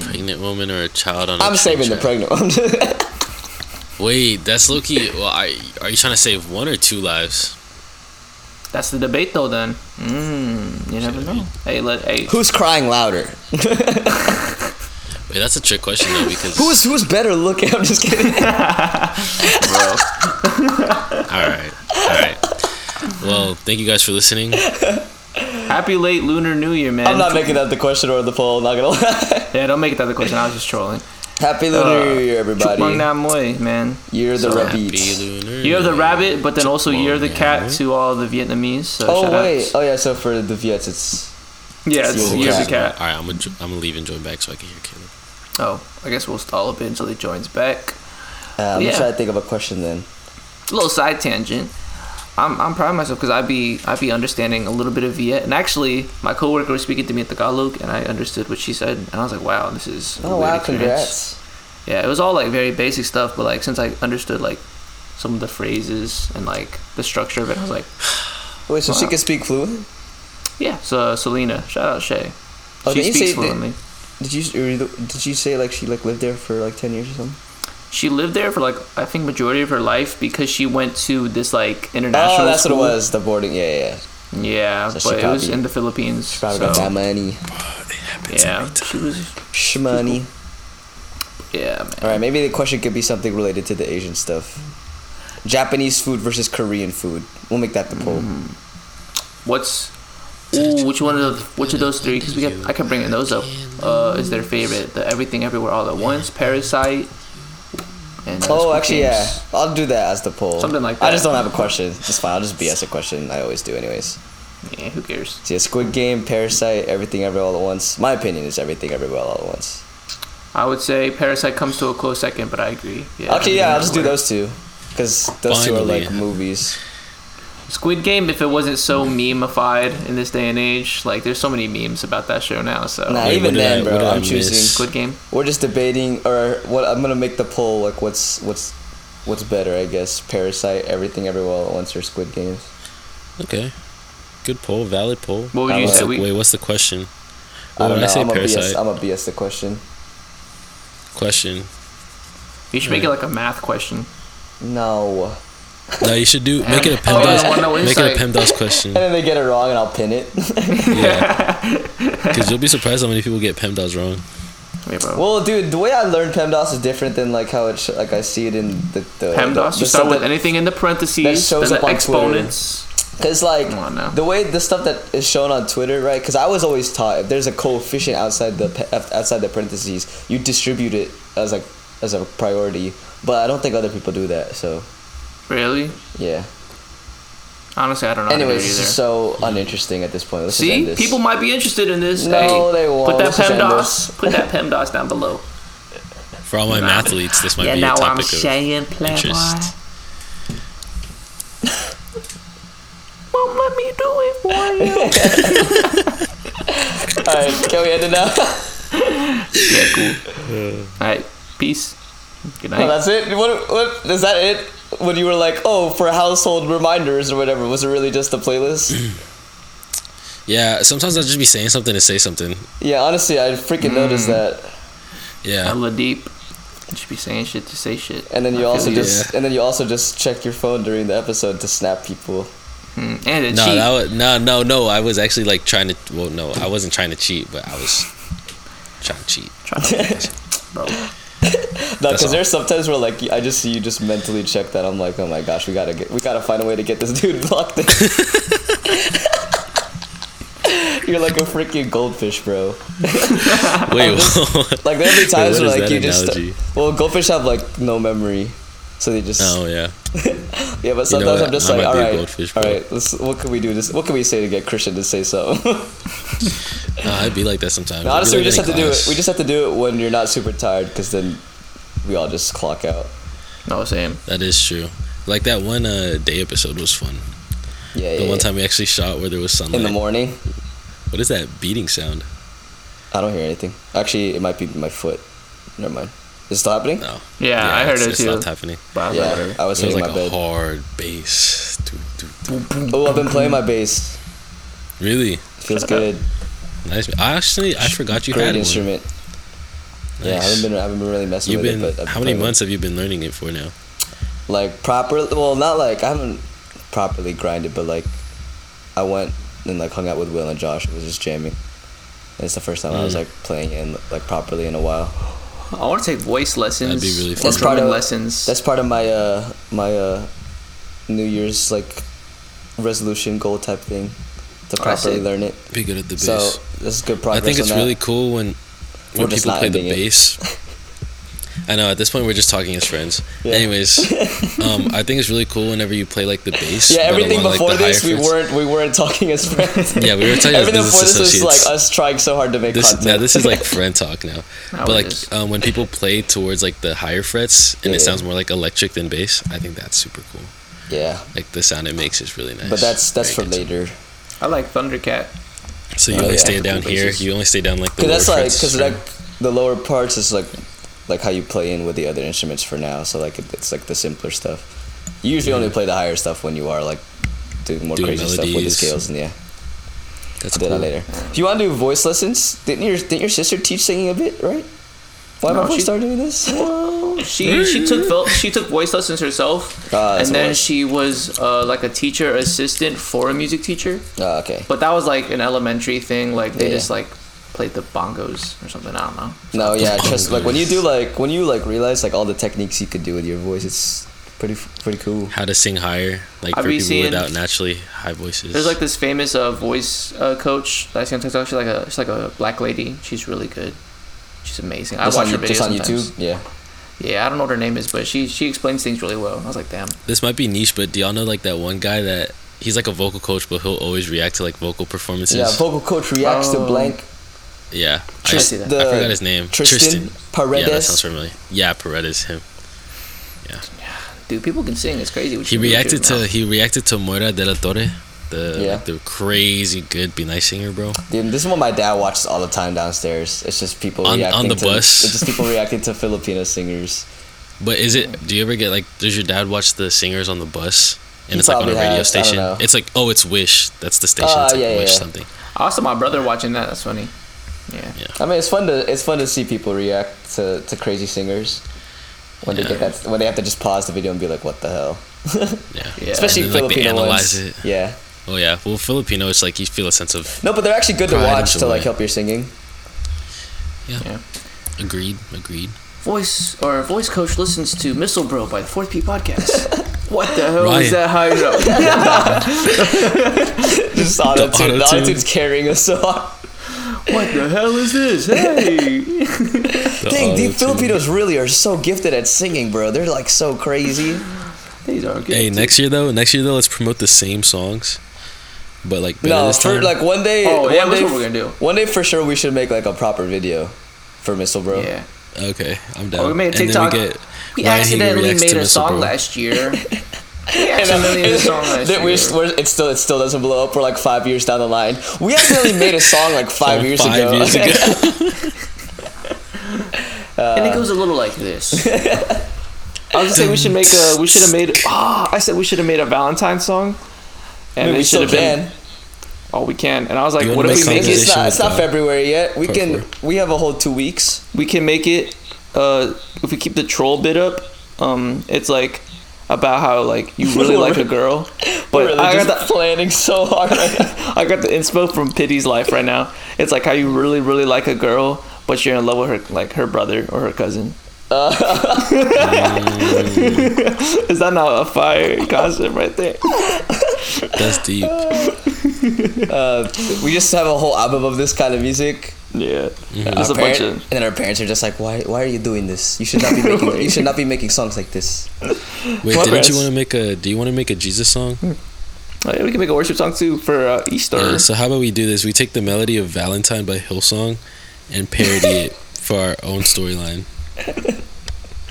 Speaker 3: Pregnant woman or a child on a
Speaker 2: I'm
Speaker 3: train
Speaker 2: saving the
Speaker 3: track?
Speaker 2: pregnant one.
Speaker 3: Wait, that's Loki. Well, I, are you trying to save one or two lives?
Speaker 1: That's the debate, though. Then
Speaker 2: Hmm,
Speaker 1: mm, you never know. Hey, let hey.
Speaker 2: who's crying louder?
Speaker 3: Wait, that's a trick question though because
Speaker 2: Who's who's better looking? I'm just kidding.
Speaker 3: all right, all right. Well, thank you guys for listening.
Speaker 1: Happy late Lunar New Year, man.
Speaker 2: I'm not making that the question or the poll. Not gonna lie.
Speaker 1: yeah, don't make it that the question. I was just trolling.
Speaker 2: Happy Lunar
Speaker 1: Uh,
Speaker 2: New Year,
Speaker 1: Chukmang
Speaker 2: everybody.
Speaker 1: Namoy, man.
Speaker 2: You're the
Speaker 3: Happy
Speaker 2: rabbit.
Speaker 3: Lunar
Speaker 1: You're the
Speaker 3: New
Speaker 1: rabbit, but then also
Speaker 3: Chukmang
Speaker 1: you're the cat
Speaker 3: Namoy.
Speaker 1: to all the Vietnamese. So
Speaker 2: Oh
Speaker 1: shout
Speaker 2: wait.
Speaker 1: outs.
Speaker 2: Oh yeah. So for the Viets, it's uh,
Speaker 1: yeah, it's,
Speaker 2: You're the
Speaker 1: you're the
Speaker 2: cat.
Speaker 1: cat.
Speaker 3: All right, I'm gonna jo- I'm gonna leave and join back so I can hear Caleb.
Speaker 1: Oh, I guess we'll stall a bit until he joins back.
Speaker 2: Uh, I'm
Speaker 1: Yeah.
Speaker 2: trying to think of a question then.
Speaker 1: a little side tangent. I'm, I'm proud of myself because I'd be I'd be understanding a little bit of Viet. And actually, my coworker was speaking to me in Tagalog, and I understood what she said. And I was like, wow, this is a
Speaker 2: Oh
Speaker 1: weird
Speaker 2: wow!
Speaker 1: experience.
Speaker 2: Congrats.
Speaker 1: Yeah, it was all like very basic stuff, but like since I understood like some of the phrases and like the structure of it, I was like,
Speaker 2: Wait, so she
Speaker 1: Wow.
Speaker 2: can speak fluent?
Speaker 1: yeah. So Selena, shout out Shay.
Speaker 2: Oh,
Speaker 1: she
Speaker 2: did you
Speaker 1: speaks
Speaker 2: say that-
Speaker 1: fluently.
Speaker 2: Did you or you- did you say like she like lived there for like ten years or something?
Speaker 1: She lived there for like I think majority of her life because she went to this like international.
Speaker 2: oh, that's
Speaker 1: school.
Speaker 2: what it was. The boarding. Yeah, yeah. yeah.
Speaker 1: Yeah,
Speaker 2: So she
Speaker 1: but it was
Speaker 2: probably-
Speaker 1: in the Philippines.
Speaker 2: She probably
Speaker 1: so,
Speaker 2: got that money.
Speaker 3: It happens
Speaker 1: yeah,
Speaker 3: every time.
Speaker 1: she was.
Speaker 2: Shmoney.
Speaker 1: Yeah, man.
Speaker 2: All right, maybe the question could be something related to the Asian stuff. Japanese food versus Korean food. We'll make that the poll.
Speaker 3: Mm,
Speaker 1: What's ooh, which one of those, which of those three? Because we kept, I kept bringing those up. Uh, is their favorite the Everything Everywhere All at Once, Parasite, and uh,
Speaker 2: Oh,
Speaker 1: Squid
Speaker 2: actually, yeah.
Speaker 1: Games.
Speaker 2: I'll do that as the poll.
Speaker 1: Something like
Speaker 2: I just
Speaker 1: that.
Speaker 2: don't have a question. It's fine. I'll just BS a question. I always do, anyways.
Speaker 1: Yeah, who cares?
Speaker 2: See, a Squid Game, Parasite, Everything Everywhere All at Once. My opinion is Everything Everywhere All at Once.
Speaker 1: I would say Parasite comes to a close second, but I agree. Yeah,
Speaker 2: actually, yeah, I'll just do
Speaker 1: Everywhere.
Speaker 2: those two. Because those two are
Speaker 3: Finally.
Speaker 2: like movies.
Speaker 1: Squid Game, if it wasn't so memeified in this day and age, like there's so many memes about that show now. So
Speaker 2: Nah,
Speaker 3: Oh, Wait,
Speaker 2: even
Speaker 3: what did
Speaker 2: then,
Speaker 3: I-
Speaker 2: bro,
Speaker 3: what did I
Speaker 2: I'm choosing.
Speaker 3: miss?
Speaker 1: Squid Game.
Speaker 2: We're just debating, or what? I'm gonna make the poll. Like, what's what's what's better? I guess Parasite, Everything Everywhere All at Once, or Squid Games.
Speaker 3: Okay, good poll, valid poll.
Speaker 1: What would
Speaker 2: I
Speaker 1: you
Speaker 2: was
Speaker 1: say?
Speaker 2: like,
Speaker 1: We,
Speaker 3: Wait, what's the question?
Speaker 2: I
Speaker 3: What
Speaker 2: don't
Speaker 3: would
Speaker 2: know.
Speaker 3: I say?
Speaker 2: I'm gonna BS.
Speaker 3: Parasite
Speaker 2: I'm gonna BS the question.
Speaker 3: question.
Speaker 1: you should make it like a math question.
Speaker 2: No.
Speaker 3: No, you should do make it a
Speaker 1: Oh,
Speaker 3: PEMDAS.
Speaker 1: I wanna know what you
Speaker 3: make it a
Speaker 1: say.
Speaker 3: PEMDAS question.
Speaker 2: And then they get it wrong, and I'll pin it.
Speaker 3: Yeah, because you'll be surprised how many people get E PEMDAS wrong.
Speaker 1: Yeah, bro.
Speaker 2: well, dude, the way I learned PEMDAS is different than like how it sh- like I see it in the the
Speaker 1: PEMDAS.
Speaker 2: The,
Speaker 1: you start with
Speaker 2: that-
Speaker 1: anything in the parentheses,
Speaker 2: shows
Speaker 1: then the
Speaker 2: up on Twitter.
Speaker 1: exponents.
Speaker 2: Cause like
Speaker 1: Come on now.
Speaker 2: the way the stuff that is shown on Twitter, right? Cause I was always taught if there's a coefficient outside the pa- outside the parentheses, you distribute it as like as a priority. But I don't think other people do that. So
Speaker 1: Really?
Speaker 2: yeah.
Speaker 1: Honestly, I don't know. how to
Speaker 2: Anyways,
Speaker 1: do
Speaker 2: this
Speaker 1: it
Speaker 2: is
Speaker 1: either.
Speaker 2: so uninteresting at this point. Let's just end
Speaker 1: See,
Speaker 2: this.
Speaker 1: people might be interested in this.
Speaker 2: No,
Speaker 1: Hey,
Speaker 2: they won't.
Speaker 1: Put that
Speaker 2: Let's just end
Speaker 1: PEMDAS. Put that PEMDAS down below.
Speaker 3: For all my
Speaker 1: Nah.
Speaker 3: mathletes, this might
Speaker 1: yeah,
Speaker 3: be
Speaker 1: now
Speaker 3: a
Speaker 1: I'm
Speaker 3: topic of
Speaker 1: saying Playboy.
Speaker 3: interest.
Speaker 1: Won't let me do it for you.
Speaker 2: All right, can we end it now?
Speaker 1: yeah, cool. All right, peace. Good night.
Speaker 2: Oh, that's it. What? What is that? It? When you were like, oh, for household reminders or whatever, was it really just the playlist?
Speaker 3: Yeah, sometimes I'll just be saying something to say something.
Speaker 2: yeah, honestly, I freaking
Speaker 1: Hmm.
Speaker 2: noticed that.
Speaker 3: Yeah,
Speaker 1: Hella deep. You should be saying shit to say shit.
Speaker 2: And then
Speaker 1: I
Speaker 2: you
Speaker 1: feel
Speaker 2: also
Speaker 1: you.
Speaker 2: just and then you also just check your phone during the episode to snap people.
Speaker 1: Mm, and it's
Speaker 3: no,
Speaker 1: cheap.
Speaker 3: that was, no, no, no. I was actually like trying to. Well, no, I wasn't trying to cheat, but I was trying to cheat.
Speaker 1: Try to- Bro,
Speaker 2: No,
Speaker 3: That's
Speaker 2: because
Speaker 3: all.
Speaker 2: there's sometimes where like I just see you just mentally check that. I'm like, oh my gosh, we gotta get we gotta find a way to get this dude blocked. You're like a freaking goldfish, bro.
Speaker 3: Wait,
Speaker 2: Like there'll be
Speaker 3: what
Speaker 2: times where
Speaker 3: is
Speaker 2: like
Speaker 3: that
Speaker 2: you just
Speaker 3: analogy?
Speaker 2: well goldfish have like no memory, so they just
Speaker 3: oh yeah.
Speaker 2: Yeah, but
Speaker 3: You know
Speaker 2: sometimes
Speaker 3: what?
Speaker 2: I'm just
Speaker 3: I
Speaker 2: like,
Speaker 3: might
Speaker 2: all
Speaker 3: be a
Speaker 2: right,
Speaker 3: goldfish,
Speaker 2: all
Speaker 3: bro."
Speaker 2: right. Let's, what can we do? This, what can we say to get Christian to say something?
Speaker 3: No, I'd be like that sometimes. I'd be
Speaker 2: honestly, we
Speaker 3: like
Speaker 2: just have
Speaker 3: that
Speaker 2: to
Speaker 3: in
Speaker 2: do it.
Speaker 3: class.
Speaker 2: We just have to do it when you're not super tired, because then we all just clock out.
Speaker 1: no same.
Speaker 3: That is true. Like that one uh, day episode was fun.
Speaker 2: Yeah, yeah.
Speaker 3: The
Speaker 2: yeah.
Speaker 3: one time we actually shot where there was sunlight.
Speaker 2: in the morning,
Speaker 3: What is that beating sound?
Speaker 2: I don't hear anything. Actually, it might be my foot. Never mind. Is it still happening?
Speaker 3: No.
Speaker 1: Yeah, I heard
Speaker 3: it's-
Speaker 1: it
Speaker 3: it's
Speaker 1: too.
Speaker 3: stopped happening.
Speaker 1: But I was like,
Speaker 2: Yeah,
Speaker 1: whatever.
Speaker 2: I was
Speaker 3: It was
Speaker 2: hitting
Speaker 3: like
Speaker 2: my
Speaker 3: a
Speaker 2: bed.
Speaker 3: hard bass. Doo, doo, doo.
Speaker 2: Oh, I've been playing my bass.
Speaker 3: Really
Speaker 2: Feels
Speaker 1: Shut up.
Speaker 2: good.
Speaker 3: nice. I actually I forgot you
Speaker 2: Great
Speaker 3: had one.
Speaker 2: instrument. Yeah, I
Speaker 3: Nice.
Speaker 2: haven't been I haven't been really messing
Speaker 3: You've been
Speaker 2: with it. But I've been
Speaker 3: how many
Speaker 2: playing it.
Speaker 3: months have you been learning it for now?
Speaker 2: Like properly? Well, not like I haven't properly grinded, but like I went and like hung out with Will and Josh. It was just jamming. And it's the first time I was
Speaker 3: Mm.
Speaker 2: like playing in like properly in a while.
Speaker 1: I want to take voice lessons.
Speaker 3: That'd be really
Speaker 1: or
Speaker 3: fun. That's
Speaker 2: part
Speaker 1: drumming
Speaker 2: of-
Speaker 1: lessons.
Speaker 2: That's part of my uh my uh New Year's like resolution goal type thing to
Speaker 3: Oh,
Speaker 1: I
Speaker 2: properly
Speaker 1: see.
Speaker 2: learn it.
Speaker 3: Be good at the bass.
Speaker 2: So this is good
Speaker 3: I
Speaker 2: progress.
Speaker 3: think it's
Speaker 2: on that.
Speaker 3: really cool when when
Speaker 2: We're just
Speaker 3: people
Speaker 2: not
Speaker 3: play the
Speaker 2: ending it.
Speaker 3: bass. I know at this point we're just talking as friends.
Speaker 2: Yeah.
Speaker 3: Anyways, um, I think it's really cool whenever you play like the bass.
Speaker 2: Yeah,
Speaker 3: but
Speaker 2: everything
Speaker 3: along, like,
Speaker 2: before
Speaker 3: the
Speaker 2: this
Speaker 3: higher
Speaker 2: we
Speaker 3: frequency-
Speaker 2: weren't we weren't talking as friends.
Speaker 3: Yeah, we were talking as
Speaker 2: everything
Speaker 3: business
Speaker 2: before this was
Speaker 3: associates.
Speaker 2: like us trying so hard to make
Speaker 3: This
Speaker 2: content.
Speaker 3: now this is like friend talk now.
Speaker 1: Now
Speaker 3: but
Speaker 1: it
Speaker 3: like
Speaker 1: is.
Speaker 3: um, when people play towards like the higher frets and
Speaker 2: Yeah.
Speaker 3: it sounds more like electric than bass, I think that's super cool.
Speaker 2: yeah,
Speaker 3: Like the sound it makes is really nice.
Speaker 2: but that's that's for
Speaker 3: Very good.
Speaker 2: later.
Speaker 1: I like Thundercat.
Speaker 3: So you
Speaker 2: Oh,
Speaker 3: only
Speaker 2: yeah.
Speaker 3: stay down here.
Speaker 2: Basses.
Speaker 3: You only stay down like the.
Speaker 2: Cause that's
Speaker 3: lower
Speaker 2: like
Speaker 3: frets,
Speaker 2: because
Speaker 3: right?
Speaker 2: like the lower parts is like like how you play in with the other instruments for now. So like it, it's like the simpler stuff. You usually only play the higher stuff when you are like doing more
Speaker 3: Doing
Speaker 2: crazy stuff with the
Speaker 3: melodies.
Speaker 2: scales and yeah.
Speaker 3: that's
Speaker 2: Do that
Speaker 3: cool.
Speaker 2: later. If you want to do voice lessons, didn't your didn't your sister teach singing a bit, right? Why am I
Speaker 1: No,
Speaker 2: supposed to
Speaker 1: she-
Speaker 2: start doing this?
Speaker 1: Well, she she took vo- she took voice lessons herself,
Speaker 2: Ah, that's
Speaker 1: and then
Speaker 2: what-
Speaker 1: she was uh, like a teacher assistant for a music teacher.
Speaker 2: Oh, okay.
Speaker 1: But that was like an elementary thing. Like they
Speaker 2: Yeah.
Speaker 1: just like played the bongos or something. I don't know.
Speaker 2: No, yeah, trust like when you do like when you like realize like all the techniques you could do with your voice, it's pretty f- pretty cool.
Speaker 3: How to sing higher, like
Speaker 1: I've
Speaker 3: for
Speaker 1: been
Speaker 3: people
Speaker 1: seeing-
Speaker 3: without naturally high voices.
Speaker 1: There's like this famous uh, voice uh, coach that I see on TikTok. She's like a she's like a black lady. She's really good. She's amazing. I
Speaker 2: Just
Speaker 1: watch
Speaker 2: on,
Speaker 1: her
Speaker 2: you-
Speaker 1: videos
Speaker 2: just on
Speaker 1: sometimes.
Speaker 2: YouTube, yeah.
Speaker 1: Yeah, I don't know what her name is, but she she explains things really well. I was like, damn.
Speaker 3: this might be niche, but do y'all know like that one guy that he's like a vocal coach, but he'll always react to like vocal performances.
Speaker 2: Yeah, vocal coach reacts
Speaker 1: Oh.
Speaker 2: to blank.
Speaker 3: yeah. I,
Speaker 1: Trist-
Speaker 3: just-
Speaker 1: see that.
Speaker 2: the-
Speaker 3: I forgot his name.
Speaker 2: Tristan,
Speaker 3: Tristan. Yeah, that sounds
Speaker 2: Paredes.
Speaker 3: familiar. Yeah, Paredes, him.
Speaker 1: Dude, people can sing. It's crazy. what
Speaker 3: He
Speaker 1: you can do
Speaker 3: reacted
Speaker 1: now.
Speaker 3: to he reacted to Moira de la Torre, the
Speaker 2: Yeah.
Speaker 3: like, the crazy good be nice singer, bro.
Speaker 2: Dude, this is what my dad watches all the time downstairs. It's just people
Speaker 3: On- on
Speaker 2: reacting
Speaker 3: the
Speaker 2: to
Speaker 3: bus?
Speaker 2: It's just people reacting to Filipino singers.
Speaker 3: But is it? Do you ever get like? Does your dad watch the singers on the bus? And
Speaker 2: He
Speaker 3: it's like on a
Speaker 2: probably
Speaker 3: radio
Speaker 2: has, I don't
Speaker 3: station.
Speaker 2: know.
Speaker 3: It's like oh, it's Wish. That's the station.
Speaker 2: Ah,
Speaker 3: it's like
Speaker 2: yeah, yeah,
Speaker 3: Wish
Speaker 2: yeah.
Speaker 3: something.
Speaker 1: I saw my brother watching that. That's funny. Yeah.
Speaker 2: I mean, it's fun to it's fun to see people react to, to crazy singers when they
Speaker 3: Yeah.
Speaker 2: get that when they have to just pause the video and be like, "What the hell?"
Speaker 3: Yeah.
Speaker 1: Yeah.
Speaker 2: Especially
Speaker 3: And then, like, they
Speaker 2: Filipino
Speaker 3: analyze it.
Speaker 2: ones. Yeah.
Speaker 3: Oh yeah. Well, Filipino, it's like you feel a sense of
Speaker 2: No, but they're actually good to
Speaker 3: Pride and
Speaker 2: watch to like
Speaker 3: joy.
Speaker 2: help your singing.
Speaker 1: Yeah.
Speaker 3: agreed, agreed.
Speaker 1: Voice or voice coach listens to Missile Bro by the Fourth P Podcast. what the hell
Speaker 3: Ryan.
Speaker 1: is that high up?
Speaker 2: Just auto
Speaker 3: auto-tune.
Speaker 2: tune. The auto tune's carrying us so hard.
Speaker 1: what the hell is this? Hey.
Speaker 2: Dang,
Speaker 3: auto-tune.
Speaker 2: these Filipinos really are so gifted at singing, bro. They're like so crazy.
Speaker 1: These are good.
Speaker 3: Hey, next year though, next year though, let's promote the same songs, but like better
Speaker 2: No,
Speaker 3: this
Speaker 2: for
Speaker 3: time.
Speaker 2: like one day.
Speaker 1: Oh, yeah,
Speaker 2: one
Speaker 1: that's
Speaker 2: day,
Speaker 1: what we're gonna do.
Speaker 2: One day for sure, we should make like a proper video for Missile Bro.
Speaker 1: Yeah.
Speaker 3: okay, I'm down.
Speaker 1: Oh, we made a
Speaker 3: And then
Speaker 1: TikTok.
Speaker 3: we
Speaker 1: We,
Speaker 3: get Ryan Higa
Speaker 1: accidentally
Speaker 3: reacts to
Speaker 1: made a
Speaker 3: Mr.
Speaker 1: song
Speaker 3: Bro.
Speaker 1: last year. we
Speaker 2: And, uh,
Speaker 1: accidentally made a song last
Speaker 2: that
Speaker 1: year.
Speaker 2: we're, we're, it still it still doesn't blow up. We're like five years down the line. We accidentally made a song like five
Speaker 3: Oh,
Speaker 2: years
Speaker 3: five
Speaker 2: ago.
Speaker 3: years ago.
Speaker 1: and it goes a little like this. I was uh, gonna say we should make a. We should have made. Ah, I said we should have made a Valentine song.
Speaker 2: I
Speaker 1: And
Speaker 2: mean, we
Speaker 1: it should have
Speaker 2: still
Speaker 1: been
Speaker 2: can.
Speaker 1: all we can. And I was like,
Speaker 3: You
Speaker 1: what
Speaker 3: wanna
Speaker 1: if we
Speaker 3: make
Speaker 1: make
Speaker 3: something?
Speaker 1: it?
Speaker 2: It's
Speaker 3: Conversation
Speaker 2: not, it's not
Speaker 3: with, uh,
Speaker 2: February yet. We
Speaker 3: Part
Speaker 2: can.
Speaker 3: four.
Speaker 2: We have a whole two weeks.
Speaker 1: we can make it uh if we keep the troll bit up um it's like about how like you really like a girl but
Speaker 2: We're really
Speaker 1: I,
Speaker 2: just
Speaker 1: got
Speaker 2: planning so hard. Right now.
Speaker 1: the, I got the inspo from pity's life right now it's like how you really really like a girl but you're in love with her like her brother or her cousin
Speaker 2: Uh.
Speaker 1: is that not a fire concept right there
Speaker 3: That's deep.
Speaker 2: Uh, we just have a whole album of this kind of music.
Speaker 1: yeah
Speaker 2: Our
Speaker 1: there's a bunch
Speaker 2: parent-
Speaker 1: of
Speaker 2: and then our parents are just like, why? Why are you doing this? You should not be making. you should not be making songs like this.
Speaker 1: Come
Speaker 3: Wait,
Speaker 1: on,
Speaker 3: didn't
Speaker 1: Perez.
Speaker 3: you want to make a? Do you want to make a Jesus song?
Speaker 1: oh, yeah, we can make a worship song too for uh, easter
Speaker 3: Yeah, so how about we do this? We take the melody of Valentine by Hillsong and parody it for our own storyline.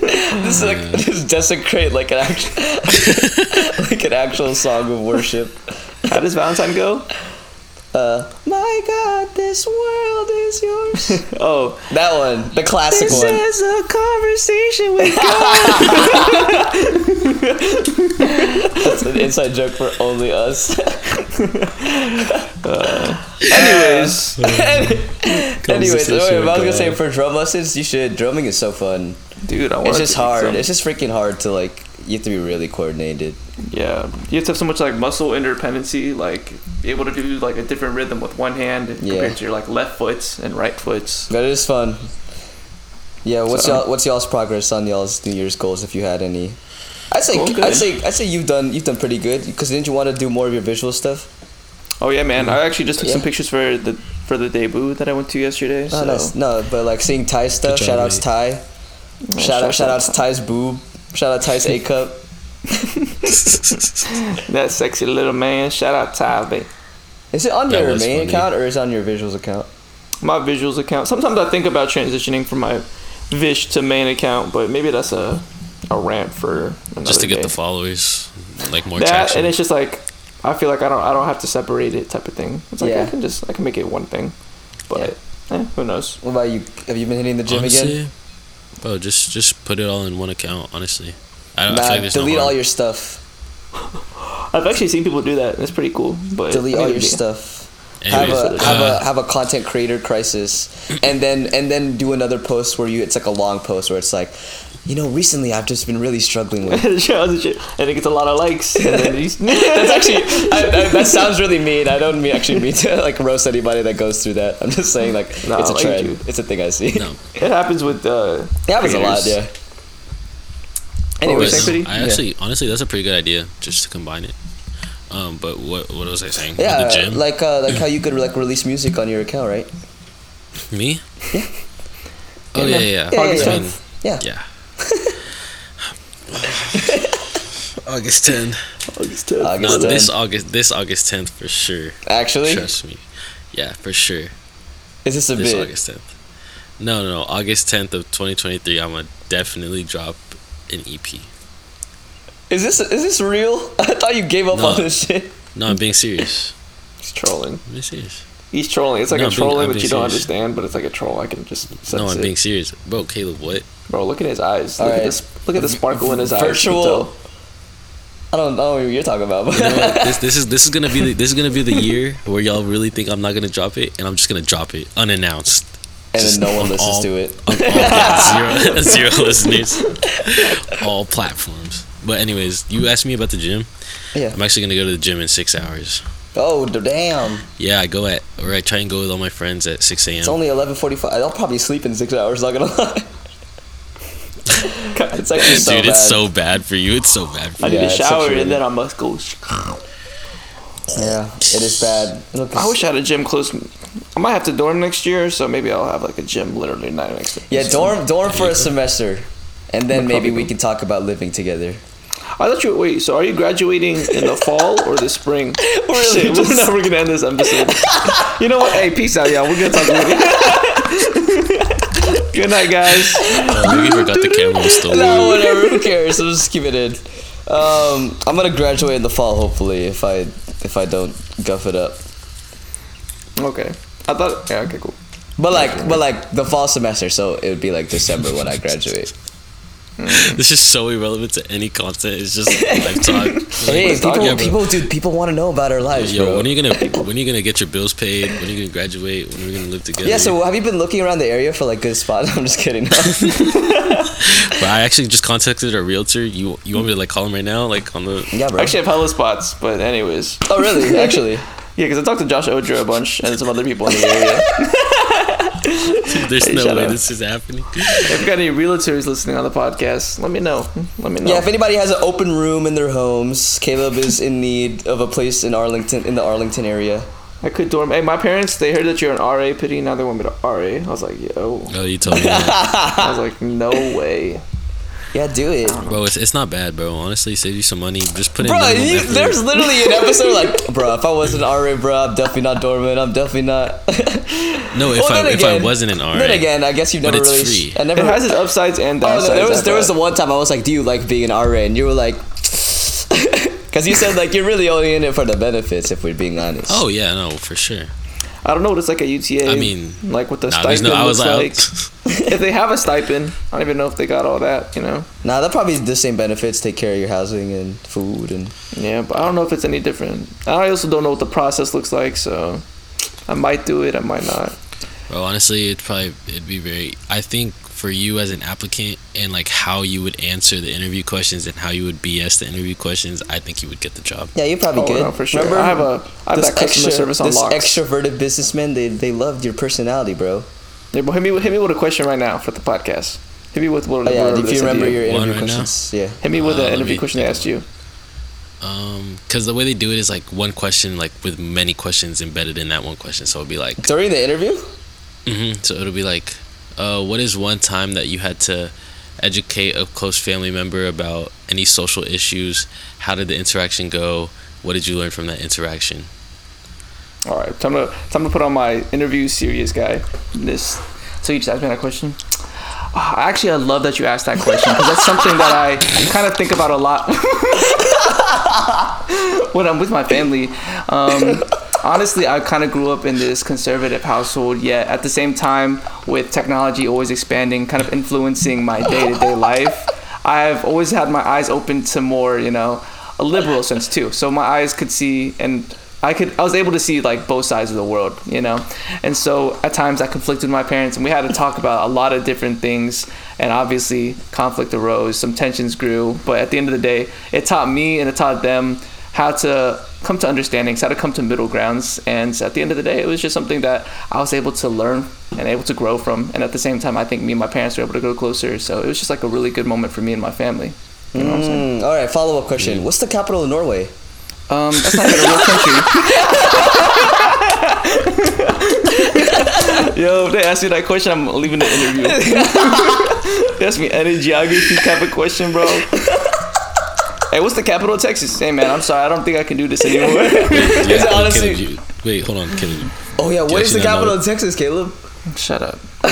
Speaker 2: This is like just desecrate like an actual like an actual song of worship.
Speaker 1: how does valentine go
Speaker 2: Uh,
Speaker 6: My God, this world is yours.
Speaker 2: oh, that one, the classic
Speaker 6: this
Speaker 2: one.
Speaker 6: is a conversation with God.
Speaker 2: That's an inside joke for only us. anyways, anyways, wait, I was gonna say for drum lessons, you should. Drumming is so fun.
Speaker 6: Dude, I want
Speaker 2: It's just hard. It's just freaking hard to like. You have to be really coordinated.
Speaker 6: yeah, you have to have so much like muscle interdependency, like able to do like a different rhythm with one hand
Speaker 2: Yeah.
Speaker 6: compared to your like left foots and right foots.
Speaker 2: But it is fun. Yeah, what's
Speaker 6: So-
Speaker 2: y'all what's y'all's progress on y'all's New Year's goals if you had any? I say
Speaker 6: Well,
Speaker 2: I
Speaker 6: good.
Speaker 2: say I say you've done you've done pretty good because didn't you want to do more of your visual stuff?
Speaker 6: Oh yeah, man! I actually just took some
Speaker 2: Yeah.
Speaker 6: pictures for the for the debut that I went to yesterday.
Speaker 2: Oh,
Speaker 6: so
Speaker 2: nice. No, but like seeing Ty stuff.
Speaker 3: job,
Speaker 2: shout outs
Speaker 3: mate.
Speaker 2: Ty. shout out shout outs Ty's boob. Shout out Ty's A cup.
Speaker 6: that sexy little man. Shout out Ty, babe.
Speaker 2: Is it on
Speaker 3: That
Speaker 2: your
Speaker 3: was
Speaker 2: main
Speaker 3: funny.
Speaker 2: account or is it on your visuals account?
Speaker 6: My visuals account. Sometimes I think about transitioning from my Vish to main account, but maybe that's a a rant for another
Speaker 3: just to get
Speaker 6: day.
Speaker 3: the followers, like more
Speaker 6: that,
Speaker 3: traction.
Speaker 6: and it's just like I feel like I don't I don't have to separate it type of thing. It's like
Speaker 2: Yeah.
Speaker 6: I can just I can make it one thing, but eh, who knows?
Speaker 2: What about you? Have you been hitting the gym
Speaker 3: honestly,
Speaker 2: again?
Speaker 3: bro, just just put it all in one account. Honestly, I, don't I
Speaker 2: Nah,
Speaker 3: feel like there's
Speaker 2: delete
Speaker 3: no
Speaker 2: all
Speaker 3: harm.
Speaker 2: your stuff.
Speaker 6: I've actually seen people do that. It's pretty cool. But
Speaker 2: Delete
Speaker 6: I
Speaker 2: all
Speaker 6: need
Speaker 2: your
Speaker 6: to be-
Speaker 2: stuff. have
Speaker 3: Uh, Anyways,
Speaker 2: a have
Speaker 3: uh,
Speaker 2: a have a content creator crisis, and then and then do another post where you it's like a long post where it's like, you know, recently I've just been really struggling with.
Speaker 6: Shows and shit, and it gets a lot of likes. And then he's-
Speaker 2: That's actually I, I, that sounds really mean. I don't mean, actually mean to like roast anybody that goes through that. I'm just saying like
Speaker 6: No,
Speaker 2: it's a
Speaker 6: I
Speaker 2: trend.
Speaker 6: do.
Speaker 2: It's a thing I see.
Speaker 3: no,
Speaker 6: it happens with uh,
Speaker 2: It happens a lot, yeah.
Speaker 6: creators.
Speaker 2: Anyways,
Speaker 6: Wait,
Speaker 3: But
Speaker 6: Sexy?
Speaker 3: I actually, honestly, that's a pretty good idea, just to combine it. Um, but what what was I saying?
Speaker 2: yeah,
Speaker 3: the gym,
Speaker 2: like uh, like how you could like release music on your account, right?
Speaker 3: me. Oh yeah, yeah, yeah.
Speaker 2: Yeah, yeah,
Speaker 3: I
Speaker 2: yeah.
Speaker 3: mean,
Speaker 2: Yeah.
Speaker 3: yeah. August 10th.
Speaker 6: August 10th.
Speaker 2: August
Speaker 3: No,
Speaker 2: 10th.
Speaker 3: this August, this August 10th for sure.
Speaker 2: Actually,
Speaker 3: Trust me. Yeah, for sure.
Speaker 2: is this a
Speaker 3: This
Speaker 2: bit?
Speaker 3: August 10th. No, no, no. August 10th of 2023, I'm going to definitely drop an E EP.
Speaker 2: Is this is this real? I thought you gave up
Speaker 3: No.
Speaker 2: on this shit.
Speaker 3: No, I'm being serious.
Speaker 6: He's trolling.
Speaker 3: I'm being serious.
Speaker 6: He's trolling. It's like
Speaker 3: No,
Speaker 6: a
Speaker 3: I'm being-
Speaker 6: trolling
Speaker 3: I'm
Speaker 6: that
Speaker 3: being
Speaker 6: you don't
Speaker 3: serious.
Speaker 6: understand, but it's like a troll. I can just sense
Speaker 3: no, I'm
Speaker 6: it.
Speaker 3: being serious. Bro, Caleb, what?
Speaker 6: Bro, look at his eyes.
Speaker 2: All
Speaker 6: look
Speaker 2: right.
Speaker 6: at this. Look at the sparkle in his eyes. You can
Speaker 2: Virtual.
Speaker 6: tell.
Speaker 2: I don't know what you're talking about, but
Speaker 3: You know what? this this is this is gonna be the, this is gonna be the year where y'all really think I'm not gonna drop it, and I'm just gonna drop it unannounced.
Speaker 2: and then
Speaker 3: Just
Speaker 2: no one
Speaker 3: on
Speaker 2: listens
Speaker 3: all-
Speaker 2: to it.
Speaker 3: on all- yeah, zero, zero listeners, all platforms. But anyways, you asked me about the gym.
Speaker 2: Yeah.
Speaker 3: I'm actually gonna go to the gym in six hours.
Speaker 2: Oh d- damn!
Speaker 3: Yeah, I go at or I try and go with all my friends at six a.m.
Speaker 2: It's only eleven forty-five. I'll probably sleep in six hours. Not gonna lie. it's actually so
Speaker 3: Dude,
Speaker 2: bad.
Speaker 3: it's so bad for you. It's so bad for
Speaker 6: I
Speaker 3: you.
Speaker 6: need
Speaker 2: Yeah,
Speaker 6: a
Speaker 2: it's
Speaker 6: shower
Speaker 2: actually-
Speaker 6: and then I must go.
Speaker 2: yeah, it is bad. Look,
Speaker 6: I wish I had a gym close. I might have to dorm next year, so maybe I'll have like a gym literally right next to me.
Speaker 2: yeah, dorm dorm for a semester, and then
Speaker 6: We'll
Speaker 2: maybe
Speaker 6: probably
Speaker 2: we
Speaker 6: go.
Speaker 2: can talk about living together.
Speaker 6: I thought you wait. So are you graduating in the fall or the spring?
Speaker 2: Really?
Speaker 6: Shit,
Speaker 2: Just-
Speaker 6: we're never gonna end this episode. you know what? Hey, peace out, y'all. We're gonna talk later. Good night, guys.
Speaker 3: I think you forgot the camera was still.
Speaker 2: No, whatever. Who cares? I'll just keep it in. Um, I'm gonna graduate in the fall, hopefully. If I if I don't guff it up.
Speaker 6: Okay. I thought. Yeah. Okay. Cool.
Speaker 2: But like, but like the fall semester, so it would be like December when I graduate.
Speaker 3: This is so irrelevant to any content. It's just live talk. It's like,
Speaker 2: Hey,
Speaker 3: let's talk,
Speaker 2: people,
Speaker 3: yeah, bro.
Speaker 2: people, dude, people want to know about our lives,
Speaker 3: Yo,
Speaker 2: bro.
Speaker 3: when are you gonna when are you gonna get your bills paid? When are you gonna graduate? When are we gonna live together?
Speaker 2: yeah, so have you been looking around the area for like good spots? I'm just kidding.
Speaker 3: but I actually just contacted a realtor. You you want me to like call him right now? Like on the
Speaker 2: yeah, bro.
Speaker 6: Actually, I have hella spots, but anyways.
Speaker 2: oh really? Actually,
Speaker 6: Yeah, because I talked to Josh Odra a bunch and some other people in the area.
Speaker 3: there's
Speaker 6: Hey,
Speaker 3: no
Speaker 6: shut
Speaker 3: way
Speaker 6: up.
Speaker 3: this is happening.
Speaker 6: if you got any realtors listening on the podcast, let me know. Let me know.
Speaker 2: yeah. If anybody has an open room in their homes, Caleb is in need of a place in Arlington, in the Arlington area.
Speaker 6: I could dorm. Hey, my parents, they heard that you're an RA pity. Now they want me to RA. I was like, yo.
Speaker 3: Oh, you told me, that.
Speaker 6: I was like, no way.
Speaker 2: Yeah, do it,
Speaker 3: bro. It's, it's not bad, bro. Honestly, save you some money. Just put in.
Speaker 2: bro.
Speaker 3: minimum
Speaker 2: You,
Speaker 3: effort.
Speaker 2: there's literally an episode like, bro. If I wasn't RA, bro, I'm definitely not dormant. I'm definitely not.
Speaker 3: no. If
Speaker 2: Well,
Speaker 3: I
Speaker 2: then
Speaker 3: if I
Speaker 2: again-
Speaker 3: wasn't an RA,
Speaker 2: Then again, I guess you've
Speaker 3: But
Speaker 2: never
Speaker 3: it's
Speaker 2: really.
Speaker 3: free.
Speaker 2: I never.
Speaker 6: It has its upsides and
Speaker 2: Oh,
Speaker 6: downsides.
Speaker 2: there
Speaker 6: I
Speaker 2: was there was the
Speaker 6: bet.
Speaker 2: one time I was like, "Do you like being an RA?" And you were like, Because you said like you're really only in it for the benefits, if we're being honest.
Speaker 3: Oh yeah, no, for sure.
Speaker 6: I don't know what it's like at UTA.
Speaker 3: I mean,
Speaker 6: like what the
Speaker 3: Nah, there's
Speaker 6: stipend
Speaker 3: no. I was
Speaker 6: looks
Speaker 3: like,
Speaker 6: like. if they have a stipend, I don't even know if they got all that. You know.
Speaker 2: Nah, that probably the same benefits. Take care of your housing and food and.
Speaker 6: Yeah, but I don't know if it's any different. I also don't know what the process looks like, so I might do it. I might not.
Speaker 3: Bro, honestly, it'd probably it'd be very. I think for you as an applicant and like how you would answer the interview questions and how you would BS the interview questions, I think you would get the job.
Speaker 2: Yeah, you probably
Speaker 6: Oh,
Speaker 2: good.
Speaker 6: no, for sure. I have a I have
Speaker 2: this
Speaker 6: that customer
Speaker 2: extra-
Speaker 6: service on
Speaker 2: This
Speaker 6: lock.
Speaker 2: extroverted businessman, they they loved your personality, bro. Oh,
Speaker 6: Yeah, but hit me hit me with a question right now for the podcast. Hit me with what
Speaker 2: Oh, yeah, if
Speaker 6: they
Speaker 2: you
Speaker 6: said to
Speaker 2: remember
Speaker 6: you.
Speaker 2: your Ah,
Speaker 3: One
Speaker 2: interview
Speaker 3: right now?
Speaker 2: questions, yeah.
Speaker 6: Hit me with
Speaker 3: Uh,
Speaker 6: the
Speaker 3: let
Speaker 6: interview
Speaker 3: me
Speaker 6: question they
Speaker 3: think
Speaker 6: asked you.
Speaker 3: Um, because the way they do it is like one question, like with many questions embedded in that one question. So it'd be like,
Speaker 2: During the interview,
Speaker 3: hmm so it'll be like, uh, what is one time that you had to educate a close family member about any social issues? How did the interaction go? What did you learn from that interaction?
Speaker 6: All right, time to time to put on my interview serious guy. This. So you just asked me that question. Ah, Actually, I love that you asked that question because that's something that I kind of think about a lot when I'm with my family. Um, honestly, I kind of grew up in this conservative household, yet at the same time, with technology always expanding, kind of influencing my day to day life, I've always had my eyes open to more, you know, a liberal sense too. So my eyes could see and I could I was able to see like both sides of the world, you know. And so at times I conflicted with my parents and we had to talk about a lot of different things and obviously conflict arose, some tensions grew, but at the end of the day, it taught me and it taught them how to come to understandings, how to come to middle grounds. And at the end of the day, it was just something that I was able to learn and able to grow from. And at the same time, I think me and my parents were able to grow closer. So it was just like a really good moment for me and my family. You know what I'm saying?
Speaker 2: Mm, all right. Follow up question: What's the capital of Norway?
Speaker 6: Um, that's not even a real country. Yo, if they ask me that question, I'm leaving the interview. they ask me any geography type of question, bro. Hey, what's the capital of Texas? Hey, man, I'm sorry. I don't think I can do this anymore.
Speaker 3: Yeah,
Speaker 2: it
Speaker 3: oh,
Speaker 2: honestly-
Speaker 3: Caleb, you- wait, hold on, Caleb.
Speaker 2: Oh yeah, what
Speaker 3: Yeah,
Speaker 2: is
Speaker 3: she
Speaker 2: the
Speaker 3: don't know
Speaker 2: capital
Speaker 3: it.
Speaker 2: of Texas, Caleb?
Speaker 6: Shut up. no,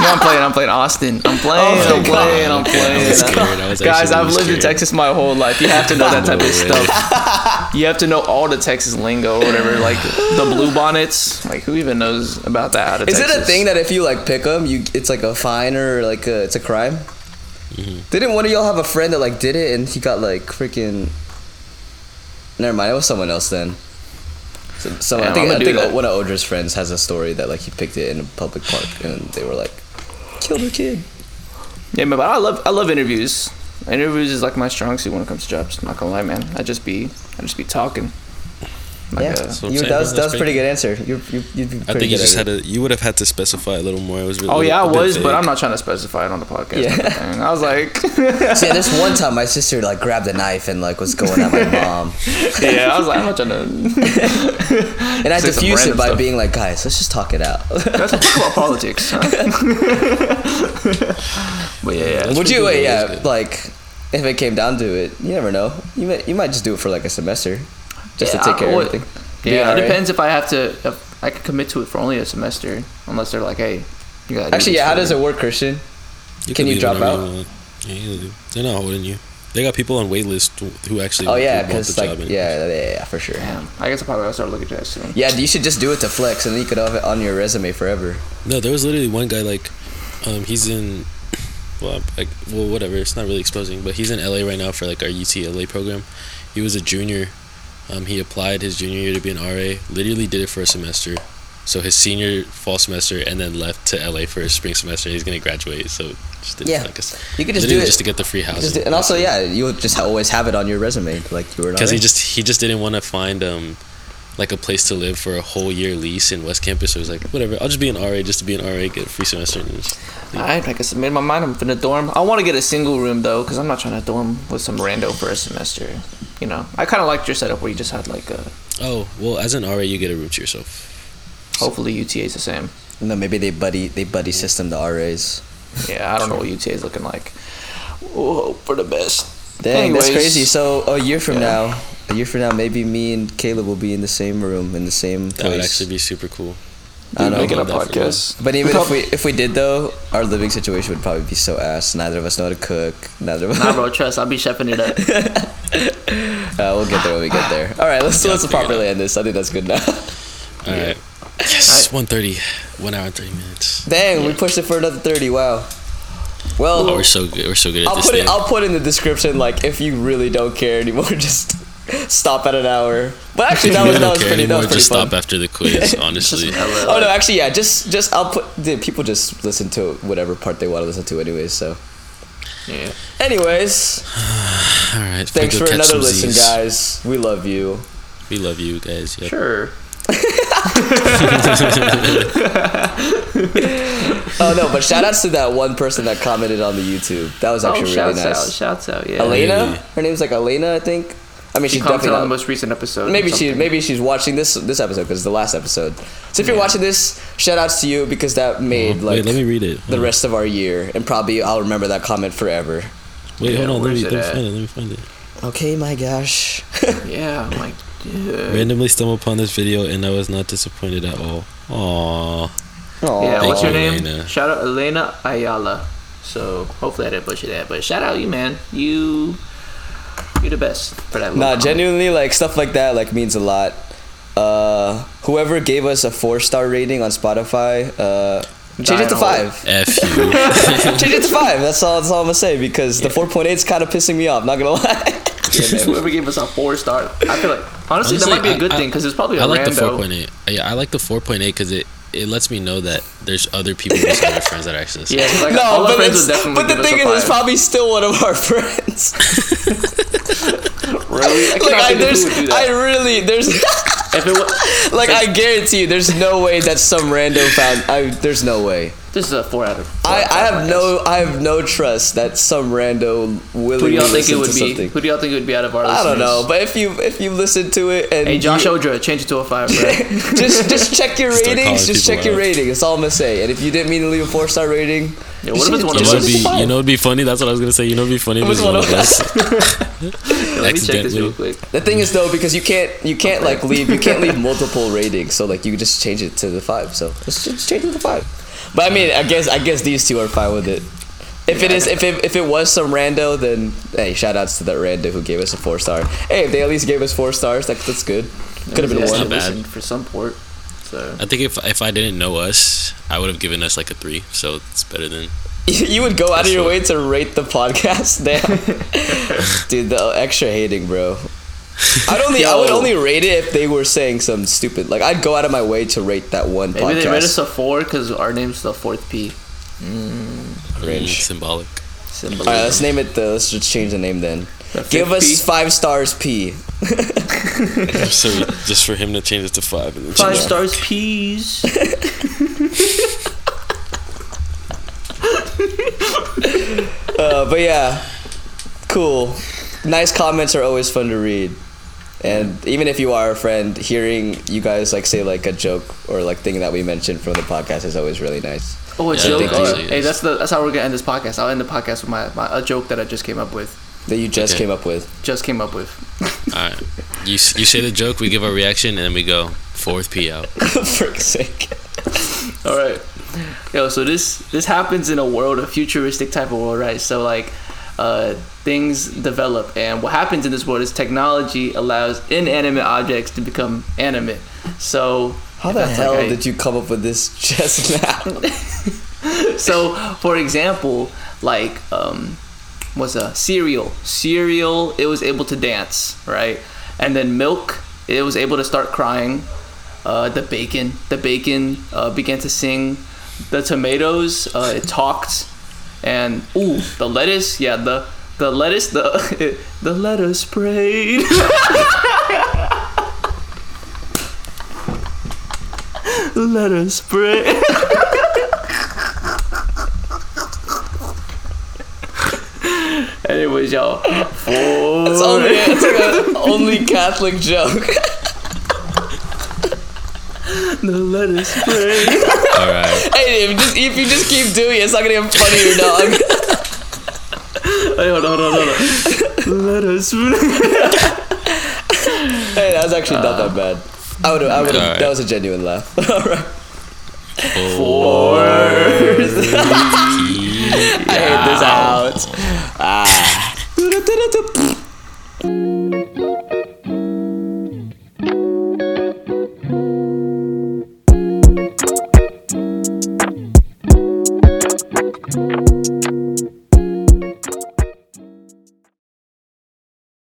Speaker 6: I'm playing. I'm playing Austin. I'm playing.
Speaker 2: Oh my
Speaker 6: I'm playing. I'm
Speaker 3: God. Okay, I
Speaker 6: playing.
Speaker 3: was scared. I was
Speaker 6: Guys,
Speaker 3: actually
Speaker 6: I've lived in
Speaker 3: scared.
Speaker 6: Texas my whole life. You have to know that type
Speaker 3: No
Speaker 6: of
Speaker 3: way.
Speaker 6: stuff. You have to know all the Texas lingo or whatever, like the blue bonnets. Like who even knows about that? Out of
Speaker 2: Is it a
Speaker 6: Texas?
Speaker 2: thing that if you like pick them, you it's like a fine or like a, it's a crime?
Speaker 6: Mm-hmm.
Speaker 2: Didn't one of y'all have a friend that like did it and he got like freaking? Never mind, it was someone else then. So, someone,
Speaker 6: Damn,
Speaker 2: I think,
Speaker 6: I'ma
Speaker 2: I
Speaker 6: do
Speaker 2: think
Speaker 6: that.
Speaker 2: one of Odra's friends has a story that like he picked it in a public park and they were like, "Kill the kid."
Speaker 6: Yeah, man, but I love I love interviews. Interviews is like my strong suit when it comes to jobs. not gonna lie, man. I just be I just be talking. Like
Speaker 2: yeah,
Speaker 6: uh,
Speaker 3: That's what I'm
Speaker 2: you,
Speaker 3: saying,
Speaker 2: that was
Speaker 3: that's
Speaker 2: that was
Speaker 3: pretty-
Speaker 2: pretty good answer. You you you'd be pretty
Speaker 3: I think
Speaker 2: good
Speaker 3: you just
Speaker 2: at
Speaker 3: had
Speaker 2: it.
Speaker 3: a. You would have had to specify a little more. It was. a
Speaker 6: oh
Speaker 3: little-
Speaker 6: yeah, I
Speaker 3: a bit
Speaker 6: was, but
Speaker 3: vague.
Speaker 6: I'm not trying to specify it on the podcast.
Speaker 2: Yeah.
Speaker 6: type of thing. I was like,
Speaker 2: See, yeah, this one time my sister like grabbed a knife and like was going at my mom.
Speaker 6: yeah, I was like, I'm not trying to.
Speaker 2: And I
Speaker 6: Say some
Speaker 2: diffused it
Speaker 6: random
Speaker 2: by
Speaker 6: stuff.
Speaker 2: being like, guys, let's just talk it out.
Speaker 6: Let's talk about politics. huh? but yeah, yeah.
Speaker 3: That's
Speaker 2: Would
Speaker 3: pretty
Speaker 2: you?
Speaker 3: good,
Speaker 2: Wait,
Speaker 3: that was
Speaker 2: yeah,
Speaker 3: good.
Speaker 2: like if it came down to it, you never know. You might, you might just do it for like a semester, just
Speaker 6: Yeah,
Speaker 2: to take
Speaker 6: I
Speaker 2: care
Speaker 6: would-
Speaker 2: of everything. Be
Speaker 6: Yeah, it
Speaker 2: alright.
Speaker 6: depends if I have to. If I could commit to it for only a semester, unless they're like, hey, you gotta. do
Speaker 2: Actually,
Speaker 6: this
Speaker 2: yeah. How
Speaker 6: for-
Speaker 2: does it work, Christian? Can
Speaker 3: could
Speaker 2: you
Speaker 3: be
Speaker 2: drop
Speaker 3: whatever
Speaker 2: out?
Speaker 3: you want. Yeah, you can do. They're not holding you. They got people on wait list who- who actually.
Speaker 2: Oh
Speaker 3: who
Speaker 2: yeah,
Speaker 3: want
Speaker 2: because
Speaker 3: the
Speaker 2: like
Speaker 3: job and-
Speaker 2: yeah, yeah, yeah, for sure.
Speaker 6: Damn, I guess I probably gotta start looking at that soon.
Speaker 2: Yeah, you should just do it to flex, and then you could have it on your resume forever.
Speaker 3: No, there was literally one guy like, um, he's in, well, like, well, whatever. It's not really exposing, but he's in LA right now for like our UTLA program. He was a junior. Um, he applied his junior year to be an RA. Literally did it for a semester. So his senior fall semester, and then left to LA for his spring semester. He's gonna graduate. So just did it
Speaker 2: Yeah.
Speaker 3: for, like, a s-
Speaker 2: You could just
Speaker 3: literally
Speaker 2: do it.
Speaker 3: just to get the free housing.
Speaker 2: Just do- and also, yeah, you would just always have it on your resume, like you were.
Speaker 3: because he just he just didn't want to find um like a place to live for a whole year lease in West Campus. So he was like, whatever, I'll just be an RA just to be an RA, get a free semester. And just,
Speaker 6: Alright, I guess I made my mind. I'm finna dorm. I want to get a single room though, because I'm not trying to dorm with some rando for a semester. You know, I kind of liked your setup where you just had like a.
Speaker 3: oh well, as an RA, you get a room to yourself.
Speaker 6: Hopefully UTA's the same.
Speaker 2: no, maybe they buddy they buddy system the RAs.
Speaker 6: Yeah, I don't know what UTA is looking like. We'll hope for the best.
Speaker 2: Dang, that's
Speaker 6: Anyways.
Speaker 2: crazy. So a year from
Speaker 6: Yeah.
Speaker 2: now, a year from now, maybe me and Caleb will be in the same room in the same
Speaker 3: That
Speaker 2: place.
Speaker 3: would actually be super cool.
Speaker 2: I
Speaker 6: Dude,
Speaker 2: know.
Speaker 6: making a
Speaker 3: Love that for
Speaker 6: podcast.
Speaker 2: But even
Speaker 6: Prob-
Speaker 2: if we if we did though, our living situation would probably be so ass. Neither of us know how to cook. Neither of us.
Speaker 6: Nah, bro, trust. I'll be chefing it up.
Speaker 2: Uh, we'll get there when we get there. All right, let's let's properly end this. I think that's good now.
Speaker 3: All right. Yes, one thirty. One hour and thirty minutes.
Speaker 2: Dang, we pushed it for another thirty. Wow. Well,
Speaker 3: Oh, we're so good. We're so good at
Speaker 2: I'll
Speaker 3: this.
Speaker 2: put it.
Speaker 3: thing.
Speaker 2: I'll put in the description like if you really don't care anymore, just stop at an hour. But actually, that
Speaker 3: We
Speaker 2: was that
Speaker 3: don't
Speaker 2: was
Speaker 3: care
Speaker 2: pretty. That
Speaker 3: anymore.
Speaker 2: was pretty
Speaker 3: Just
Speaker 2: fun.
Speaker 3: stop after the quiz. Honestly,
Speaker 2: Oh no, actually, yeah. Just just I'll put. Dude, people just listen to whatever part they want to listen to, anyways. So,
Speaker 6: Yeah.
Speaker 2: anyways,
Speaker 3: all right.
Speaker 2: thanks
Speaker 3: go
Speaker 2: for
Speaker 3: catch
Speaker 2: another
Speaker 3: some
Speaker 2: listen,
Speaker 3: Z's.
Speaker 2: guys. We love you.
Speaker 3: We love you guys. Yep.
Speaker 6: Sure.
Speaker 2: Oh no, but shout outs to that one person that commented on the YouTube. That was
Speaker 6: Oh,
Speaker 2: actually really
Speaker 6: shouts out,
Speaker 2: nice.
Speaker 6: shouts out. Yeah.
Speaker 2: Elena,
Speaker 3: Really?
Speaker 2: her name's like Elena, I think. I mean,
Speaker 6: She
Speaker 2: she's
Speaker 6: commented
Speaker 2: definitely
Speaker 6: on the
Speaker 2: not,
Speaker 6: most recent episode. or
Speaker 2: maybe she
Speaker 6: something.
Speaker 2: maybe she's watching this this episode because it's the last episode. So if you're watching this, shout outs to you because that made
Speaker 3: Wait,
Speaker 2: like
Speaker 3: let me read it.
Speaker 2: the
Speaker 3: Hold on.
Speaker 2: rest of our year, and probably I'll remember that comment forever.
Speaker 3: Wait,
Speaker 6: Yeah,
Speaker 3: hold on. Let me, let
Speaker 6: where's
Speaker 3: me
Speaker 6: it at?
Speaker 3: find it. Let me find it.
Speaker 2: Okay, my gosh.
Speaker 6: Yeah. I'm like. dude.
Speaker 3: Randomly stumbled upon this video and I was not disappointed at all. Aww.
Speaker 2: Aw.
Speaker 6: Yeah,
Speaker 3: Thank
Speaker 6: what's
Speaker 3: you,
Speaker 6: your name?
Speaker 3: Elena.
Speaker 6: Shout out Elena Ayala. So hopefully I didn't butcher that, but shout out you, man. You, you're the best for
Speaker 2: Nah,
Speaker 6: that. little comment.
Speaker 2: genuinely, like stuff like that like means a lot. Uh, whoever gave us a four star rating on Spotify, uh, change it to
Speaker 6: Dino.
Speaker 2: five.
Speaker 3: F you.
Speaker 2: change it to five. That's all. That's all I'm gonna say because the four point eight is kind of pissing me off. Not gonna lie.
Speaker 6: Yeah, man, whoever gave us a four star, I feel like honestly that
Speaker 3: Honestly,
Speaker 6: might be a
Speaker 3: I-
Speaker 6: good
Speaker 3: I-
Speaker 6: thing because it's probably a
Speaker 3: I like the
Speaker 6: rando.
Speaker 3: 4.8. Yeah, I like the 4.8 because it, it lets me know that there's other people besides my friends that are actually listening.
Speaker 6: Yeah, 'cause, like, all
Speaker 2: no,
Speaker 6: our
Speaker 2: but,
Speaker 6: friends
Speaker 2: it's,
Speaker 6: would definitely
Speaker 2: but the
Speaker 6: give us
Speaker 2: thing
Speaker 6: a
Speaker 2: is, it's
Speaker 6: five.
Speaker 2: probably still one of our friends.
Speaker 6: really. I
Speaker 2: like,
Speaker 6: cannot
Speaker 2: I,
Speaker 6: think of
Speaker 2: there's,
Speaker 6: who would do
Speaker 2: I
Speaker 6: that.
Speaker 2: really, there's,
Speaker 6: if it was,
Speaker 2: like, I guarantee you, there's no way that some rando found. I, there's no way.
Speaker 6: this is a four out of. Four
Speaker 2: I,
Speaker 6: out
Speaker 2: I
Speaker 6: of five,
Speaker 2: have
Speaker 6: guess.
Speaker 2: no, I have no trust that some rando
Speaker 6: Who do
Speaker 2: willingly
Speaker 6: y'all think
Speaker 2: listen
Speaker 6: it would
Speaker 2: to
Speaker 6: be?
Speaker 2: something.
Speaker 6: Who do y'all think it would be out of our?
Speaker 2: I don't know,
Speaker 6: listeners?
Speaker 2: but if you if you listen to it and
Speaker 6: Hey, Josh
Speaker 2: you,
Speaker 6: Odra, change it to a five, bro.
Speaker 2: just just check your
Speaker 3: Start
Speaker 2: ratings.
Speaker 3: calling
Speaker 2: Just
Speaker 3: people
Speaker 2: check your
Speaker 3: out.
Speaker 2: rating. That's all I'm gonna say. And if you didn't mean to leave a four star rating,
Speaker 6: Yeah, what if it's one
Speaker 3: You
Speaker 6: of
Speaker 3: know,
Speaker 6: us?
Speaker 3: it'd be, you know, it'd be funny. That's what I was gonna say. You know, it'd be funny. If it was one of us.
Speaker 6: Let me check this
Speaker 3: Accidentally.
Speaker 6: real quick.
Speaker 2: The thing is though, because you can't you can't like leave you can't leave multiple ratings, so like you just change it to the five. So just, just change it to the five. But I mean, I guess I guess these two are fine with it. If it is if it, if it was some rando, then hey, shout outs to that rando who gave us a four star. Hey, if they at least gave us four stars, like that's good. Could have been
Speaker 6: It's
Speaker 3: not
Speaker 2: one.
Speaker 3: bad.
Speaker 6: listened for some port. So
Speaker 3: I think if if I didn't know us, I would have given us like a three. So it's better than.
Speaker 2: You would go out of
Speaker 3: That's
Speaker 2: your
Speaker 3: what-
Speaker 2: way to rate the podcast, damn. Dude, the extra hating, bro. I'd only I would
Speaker 6: Yo.
Speaker 2: only rate it if they were saying some stupid. Like I'd go out of my way to rate that one
Speaker 6: maybe
Speaker 2: podcast.
Speaker 6: they rated us a four because our name's the fourth P.
Speaker 3: Mm, symbolic.
Speaker 6: Symbolism.
Speaker 2: All right, let's name it. The, let's just change the name then.
Speaker 6: The fifth
Speaker 2: Give us
Speaker 6: P.
Speaker 2: five stars, P.
Speaker 3: so just for him to change it to five. And then
Speaker 6: Five
Speaker 3: change it.
Speaker 6: stars, peas.
Speaker 2: Uh, but yeah, cool. Nice comments are always fun to read. And even if you are a friend, hearing you guys like say like a joke or like thing that we mentioned from the podcast is always really nice.
Speaker 6: Oh, a
Speaker 3: Yeah,
Speaker 2: I
Speaker 6: joke.
Speaker 2: think
Speaker 6: Oh,
Speaker 2: these
Speaker 3: are
Speaker 6: hey,
Speaker 3: yours.
Speaker 6: that's the that's how we're gonna end this podcast. I'll end the podcast with my, my a joke that I just came up with.
Speaker 2: That you just
Speaker 3: Okay.
Speaker 2: came up with.
Speaker 6: Just came up with.
Speaker 3: All right. You s- you say the joke. We give our reaction, and then we go fourth P out.
Speaker 2: Frick's sake.
Speaker 6: All right. Yo, so this this happens in a world, a futuristic type of world, right? So like, uh, things develop, and what happens in this world is technology allows inanimate objects to become animate. So
Speaker 2: How the hell did you come up with this just now?
Speaker 6: so for example like um what's a cereal cereal it was able to dance right and then milk it was able to start crying uh, the bacon the bacon uh, began to sing the tomatoes uh, it talked and ooh the lettuce yeah the the lettuce the the lettuce prayed lettuce pray Anyways, y'all.
Speaker 2: It's
Speaker 6: Four.
Speaker 2: only, it's like a only Catholic joke.
Speaker 6: The lettuce spray.
Speaker 3: All right.
Speaker 2: hey, if, just, if you just keep doing it, it's not gonna get funnier, dog.
Speaker 6: Hey, hold on, hold on, hold on. Lettuce spray.
Speaker 2: hey, that was actually not that bad. I would have, I would have,
Speaker 3: Alright.
Speaker 2: that was a genuine laugh. Alright.
Speaker 6: Four.
Speaker 2: I hate this out. Ah.